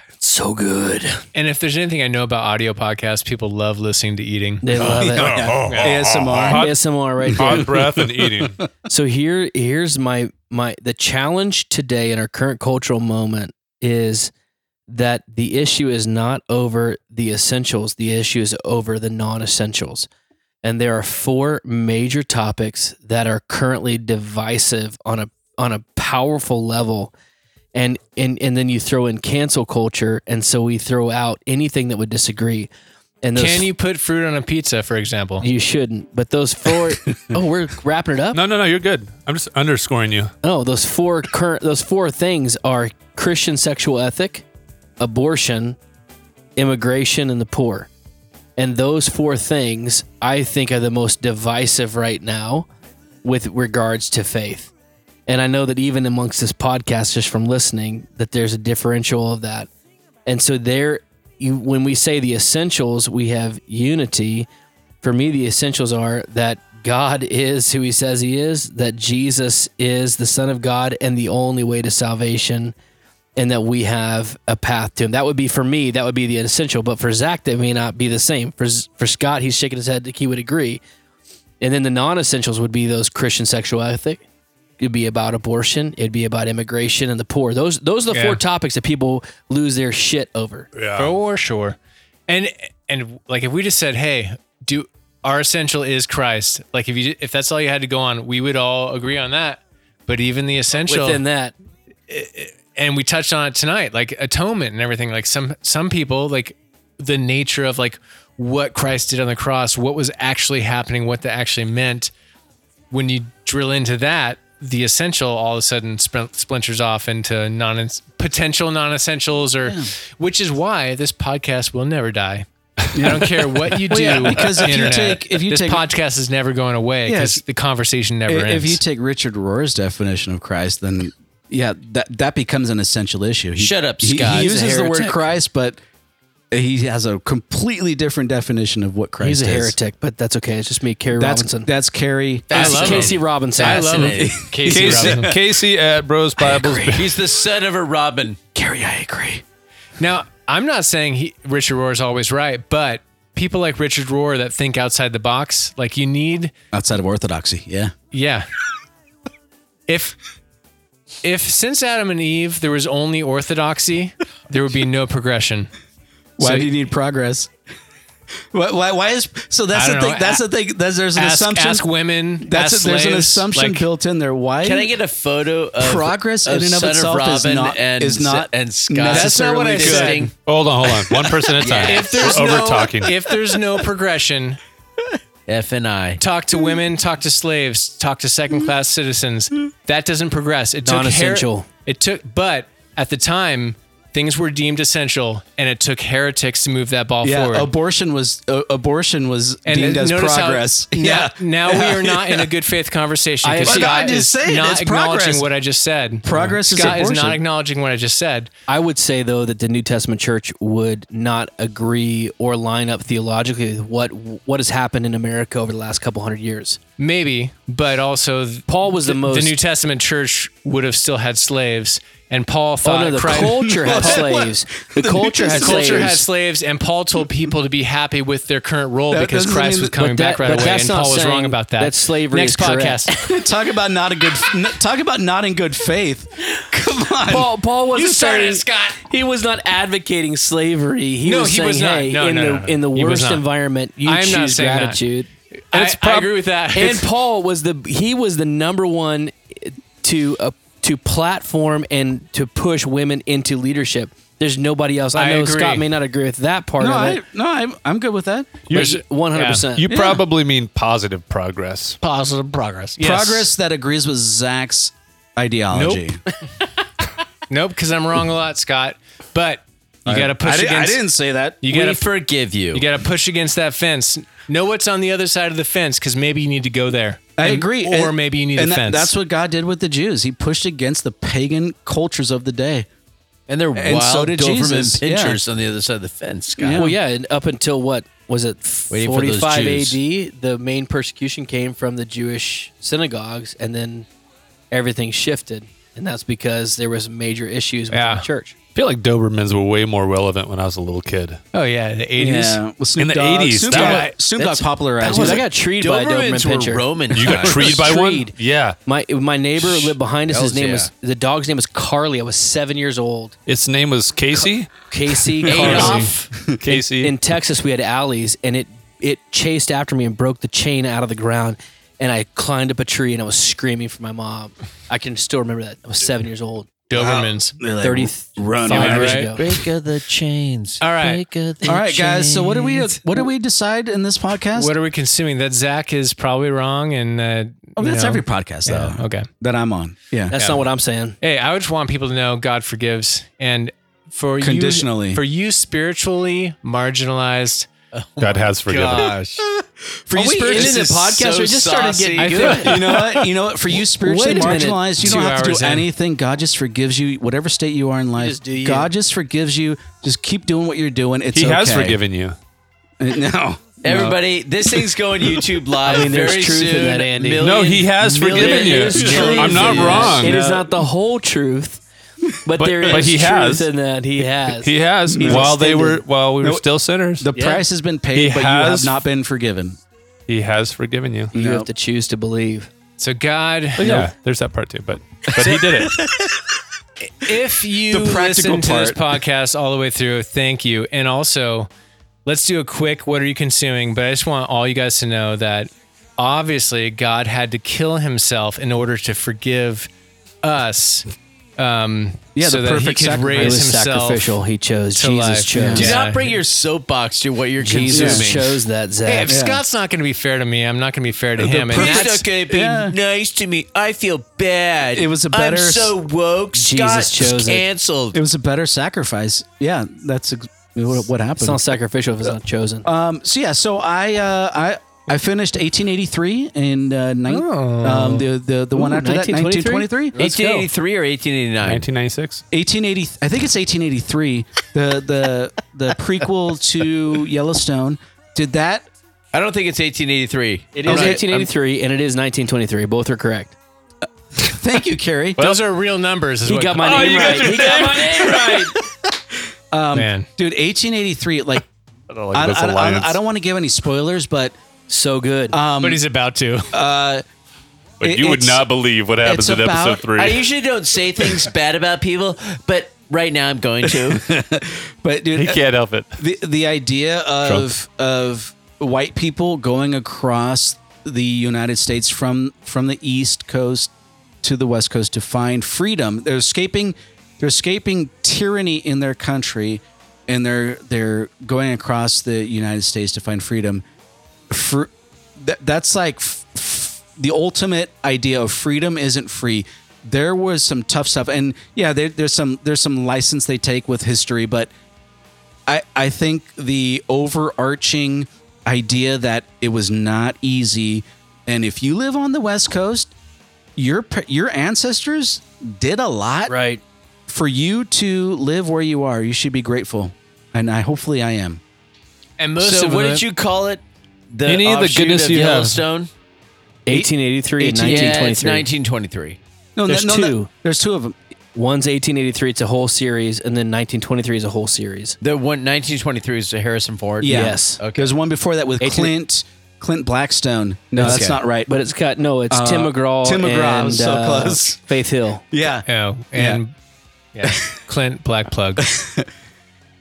It's so good.
And if there's anything I know about audio podcasts, people love listening to eating.
They love it.
ASMR.
Hot, ASMR right there.
Hot breath and eating.
So here, here's my my the challenge today in our current cultural moment is that the issue is not over the essentials. The issue is over the non-essentials, and there are four major topics that are currently divisive on a on a powerful level. And, and and then you throw in cancel culture, and so we throw out anything that would disagree. And those
Can you put fruit on a pizza, for example?
you shouldn't. But those four oh, we're wrapping it up.
No, no, no. You're good. I'm just underscoring you.
No, Oh, those four current those four things are Christian sexual ethic, abortion, immigration, and the poor. And those four things I think are the most divisive right now with regards to faith. And I know that even amongst this podcast, just from listening, that there's a differential of that. And so there you when we say the essentials, we have unity for me, the essentials are that God is who he says he is, that Jesus is the Son of God and the only way to salvation, and that we have a path to him. That would be for me, that would be the essential. But for Zach, that may not be the same. For, for Scott, he's shaking his head, like he would agree. And then the non essentials would be those Christian sexual ethic. It'd be about abortion. It'd be about immigration and the poor. Those those are the
Yeah.
four topics that people lose their shit over.
For sure. And and like if we just said, hey, do our essential is Christ. Like if you if that's all you had to go on, we would all agree on that. But even the essential,
Within that,
and we touched on it tonight, like atonement and everything. Like some some people, like the nature of like what Christ did on the cross, what was actually happening, what that actually meant. When you drill into that, the essential all of a sudden spl- splinters off into non potential non essentials, or which is why this podcast will never die. I don't care what you do.
yeah, because if you
internet,
take- if you
this
take-
podcast is never going away
Yeah,
because
if-
the conversation never
If,
ends.
you take Richard Rohr's definition of Christ, then yeah, that that becomes an essential issue. He,
Shut up,
he-
Scott.
He,
He's a
uses the word
heretic.
Christ, but he has a completely different definition of what Christ
he's a
is.
heretic, but that's okay. It's just me, Kerry
That's
Robinson.
that's Carrie.
I
That's
love
Casey
him.
Robinson.
I love
Fascinating.
it. Casey, Robinson.
Casey, Casey at Bros Bibles.
He's the son of a robin.
Carrie, I agree.
Now, I'm not saying he, Richard Rohr is always right, but people like Richard Rohr that think outside the box, like you need,
Outside of orthodoxy, yeah.
yeah. if if since Adam and Eve there was only orthodoxy, there would be no progression.
Why
So-
do you need progress? Why, why, why is so? That's
I
the
don't
thing.
know.
That's the thing. That's, there's an
ask,
assumption.
ask women.
that's
ask
a, there's an
slaves,
assumption
like,
built in there. Why?
Can I get a photo of
Progress
of
in and of
Son
itself
Robin
is not-
and,
is not
and Scott?
That's not what
I
Distinct.
Hold on, hold on. One person at a time.
If there's
We're
no,
over talking.
if there's no progression,
F and I.
talk to women, talk to slaves, talk to second class citizens. That doesn't progress. It took Har-
Non-essential.
it took, but at the time, things were deemed essential, and it took heretics to move that ball
Yeah,
forward.
abortion was uh, abortion was
and
deemed as
notice how-
progress.
now-
yeah,
Now, we are not in a good faith conversation.
I-
because
Look,
Scott
I'm just
is
saying,
not
it's
acknowledging
progress.
what I just said.
Progress is
Scott is,
abortion.
not acknowledging what I just said.
I would say though that the New Testament church would not agree or line up theologically with what what has happened in America over the last couple hundred years.
Maybe, but also th-
Paul was the most-
The New Testament church would have still had slaves, and Paul
Oh
thought
no, the
Christ-
culture had slaves. The culture had
The culture had
slaves.
slaves, and Paul told people to be happy with their current role because
doesn't
Christ
mean
was
that-
coming
but that-
back right
but
away,
that's
and
not
Paul was wrong
saying
about that.
that slavery
Next
is correct.
podcast.
talk about not a good n- talk about not in good faith. Come on,
Paul, Paul wasn't
You started it,
saying-
Scott.
He was not advocating slavery. He
No,
was
he
saying,
was not.
"Hey,
No,
in
no,
the
no, no.
in the
He was not.
worst environment, you
I am not
choose
saying that.
gratitude."
I-
It's
I
prob-
agree with that.
And
It's-
Paul was the he was the number one to uh, to platform and to push women into leadership. There's nobody else. I,
I
know
agree.
Scott may not agree with that part
no,
of
I,
it.
no, I'm I'm good with that.
One hundred percent.
You probably mean positive progress.
Positive progress,
Yes.
progress that agrees with Zach's ideology.
Nope, because I'm wrong a lot, Scott. But you got to push
I, di- I
against.
didn't say that.
You
we
got to
forgive you.
you got to push against that fence. Know what's on the other side of the fence, because maybe you need to go there.
I
And-
agree,
Or
And-
maybe you need
and
a
that-
fence.
That's what God did with the Jews. He pushed against the pagan cultures of the day.
and they're
And
wild
so did
Doberman
Jesus, yeah.
pinchers on the other side of the fence, Scott.
Well, yeah, and up until what was it,
Waiting for those
forty-five
Jews.
A.D. The main persecution came from the Jewish synagogues, and then everything shifted, and that's because there was major issues with
Yeah.
the church.
I feel like Dobermans were way more relevant when I was a little kid.
oh yeah, the 80s.
with Snoop
In the
Dogg.
80s,
Snoop
that
Dogg,
was-
Snoop Dogg
that's-
popularized.
Dude,
it.
I got treed by a
Dobermans
Doberman
were
pincher.
Roman.
You got
times.
treed by one?
Treed.
Yeah.
My my neighbor lived behind us. His
Hells
name
yeah.
was the dog's name was Carly. I was seven years old.
Its name was Casey.
Casey Carly.
Adolf.
Casey.
In Texas, we had alleys, and it it chased after me and broke the chain out of the ground. And I climbed up a tree and I was screaming for my mom. I can still remember that. I was seven years old.
Dobermans.
They're like,
Thirty
run,
five
man,
years
right?
ago.
Break of the chains.
All right.
Break of the
All right, guys. So what do we
chains.
what do we decide in this podcast?
What are we consuming? That Zach is probably wrong, and uh,
oh,
you
that's
know.
every podcast though
Okay.
that I'm on. Yeah.
That's not what I'm saying.
Hey, I just want people to know God forgives, and for you-
Conditionally.
for you spiritually marginalized.
God has forgiven.
Gosh.
For
Oh,
Are we ending the podcast?
so
we just started getting
saucy.
good.
you know what? You know what? For you spiritually
Wait a minute.
marginalized, you don't
Two
have to
hours
do
in.
anything. God just forgives you, whatever state you are in life.
just do you.
God just forgives you. Just keep doing what you're doing. It's
He has
okay.
forgiven you.
No, no.
Everybody, this thing's going YouTube live.
there's
very
truth in
soon.
that, Andy.
Million-
No, he has
million
forgiven you.
years
truth
I'm not
in that.
wrong.
It is not the whole truth, but, there is
but he
truth
has.
in that. He has.
He has. While they were, while we were
No.
still sinners,
The price has been paid,
He
but you have
has-
not been forgiven.
he has forgiven you.
you
No.
have to choose to believe.
So God,
Yeah, there's that part too, but but he did it.
if you
The practical
listen to this podcast all the way through, thank you. And also, let's do a quick what are you consuming? But I just want all you guys to know that obviously God had to kill himself in order to forgive us. Um,
Yeah,
so
the
that he
perfect
could
sacrifice.
It
raise
was
himself.
sacrificial. He chose.
to
Jesus
life.
chose.
Do
Yeah.
not bring your soapbox to what you're
Jesus
consuming.
chose that,
Hey,
Zach.
if Scott's not going to be fair to me, I'm not going to be fair to him. And
He's
that's,
not gonna be
yeah.
nice to me. I feel bad.
It was a
I'm
better-
so woke. Scott's
chose it.
canceled.
It was a better sacrifice. Yeah, that's ex- what, what happened.
It's not sacrificial if it's not chosen.
Um, so yeah, so I uh, I I finished 1883 and uh, nine, um, the the the one
Ooh,
after that
1923?
1923.
1883 or 1889.
1996.
1880 I think it's 1883 the the the prequel to Yellowstone did that
I don't think it's 1883.
It is 1883 and it is 1923. Both are correct.
thank you Carrie
those are real numbers. Is
He
what Oh,
got
Oh,
my name right. He got my name right.
man.
dude 1883 like
I don't
I,
like this
I- I-
alliance.
I don't want to give any spoilers but
So good.
um
But he's about to.
but
it-
you would
it's-
not believe what happens
it's
in episode
about-
three.
I usually don't say things bad about people, but right now I'm going to.
but dude uh,
he can't help it.
the the idea of of white people going across the United States from from the East Coast to the West Coast to find freedom. They're escaping they're escaping tyranny in their country and they're they're going across the United States to find freedom. For that, that's like f- f- the ultimate idea of freedom isn't free. there was some tough stuff, and yeah, there, there's some there's some license they take with history, but I I think the overarching idea that it was not easy, and if you live on the West Coast, your pa- your ancestors did a lot
Right.
for you to live where you are. You should be grateful, and I hopefully I am.
And most
So
of
what
it,
did you call it? The
Any of the
offshoot
goodness
of
you have.
Yellowstone.
1883 and
Yeah,
1923.
it's 1923.
No,
There's
no, no,
two.
there's two of them.
One's 1883, it's a whole series, and then 1923 is a whole series.
The one 1923 is the Harrison Ford.
Yeah.
Yes.
Okay.
There's one before that with
Eighteen-
Clint Clint Blackstone. No, that's
Okay.
not right.
But it's got, no, it's Uh, Tim McGraw.
Tim McGraw, I
and,
was so
uh,
close.
Faith Hill.
yeah,
Oh, and yeah. Clint Black Plug.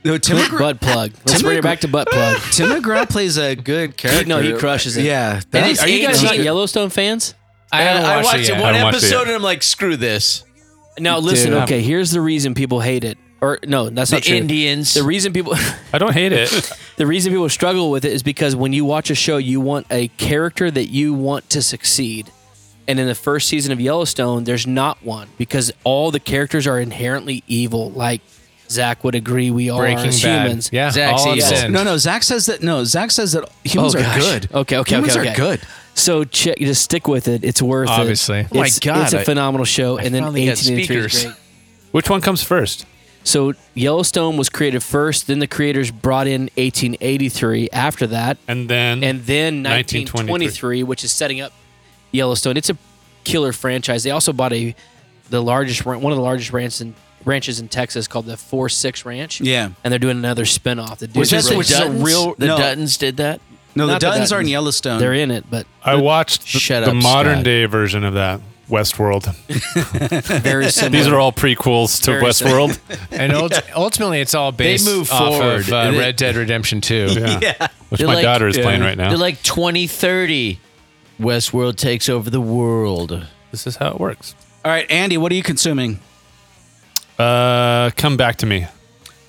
no, Tim McGraw.
Butt plug. Let's
Tim
bring
McGraw-
it back to butt plug.
Tim McGraw plays a good character.
no, he crushes it.
Yeah,
And
that's-
it's- Are you guys not
that's-
Yellowstone fans?
I haven't
I
watched,
watched
it yet.
one
Haven't watched it
episode
yet.
and I'm like, screw this.
Now listen,
Dude.
okay, here's the reason people hate it. Or no, that's
The
not true.
Indians.
The reason people
I don't hate it.
the reason people struggle with it is because when you watch a show, you want a character that you want to succeed. And in the first season of Yellowstone, there's not one because all the characters are inherently evil, like Zach would agree we are
Breaking
as
Bad.
humans.
Yeah.
Zach's
all of
evil.
sin.
No, no. Zach says that. No, Zach says that humans
Oh,
are
gosh.
good.
Okay, okay,
humans
okay, okay.
are good.
So check, just stick with it. It's worth
Obviously.
it.
Oh
my
It's-
God,
it's a
I-
phenomenal show. and then
finally got
1883 is
speakers.
great.
Which one comes first?
So Yellowstone was created first, then the creators brought in 1883 after that,
And then
and then
1923.
1923, which is setting up Yellowstone. It's a killer franchise. They also bought a the largest ran- one of the largest ranches in, ranches in Texas called the Four Six Ranch.
Yeah.
and they're doing another spinoff. The
was
dudes
that
are
the
really-
Duttons?
real-
The
no.
Duttons did that.
No,
Not
the
the
Duttons are in
Duttons.
Yellowstone.
They're in it, but
I watched the,
Shut
the
up,
modern
Scott.
day version of that Westworld.
very similar.
These are all prequels to
Very sad.
Westworld.
And ult- ultimately, it's all based
move
off
forward.
of uh,
They-
Red Dead Redemption 2.
Yeah. Which
They're
my
like-
daughter is playing right
They're
now.
like 2030. Westworld takes over the world.
this is how it works.
All right, Andy, what are you consuming?
Uh, come back to me.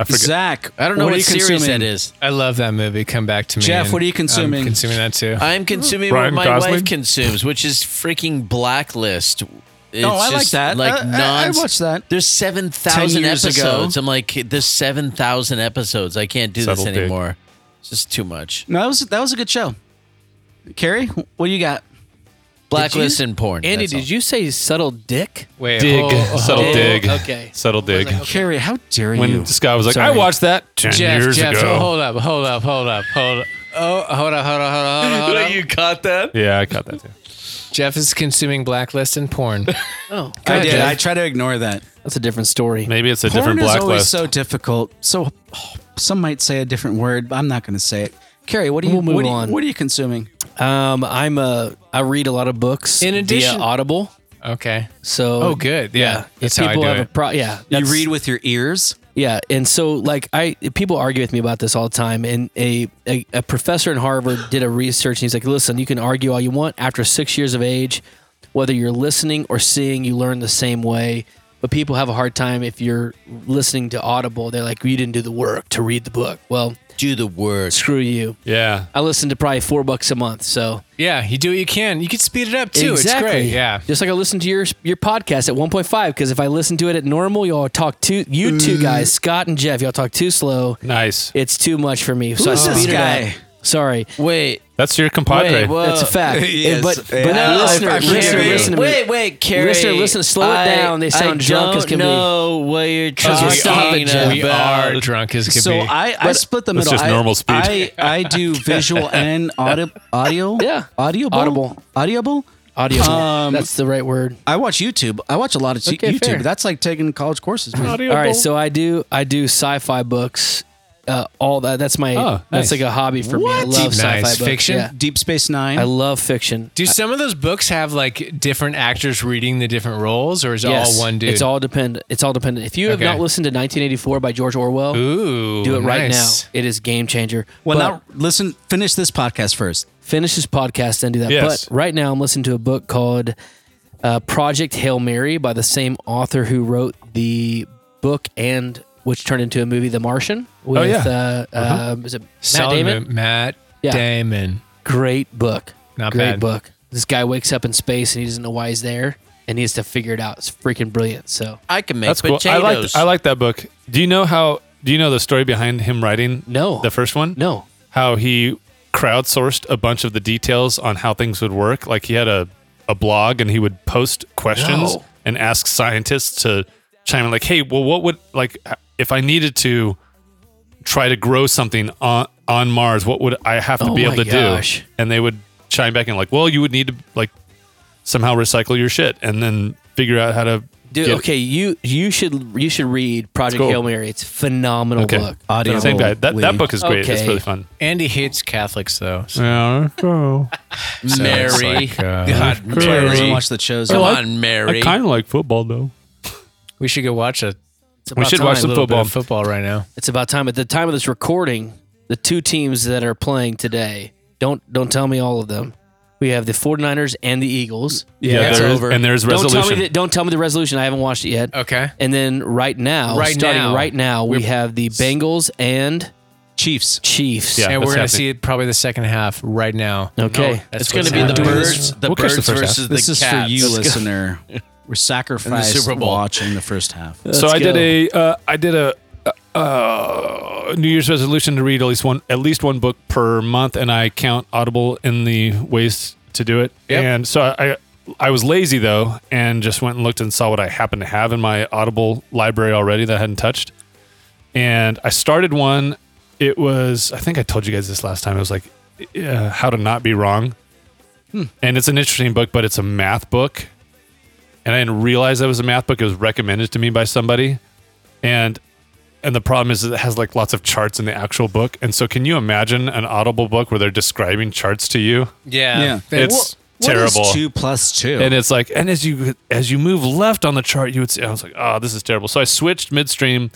I forget.
Zach,
I don't know
what,
what,
are you
series
consuming?
that is.
I love that movie. Come back to me.
Jeff,
and
what are you consuming?
I'm consuming that too.
I'm consuming
Ryan
what my
Gosling?
wife consumes, which is freaking Blacklist. It's
Oh, I like
just
that.
Like
I- I- I
non-
watched that.
There's seven thousand
years ago.
episodes. I'm like, there's seven thousand episodes. I can't do
Subtle
this
dig.
anymore. It's just too much.
No, that was that was a good show. Carrie, what do you got?
Blacklist and porn.
Andy,
that's all.
did you say subtle dick?
Wait,
dig.
hold- hold-
subtle
hold-
dig.
Okay.
Subtle dig.
Carrie, how dare
When
you?
Scott was like, I
Sorry.
watched that 10
Jeff,
years
Jeff,
ago.
hold up, hold up, hold up, hold up. Oh, hold up, hold up, hold up, hold up, hold up.
you caught that?
yeah, I caught that too.
Jeff is consuming Blacklist and porn.
Oh,
I did.
Jeff.
I try to ignore that.
that's a different story.
Maybe it's a
Porn
different
is always
blacklist.
so difficult. So oh, some might say a different word, but I'm not going to say it. Carrie, what are you?
We'll move
what, are you
on.
what are you consuming?
Um, I'm a I read a lot of books
In addition-
via Audible.
Okay.
So
Oh, good. Yeah, that's
If
how I
people
do
have a
it.
pro, yeah,
you
that's-
read with your ears.
yeah, and so like I people argue with me about this all the time. And a a, a professor in Harvard did a research, and he's like, "Listen, you can argue all you want. After six years of age, whether you're listening or seeing, you learn the same way." But people have a hard time if you're listening to Audible. They're like, "You didn't do the work to read the book." Well,
Do the word.
screw you.
yeah.
I listen to probably four bucks a month, so
Yeah, you do what you can. You can speed it up too.
Exactly.
It's great. Yeah.
Just like I listen to your your podcast at 1.5 because if I listen to it at normal, y'all talk too. You two guys, Scott and Jeff, y'all talk too slow.
Nice.
It's too much for me. So
Who's
I
this
speed it
guy?
up. Sorry,
Wait,
That's your
wait,
compadre.
whoa.
that's a fact.
Yes.
But,
Yeah.
but
No,
Uh, listener,
I- I
listener,
can't
listen to me.
Wait, wait, Carrie.
Listener, listen, slow it down. They sound
I
drunk
don't
as can be.
know what you're
we
talking
stop it,
about.
Jeff.
We are drunk as can
So
be.
I, I split the
That's
middle.
just
I-
normal speed.
I, I do visual and audi- audio.
Yeah.
Audible.
Audible.
Audible.
Audio.
Um,
that's the right word.
I watch YouTube. I watch a lot of
Okay,
YouTube.
fair.
That's like taking college courses. man.
All right, so I do I do sci-fi books. Uh, all that that's my
Oh, nice.
that's like a hobby for me. I
What?
love
Nice.
sci-fi books.
Fiction?
Yeah.
Deep Space Nine.
I love fiction.
do some of those books have like different actors reading the different roles, or is it
Yes.
all one dude?
It's all depend. It's all dependent. If you have
Okay.
not listened to 1984 by George Orwell,
Ooh,
do it right
nice.
now. It is game changer.
well,
But
now listen. Finish this podcast first.
finish this podcast and do that.
Yes.
But right now, I'm listening to a book called uh, Project Hail Mary by the same author who wrote the book and which turned into a movie, The Martian. With,
Oh, yeah. Uh-huh.
Uh, uh, is it Matt
Solid
Damon?
move. Matt
Yeah.
Damon.
Great book.
Not
Great
bad.
book. This guy wakes up in space and he doesn't know why he's there. and needs to figure it out. It's freaking brilliant. So
I can make
That's cool.
potatoes.
I like I like that book. Do you know how? Do you know the story behind him writing
no,
the first one?
no,
How he crowdsourced a bunch of the details on how things would work. Like he had a a blog and he would post questions
No.
and ask scientists to chime in. Like, hey, well, what would like if I needed to try to grow something on on Mars? What would I have to
Oh
be
my
able to
gosh.
do? And they would chime back and like, well, you would need to like somehow recycle your shit and then figure out how to.
dude.
get-
Okay, you you should you should read Project
cool.
Hail Mary. It's a phenomenal
Okay.
book.
Audio.
Same guy. That, that book is great. It's
Okay.
really fun.
Andy hates Catholics though. So
Yeah,
it's
Mary.
like, uh,
God,
Sorry, I doesn't
Mary.
watch the shows.
Come
Oh, I-
on, Mary.
of like football though.
we should go watch a
It's
We
about
should watch
time.
some
little bit
football.
of football right now.
It's about time. At the time of this recording, the two teams that are playing today. Don't don't tell me all of them. We have the 49ers and the Eagles.
Yeah,
it's
there is-
over.
and there's
Don't tell me
resolution.
that, don't tell me the resolution. I haven't watched it yet.
Okay.
And then right now,
Right
starting
now,
right now, we
we're-
have the Bengals and
Chiefs.
Chiefs.
Yeah.
and we're
that's
going to
happening.
see probably the second half right now.
Okay.
That's
It's going
what's
to be the
happening.
birds, the
We'll catch the
birds
first half.
versus the
This is for
cats.
you,
Let's go.
listener. We're sacrificed
Super Bowl.
watching the first half.
so I did
go.
a uh, I did a uh, uh, New Year's resolution to read at least one at least one book per month, and I count Audible in the ways to do it.
Yep.
And so I I was lazy though, and just went and looked and saw what I happened to have in my Audible library already that I hadn't touched. And I started one. It was I think I told you guys this last time. It was like uh, How to Not Be Wrong, and it's an interesting book, but it's a math book. And I didn't realize that was a math book. It was recommended to me by somebody and and the problem is it has like lots of charts in the actual book and so can you imagine an audible book where they're describing charts to you
Yeah.
Yeah.
They-
it's
What is
terrible
two plus two.
and it's like and as you as you move left on the chart you would see i was like oh this is terrible so i switched midstream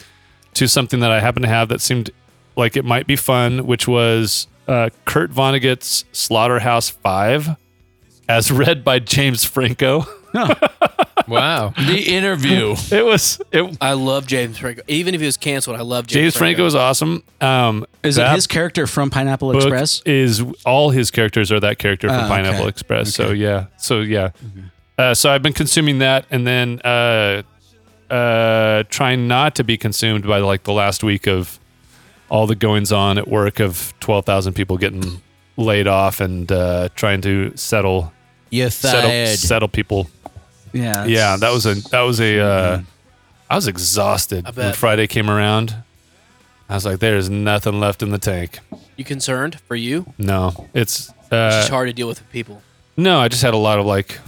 to something that i happen to have that seemed like it might be fun which was uh, kurt vonnegut's slaughterhouse five as read by james franco
wow.
The interview.
it was it
I love James Franco. Even if he was canceled, I love James,
james franco is awesome um
is
that
it his character from Pineapple
book
Express?
is all his characters are that character from
Ah, okay. Mm-hmm.
Pineapple Express. So yeah, so yeah, uh, so I've been consuming that, and then uh, uh, trying not to be consumed by like the last week of all the goings on at work of twelve thousand people getting laid off and uh, trying to settle
You
settle, settle people.
Yeah.
Yeah, that was a that was a uh, I was exhausted when
Mm-hmm. bet.
Friday came around. I was like, there's nothing left in the tank.
You concerned for you?
No, it's
It's
uh,
just hard to deal with people.
No, I just had a lot of like,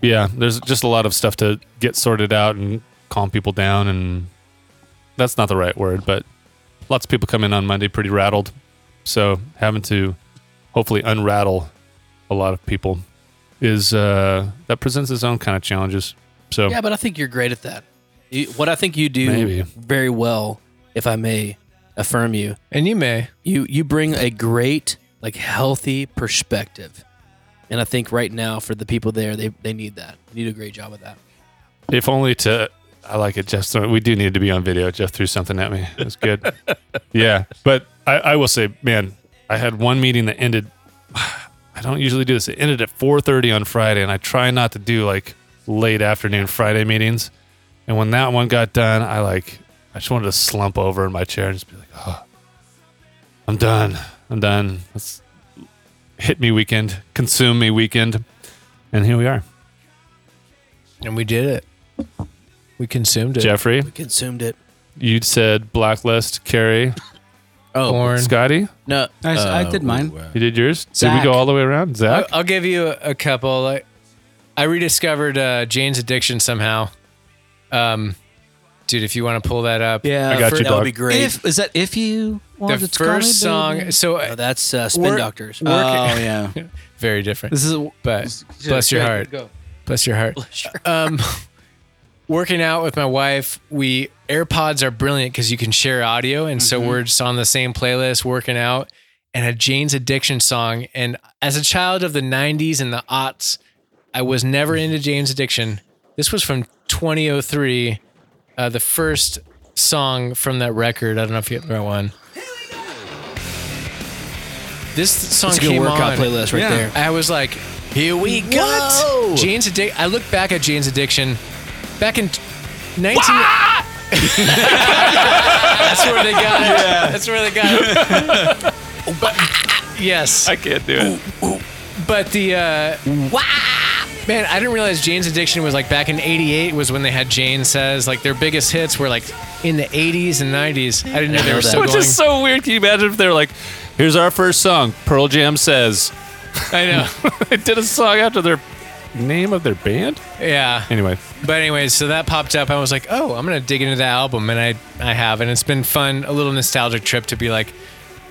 yeah, there's just a lot of stuff to get sorted out and calm people down. And that's not the right word, but lots of people come in on Monday pretty rattled. So having to hopefully unrattle a lot of people is, uh, that presents its own kind of challenges. So
Yeah, but I think you're great at that. You, what I think you do
Maybe.
very well, if I may affirm you,
And you may.
you you bring a great like healthy perspective, and I think right now for the people there, they they need that. You do a great job of that.
if only to, I like it, Jeff. threw- We do need to be on video. Jeff threw something at me. It was good. yeah. But I, I will say, man, I had one meeting that ended I don't usually do this. It ended at 4:30 on Friday, and I try not to do like late afternoon Friday meetings. And when that one got done, I like I just wanted to slump over in my chair and just be like, "Oh, I'm done. I'm done. Let's hit me weekend, consume me weekend." And here we are,
And we did it. We consumed it.
Jeffrey.
Consumed it.
You said blacklist, Carrie,
oh,
Born.
Scotty.
no.
I- I did mine.
ooh,
You did yours. Did
Zach.
we go all the way around, Zach?
I'll, I'll give you a, a couple. Like, I rediscovered uh, Jane's addiction somehow. Um, dude, if you want to pull that up,
Yeah.
I got
for-
you,
That would
dog.
Uh, be great.
If is that if you
The
wanted to call me,
first song.
baby?
So
No,
uh,
that's uh, Spin
Work-
Doctors. Uh,
Oh yeah.
very different,
This is a,
but bless your heart. Bless your heart. Um, working out with my wife, we AirPods are brilliant because you can share audio, and
Mm-hmm.
so we're just on the same playlist working out, and a Jane's Addiction song. And as a child of the '90s and the aughts, I was never into Jane's Addiction. This was from 2003, uh, the first song from that record. I don't know if you have the right one. This song
It's a
came
good workout
on.
playlist right
Yeah.
there.
I was like,
Here we go.
Jane's addiction. I look back at Jane's addiction back in 19. that's where they got it. That's where they got it. But- yes.
I can't do it.
But the uh, man, I didn't realize Jane's Addiction was like back in '88 was when they had Jane Says. Like their biggest hits were like in the '80s and '90s. I didn't know they were still
Which
going.
is so weird. Can you imagine if they're like, here's our first song, Pearl Jam says.
I know.
they did a song after their name of their band?
Yeah.
Anyway,
But anyways, so that popped up. I was like, oh, I'm gonna dig into that album, and I I have, and it's been fun, a little nostalgic trip to be like,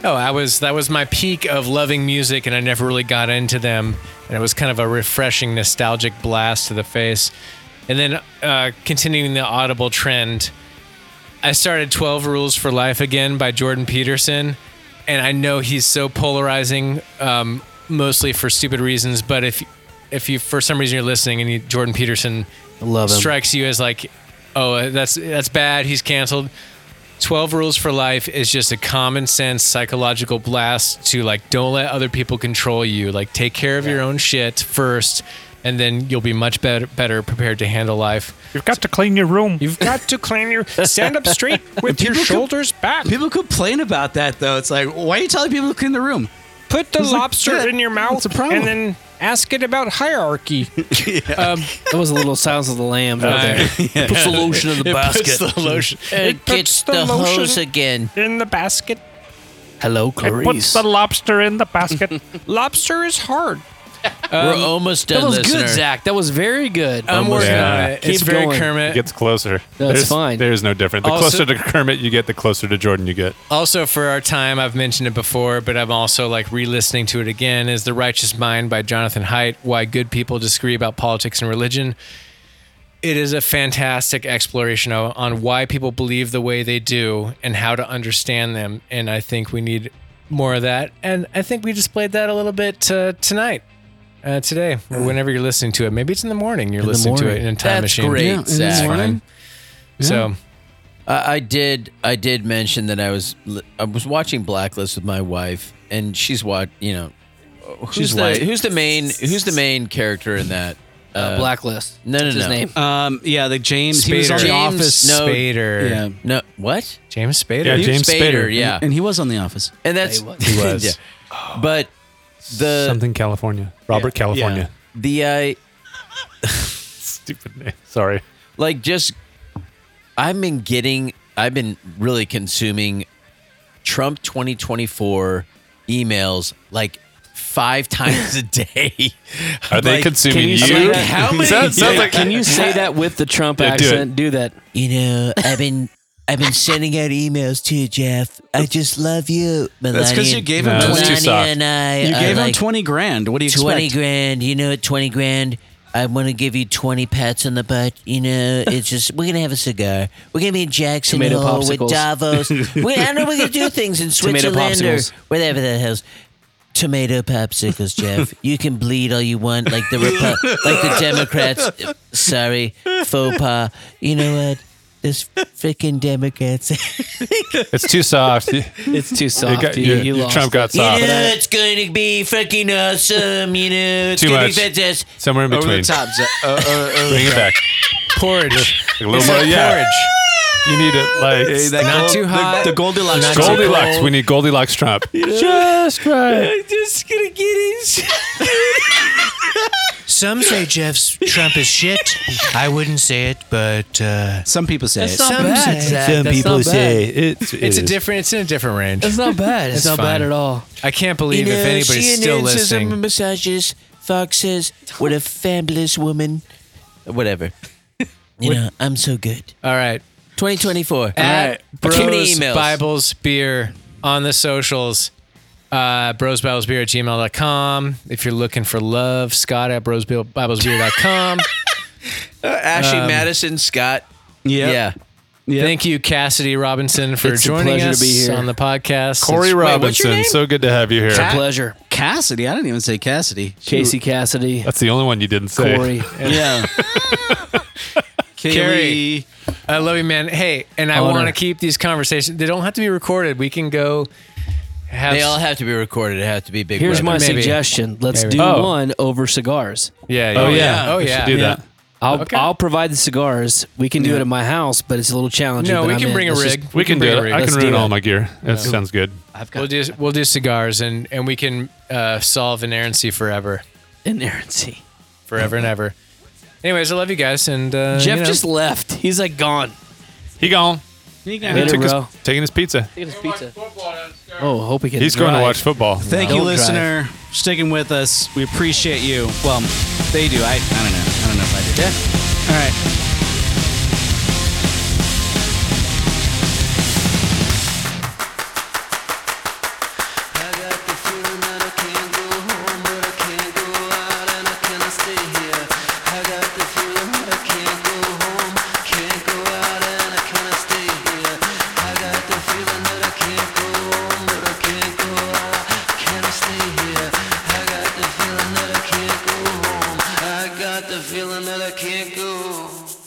oh, I was that was my peak of loving music, and I never really got into them, and it was kind of a refreshing, nostalgic blast to the face. And then uh, continuing the Audible trend, I started 12 Rules for Life again by Jordan Peterson. And I know he's so polarizing, um, mostly for stupid reasons. But if, if you, for some reason, you're listening and you, Jordan Peterson
Love him.
strikes you as like, oh, uh, that's, that's bad, he's canceled. 12 Rules for Life is just a common sense psychological blast to like, don't let other people control you. Like, take care of your own shit first, and then you'll be much better, better prepared to handle life.
You've got to clean your room.
You've got to clean your
Stand up straight with your shoulders back.
People complain about that though. It's like, why are you telling people to clean the room?
Put the
like,
lobster
yeah,
in your mouth
that's a problem.
and then ask it about hierarchy.
That was a little Silence of the Lambs right there.
Puts the lotion in the basket. It
gets the the lotion- hose
again.
In the basket.
Hello,
Puts
Clarice.
the lobster in the basket. lobster is hard.
We're almost done,
That was
listener.
good, Zach. That was very good.
I'm working
Yeah.
on it.
Keep
it's very
going.
Kermit.
gets closer.
That's fine.
There's no different. The
Also-
closer to Kermit you get, the closer to Jordan you get.
Also, for our time, I've mentioned it before, but I'm also like re-listening to it again. Is "The Righteous Mind" by Jonathan Haidt? Why good people disagree about politics and religion. It is a fantastic exploration o- on why people believe the way they do and how to understand them. And I think we need more of that. And I think we displayed that a little bit uh, tonight, uh, today, or whenever you're listening to it. Maybe it's in the morning. You're listening to
morning.
it in a time
That's
machine.
great, Yeah, in the Zach.
Fine.
morning.
So.
I, I did. I did mention that I was. li- I was watching Blacklist with my wife, and she's what you know. Who's
She's
the
white.
who's the main who's the main character in that?
Uh, Blacklist.
No, no,
That's his
no.
name.
Um, yeah, the James. He was on
Spader.
the
James-
office.
no.
Spader.
Yeah,
No, what?
James Spader.
Yeah,
He-
James Spader.
Yeah,
and he was on the office.
and that's
He was.
he was. But the
Something California. Robert California.
the uh,
Stupid name. Sorry.
like just I've been getting I've been really consuming Trump 2024 emails like five times a day.
Are they
Like,
consuming you?
can you- Like, how many-
Sounds- sounds like-
Can you say that with the Trump
Yeah, do it.
accent? Do, that.
You know, I've been I've been sending out emails to you, Jeff. I just love you.
That's because you gave him
No, it's
twenty.
too soft.
I
uh,
You gave him twenty grand. What do you expect?
grand. You know, at twenty grand, I want to give you twenty pats on the butt. You know, it's just we're gonna have a cigar. We're gonna be in Jackson
Tomato
Hole with
popsicles.
Davos. we, I know we're gonna do things in
Tomato
Switzerland or
popsicles.
whatever the hell's. Tomato popsicles, Jeff. you can bleed all you want, like the Repu- like the Democrats. Sorry, faux pas. You know what? This freaking Democrats.
It's too soft. You-
It's too
you
soft.
got-
you,
you-
you lost.
Trump got
You know,
soft.
it's going to be fucking awesome. You know, it's
Too
going
much.
to be fantastic.
Somewhere in between.
Zach.
Bring it back.
Porridge.
A little more. Oh, Yeah. You need it like
Not too hot.
The, the Goldilocks.
Not too
Goldilocks.
cold.
We need Goldilocks Trump.
Just right.
just gonna get his. Some say Jeff's Trump is shit. I wouldn't say it, but uh,
Some people say it.
Some bad, Zach. That's not bad.
it's
it's a different. It's in a different range.
It's not bad. It's,
It's
not
fine.
bad at all.
I can't believe if anybody's still
I'm a
listening.
misogynist. Fox says, what a fabulous woman. Whatever. You know, I'm so good.
All right,
2024.
at
Too many
Bros
emails.
Bibles Beer on the socials. Uh, brosbiblesbeer at gmail.com. If you're looking for love, Scott at brosbiblesbeer.com.
Ashley Madison Scott.
Yeah.
um, Yeah.
Thank you, Cassidy Robinson, for
It's a
joining
pleasure
us
to be here.
on the podcast.
Corey
It's- wait, what's your
Robinson.
name?
so good to have you here.
It's a pleasure.
Cassidy. I didn't even say Cassidy.
Casey Cassidy,
That's the only one you didn't say.
Corey.
Yeah.
Carrie.
Kaylee.
I love you, man. Hey, and I
Honor.
want to keep these conversations. They don't have to be recorded. We can go Have,
They all have to be recorded. It has to be big.
Here's my
brother.
Maybe.
suggestion. Let's
Maybe.
do
Oh.
one over cigars.
yeah,
Oh, yeah.
Oh
We should
yeah.
do
Yeah.
that.
I'll
Okay.
I'll provide the cigars. We can do it at my house, but it's a little challenging.
No,
but
we
I'm
can
in.
bring a
Let's just-
rig.
We can do
bring a
it.
rig.
I
Let's
can
do
ruin
it.
all my gear. That sounds good.
I've got
We'll do we'll do cigars and and we can uh, solve inerrancy forever,
inerrancy.
forever and ever. Anyways, I love you guys and uh,
Jeff
you know,
just left. He's like gone.
He gone. He
Later,
took his,
bro.
taking his pizza.
Look at his pizza. Oh, hope he can.
He's going to watch football.
Thank
Don't
you,
drive.
listener, for sticking with us. We appreciate you. Well, they do. I, I don't know. I don't know if I did. Yeah. All right.
I got the feeling that I can't go.